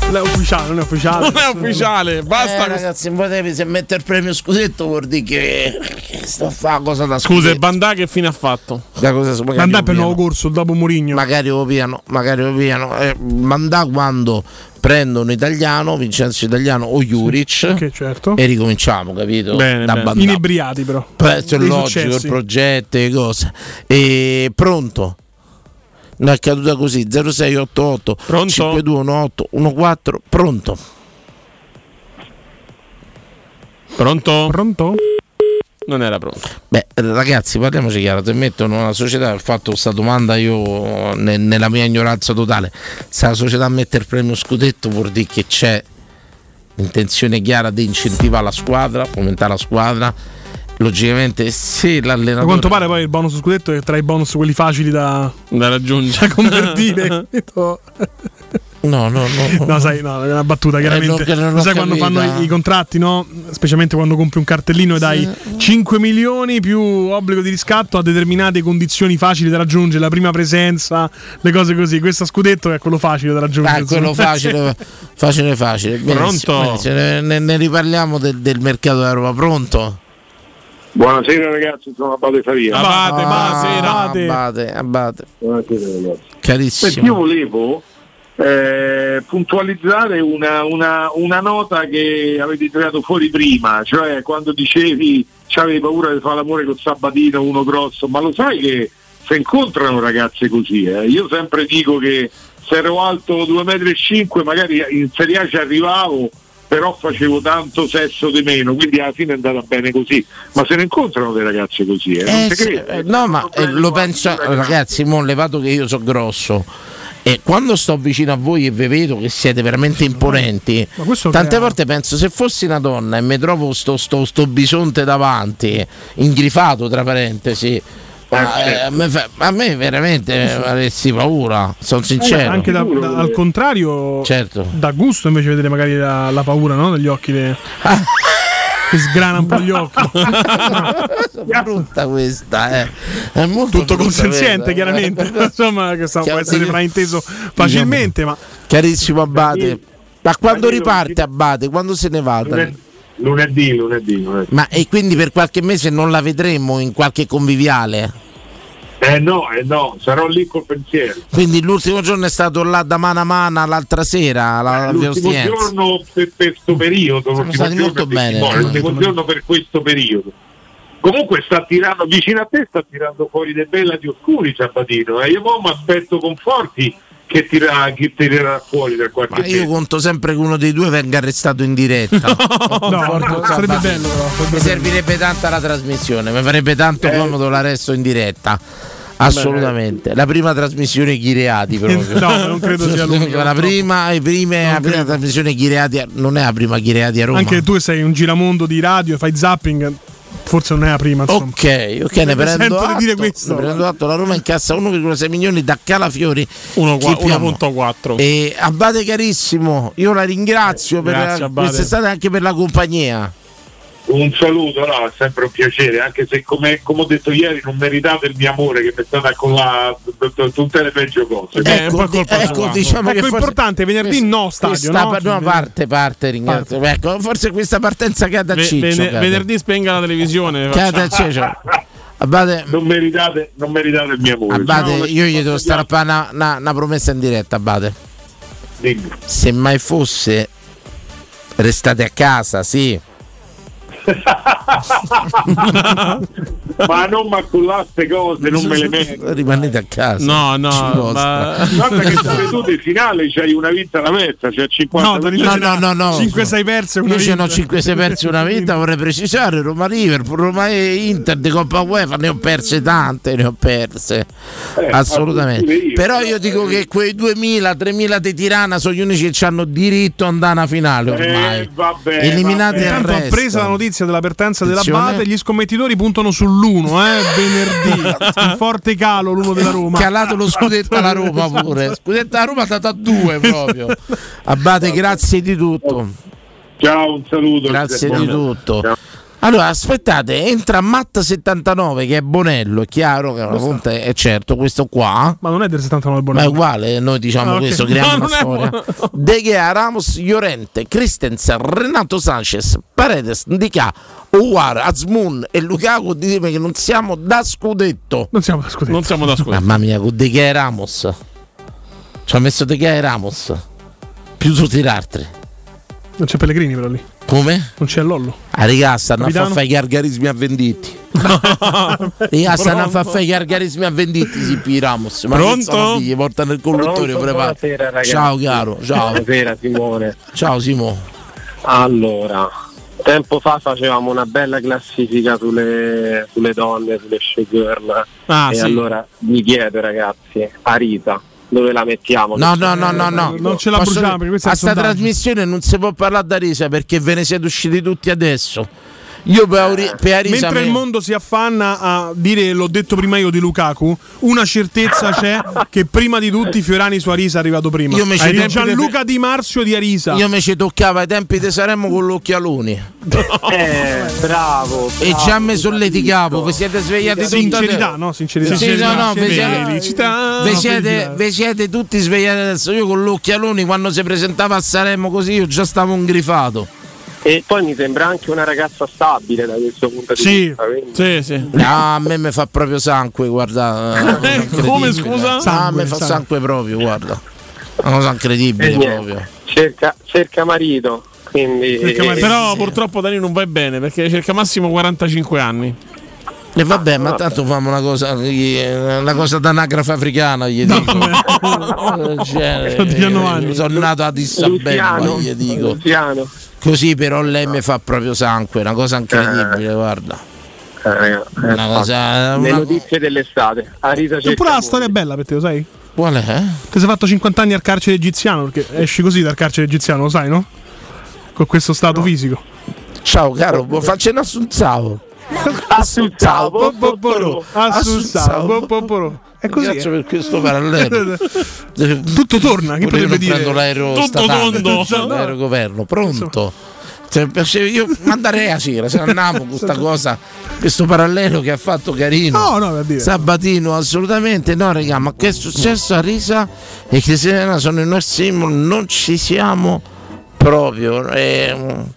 C: Non è ufficiale, non è ufficiale.
B: Eh, ragazzi, potete, se mette il premio scudetto vuol dire che, che sto a fare cosa da
D: Scusa, e
B: scudetto.
D: Bandà che fine ha fatto?
B: Da cosa si- magari
D: Mandà per
B: lo
D: nuovo
B: piano.
C: corso dopo Murigno.
B: Magari lo piano, magari lo piano. Eh, mandà quando prendono italiano, Vincenzo Italiano o Juric.
C: Ok, certo.
B: E ricominciamo, capito?
C: Bene,
B: da
C: bene.
B: Bandà.
C: Inebriati, però.
B: Prezzo è
C: Dei
B: logico,
C: successi.
B: il progetto, le cose. E pronto. No, è caduta così 0688 5218 14 pronto.
D: Pronto?
C: Pronto?
D: Non era pronto.
B: Beh, eh, ragazzi, parliamoci chiaro, se mettono una società, ho fatto questa domanda io ne- nella mia ignoranza totale, se la società mette il premio scudetto vuol dire che c'è l'intenzione chiara di incentivare la squadra, fomentare la squadra, logicamente se
C: A quanto
B: l'allenatore...
C: pare poi il bonus scudetto è tra i bonus quelli facili da,
B: [laughs]
D: da raggiungere.
C: da convertire. capito?
B: No, no, no.
C: No, sai, no, è una battuta,
B: Eh,
C: chiaramente.
B: non- che non l'ho
C: sai quando
B: capita.
C: fanno i, i contratti, no? Specialmente quando compri un cartellino e dai 5 milioni più obbligo di riscatto a determinate condizioni facili da raggiungere, la prima presenza, le cose così. Questo scudetto è quello facile da raggiungere.
B: Ah, quello
C: insomma. Eh,
B: facile, facile, facile. Benissimo,
C: Pronto?
B: benissimo. Ne, ne riparliamo del, del mercato della Roma. Pronto?
Z: Buonasera ragazzi, sono Abate Faria.
B: Abate, buonasera. Abate, abate.
Z: Buonasera ragazzi. Senti, io
B: Carissimo.
Z: volevo eh, puntualizzare una, una- una nota che avete tirato fuori prima, cioè quando dicevi "Ci avevi paura di fare l'amore con Sabatino, uno grosso, ma lo sai che se incontrano ragazze così, eh, io sempre dico che se ero alto 2,5 m magari in Serie A ci arrivavo, però facevo tanto sesso di meno, quindi alla fine è andata bene così, ma se ne incontrano delle ragazze così, eh, non
B: Eh,
Z: te
B: sì,
Z: credo.
B: eh, no, ma eh, lo penso, ragazzi, mo, levato che io so grosso. E quando sto vicino a voi e vi vedo che siete veramente imponenti,
C: questo
B: tante
C: crea-
B: volte penso se fossi una donna e mi trovo sto, sto, sto bisonte davanti, ingrifato tra parentesi, ma,
C: certo.
B: eh, a, me fa- a me veramente eh, avresti paura, sono
C: Eh,
B: sincero.
C: anche da- da- al contrario,
B: Certo.
C: da gusto invece vedere magari la, la paura no? negli occhi de- che sgrana un po' gli occhi.
B: [laughs] brutta questa, eh. È molto
C: Tutto
B: brutta
C: consenziente,
B: questa. eh. Cioè,
C: chiaramente. Insomma, che sta- può
B: Chiaro-
C: essere frainteso facilmente, ma
B: Chiarissimo Abate. Ma quando
C: Ma io-
B: riparte Abate? Quando se ne va? da-
Z: Lunedì, lunedì, lunedì.
B: Ma e quindi per qualche mese non la vedremo in qualche conviviale?
Z: Eh no, eh no, sarò lì col pensiero.
B: Quindi l'ultimo giorno è stato là da mano a mano l'altra sera, la, la
Z: L'ultimo
B: Fiostienza.
Z: giorno per questo periodo, l'ultimo
B: stati
Z: giorno,
B: molto
Z: per-
B: bene, eh,
Z: no,
B: siamo
Z: l'ultimo
B: molto
Z: giorno per questo periodo. Comunque sta tirando vicino a te, sta tirando fuori dei bella di oscuri Sabatino. Eh. Io mo mi aspetto Conforti che, tira, che tirerà fuori da qualche
B: Ma io
Z: mese.
B: conto sempre che uno dei due venga arrestato in diretta.
C: [laughs]
Z: [laughs]
C: no, sarebbe bello però.
B: Mi servirebbe tanta la trasmissione, mi farebbe tanto
C: Eh.
B: comodo l'arresto in diretta. Assolutamente, la prima trasmissione Ghireati proprio.
C: [laughs] No, non credo sia l'unica,
B: La prima, i prime- la prima trasmissione Ghireati a- non è la prima Ghireati a Roma.
C: Anche tu sei un giramondo di radio e fai zapping, forse non è la prima. Insomma.
B: Ok, ok,
C: [laughs]
B: ne
C: Mi
B: prendo,
C: sento di
B: atto,
C: dire
B: ne
C: questo.
B: prendo atto. La Roma incassa 1,6 milioni da Calafiori
D: qua-
B: Chi più ama?
D: 1.4.
B: E Abate carissimo, io la ringrazio per
Z: Grazie, Abate.
B: quest'estate e anche per la compagnia.
Z: Un saluto, no, è sempre un piacere, anche se come, come ho detto ieri non meritate il mio amore che mi è stata con la t- t- tutte le peggio cose.
C: Eh,
B: Ecco, di- ecco, diciamo che
C: Ecco,
B: forse-
C: importante, venerdì
B: questa-
C: no stadio,
B: questa
C: no?
B: pa-
C: Sì,
B: parte, parte, ringrazio. Ecco, forse questa partenza cade a
D: Ve-
B: Ciccio.
D: vene-
B: cade.
D: venerdì spenga la televisione.
B: Cade a
D: facciamo-
B: Ciccio. Abate,
Z: Non meritate, non meritate il mio amore.
B: Abate,
Z: Ciao,
B: io gli devo strappare una, una- una promessa in diretta, Abate.
Z: Dimmi.
B: Se mai fosse, restate a casa, sì.
Z: cioè, [laughs] ma non macullaste cose, non me le metti.
B: Rimanete a casa.
D: No, no,
B: Ci costa.
Z: Guarda che pure tu di finale c'hai una vita alla mezza, c'è 50
B: No, no, no, no.
C: 5-6 perse una
B: Io ce
C: vita.
B: n'ho 5-6 perse una vita, vorrei precisare Roma Liverpool, Roma e Inter di Coppa UEFA, ne ho perse tante, ne ho perse.
Z: ma Eh, pure
B: Assolutamente.
Z: io,
B: Però io dico che quei 2000, 3000 di Tirana sono gli unici che hanno diritto ad andare a una
Z: Eh,
B: finale ormai. Eliminati al
C: Intanto ha
B: resto.
C: presa la notizia della pertenza
B: Attenzione.
C: dell'Abate. Gli scommettitori puntano sull'1 eh, venerdì.
B: [laughs]
C: Un forte calo l'uno della Roma.
B: Calato lo scudetto alla Roma pure. Scudetto alla Roma è stata a due
Z: [laughs]
B: proprio. Abate, grazie di tutto.
Z: Ciao, un saluto.
B: Grazie
Z: Buona-
B: di tutto. Allora, aspettate, entra Matt79 che è Bonello, è chiaro che è una fonte, è certo, questo qua.
C: Ma non è del 79
B: Ma è
C: Bonello.
B: uguale, noi diciamo
C: Ah, ok.
B: questo, creiamo
C: No,
B: una
C: non è
B: storia. De Gea, Ramos, Llorente, Christensen, Renato Sanchez, Paredes, Ndika, Uwar, Azmun e Lukaku, ditemi che non siamo da scudetto.
C: Non siamo da scudetto.
D: Non siamo da scudetto.
B: Mamma mia, con De Gea e Ramos. Ci ha messo De Gea e Ramos. Più tutti gli altri.
C: Non c'è Pellegrini, però lì.
B: Come?
C: Non c'è Lollo.
B: Ah, regà, stanno a far
C: Capitano?
B: fare i gargarismi
C: [laughs]
B: a venditi. regà, stanno a far fare i gargarismi a venditi, si P. Ramos. Ma
R: Pronto?
B: che sono figli, portano il conduttore
R: Pronto?
B: preparato.
R: Buonasera, ragazzi.
B: Ciao caro, ciao.
R: Buonasera Simone.
B: Ciao Simo.
R: Allora, tempo fa facevamo una bella classifica sulle, sulle donne, sulle showgirl.
B: Ah,
R: e
B: sì.
R: allora mi chiedo ragazzi, Arita, dove la mettiamo?
B: No,
R: Perché-
B: no, no, no, no. Posso dire-
R: questo è
B: A sta
R: un sondaggio.
B: trasmissione non si può parlare da risa perché ve ne siete usciti tutti adesso. Io per, Auri- per Arisa
C: Mentre
B: mi-
C: il mondo si affanna a dire l'ho detto prima io di Lukaku, una certezza c'è che prima di tutti Fiorani su Arisa è arrivato prima.
B: Io mi ci
C: Ai
B: tocca-
C: Gianluca Di Marzio di Arisa.
B: Io mi ci toccava ai tempi di Saremmo con
C: [laughs]
B: gli occhialoni.
H: Eh, bravo,
B: E ci ha messo l'eticapo, vi siete svegliati tutti.
C: Sincerità, no, sincerità.
B: Sì, no, no, vi siete,
C: Felicità,
B: vi
C: no,
B: siete-
C: felicità.
B: vi siete tutti svegliati adesso. Io con gli occhialoni quando si presentava a Saremmo così io già stavo ingrifato.
A: E poi mi sembra anche una ragazza stabile da questo punto di
B: Sì,
A: vista. quindi-
B: Sì, sì. No, a me mi fa proprio sangue, guarda.
A: Eh, come, scusa?
B: Ah,
A: Sangue,
B: mi fa
A: sangue.
B: sangue proprio, guarda. Una cosa
Z: Eh,
B: incredibile
A: E niente.
B: proprio.
A: Cerca, cerca marito, quindi...
D: Cerca Mar-
A: eh,
D: però
A: sì.
D: purtroppo Dani non vai bene perché cerca massimo 45 anni.
B: E vabbè, ma tanto famo una cosa, eh, una cosa d'anagrafe africana, gli dico. Del genere. Io sono nato a Dissabella,
A: Luciano.
B: gli dico.
A: Luciano.
B: Così però lei mi fa proprio sangue, una cosa incredibile, guarda. Una cosa.
A: Le
B: Una...
A: notizie dell'estate. Arisa
Z: Certo,
A: cerca
C: Eppure la storia è bella per te, lo sai?
B: Qual è?
C: Ti sei fatto 50 anni al carcere egiziano, perché esci così dal carcere egiziano, lo sai, no? Con questo stato fisico.
B: Ciao caro, bo- faccio un assunzavo.
C: Assunzavo,
B: poporo.
C: Assunzavo, poporo. È così.
B: Grazie per questo parallelo.
C: Tutto torna, che
B: Pure
C: potrebbe
B: io non
C: dire?
B: prendo l'aereo
C: Tutto
B: statale,
C: tondo.
B: l'aereo governo, pronto. Cioè, per- se io mandarei a sera, se andiamo con questa cosa, questo parallelo che ha fatto Carino.
C: No, no, per dire.
B: Sabatino, assolutamente no, raga, ma che è successo a Risa e Cristiana sono il nostro simbolo, non ci siamo proprio. ehm,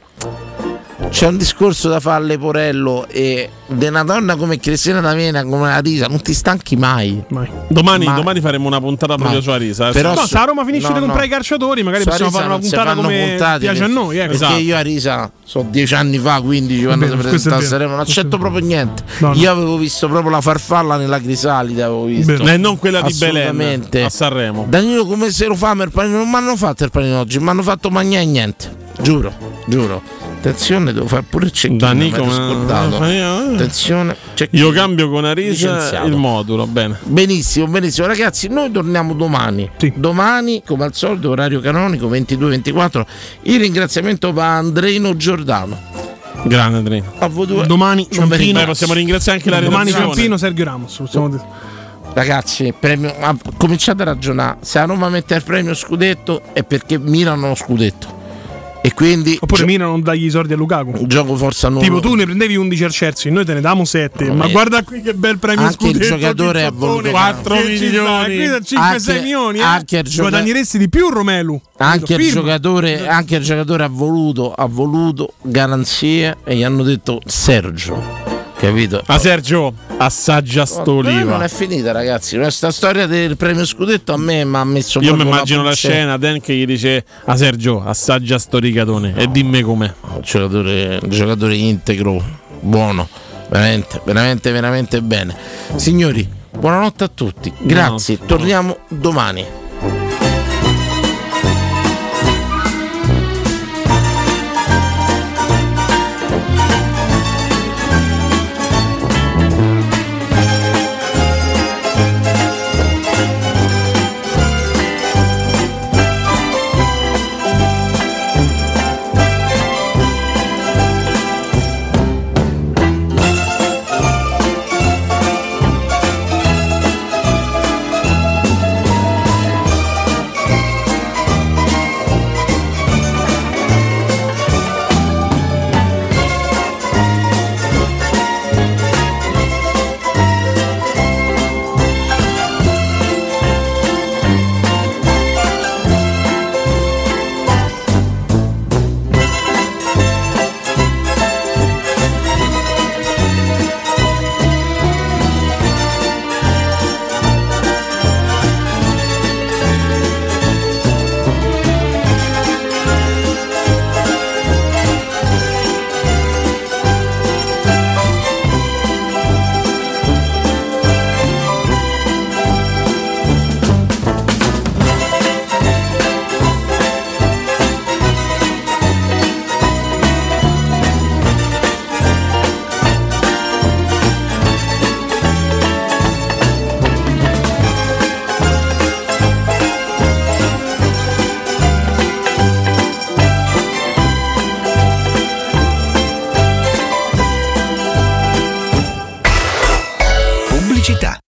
B: c'è un discorso da fare alle Porello e di una donna come Cristiana D'Avena, come la Risa, non ti stanchi mai.
D: Domani,
B: Ma-
D: domani faremo una puntata proprio
B: Ma-
D: su Arisa. eh.
B: però
C: no,
B: su-
C: se a Roma finisce
B: no,
C: di comprare
B: no.
C: i calciatori, magari
B: Su
C: possiamo
B: Arisa
C: fare una
B: non si
C: puntata
B: fanno
C: come
B: puntate,
C: piace a
B: perché-
C: noi. Ecco.
B: Perché io a Risa so dieci anni fa, 15 quando
C: Vabbè, questo
B: si
C: è
B: presentò a
C: vero,
B: Sanremo, non accetto proprio niente.
C: No, no.
B: Io avevo visto proprio la farfalla nella crisalida, avevo visto.
D: Eh, non quella di Belen
B: Assolutamente.
D: a Sanremo.
B: Danilo come se lo fa il panino? Non mi hanno fatto il panino oggi, mi hanno fatto mangiare niente. Giuro, giuro. Attenzione, devo fare pure il cecchino.
D: Danilo,
B: mi ero
D: ma- Eh,
B: scordato. Attenzione. cecchino.
D: Io cambio con Arisa
B: Licenziato.
D: il modulo. Bene.
B: Benissimo, benissimo. Ragazzi, noi torniamo domani. Domani, come al solito, orario canonico 22-24. Il ringraziamento va a Andreino Giordano.
D: Grande Andreino.
B: A voi due.
C: Domani
B: Non vi
C: Ciampino.
B: ringrazio.
C: Domani Ciampino, Sergio Ramos. possiamo dire.
B: Ragazzi, premio- ma cominciate a ragionare. Se la Roma mette il premio scudetto è perché Milano lo scudetto. E quindi.
C: Oppure Mina non dagli i soldi a Lukaku.
B: Gioco forza nuova.
C: Ah, Tipo tu ne prendevi 11 al Cersi, noi te ne damo 7. ma
B: eh.
C: guarda qui che bel premio
B: Anche il
C: scudetto.
B: giocatore
C: Pinzottone,
B: è voluto
C: 4
B: tanto.
C: milioni. Qui da 5-6
B: Anche-
C: milioni. Eh.
B: anche il gioca-
C: Guadagneresti di più Romelu.
B: Anche il,
C: Firma.
B: giocatore, anche il giocatore ha voluto, ha voluto garanzie e gli hanno detto Sergio, capito?
D: Ma Sergio, assaggia
B: Però Oh, Non
D: st'oliva.
B: è finita, ragazzi. Questa storia del premio scudetto a me mi ha messo
D: Io mi
B: proprio
D: immagino la
B: pulce.
D: scena, Dan che gli dice a Sergio, assaggia sto rigatone e dimmi com'è.
B: Un giocatore, un giocatore integro, buono, veramente, veramente, veramente bene. Signori, buonanotte a tutti. Grazie, torniamo domani.
S: pubblicità.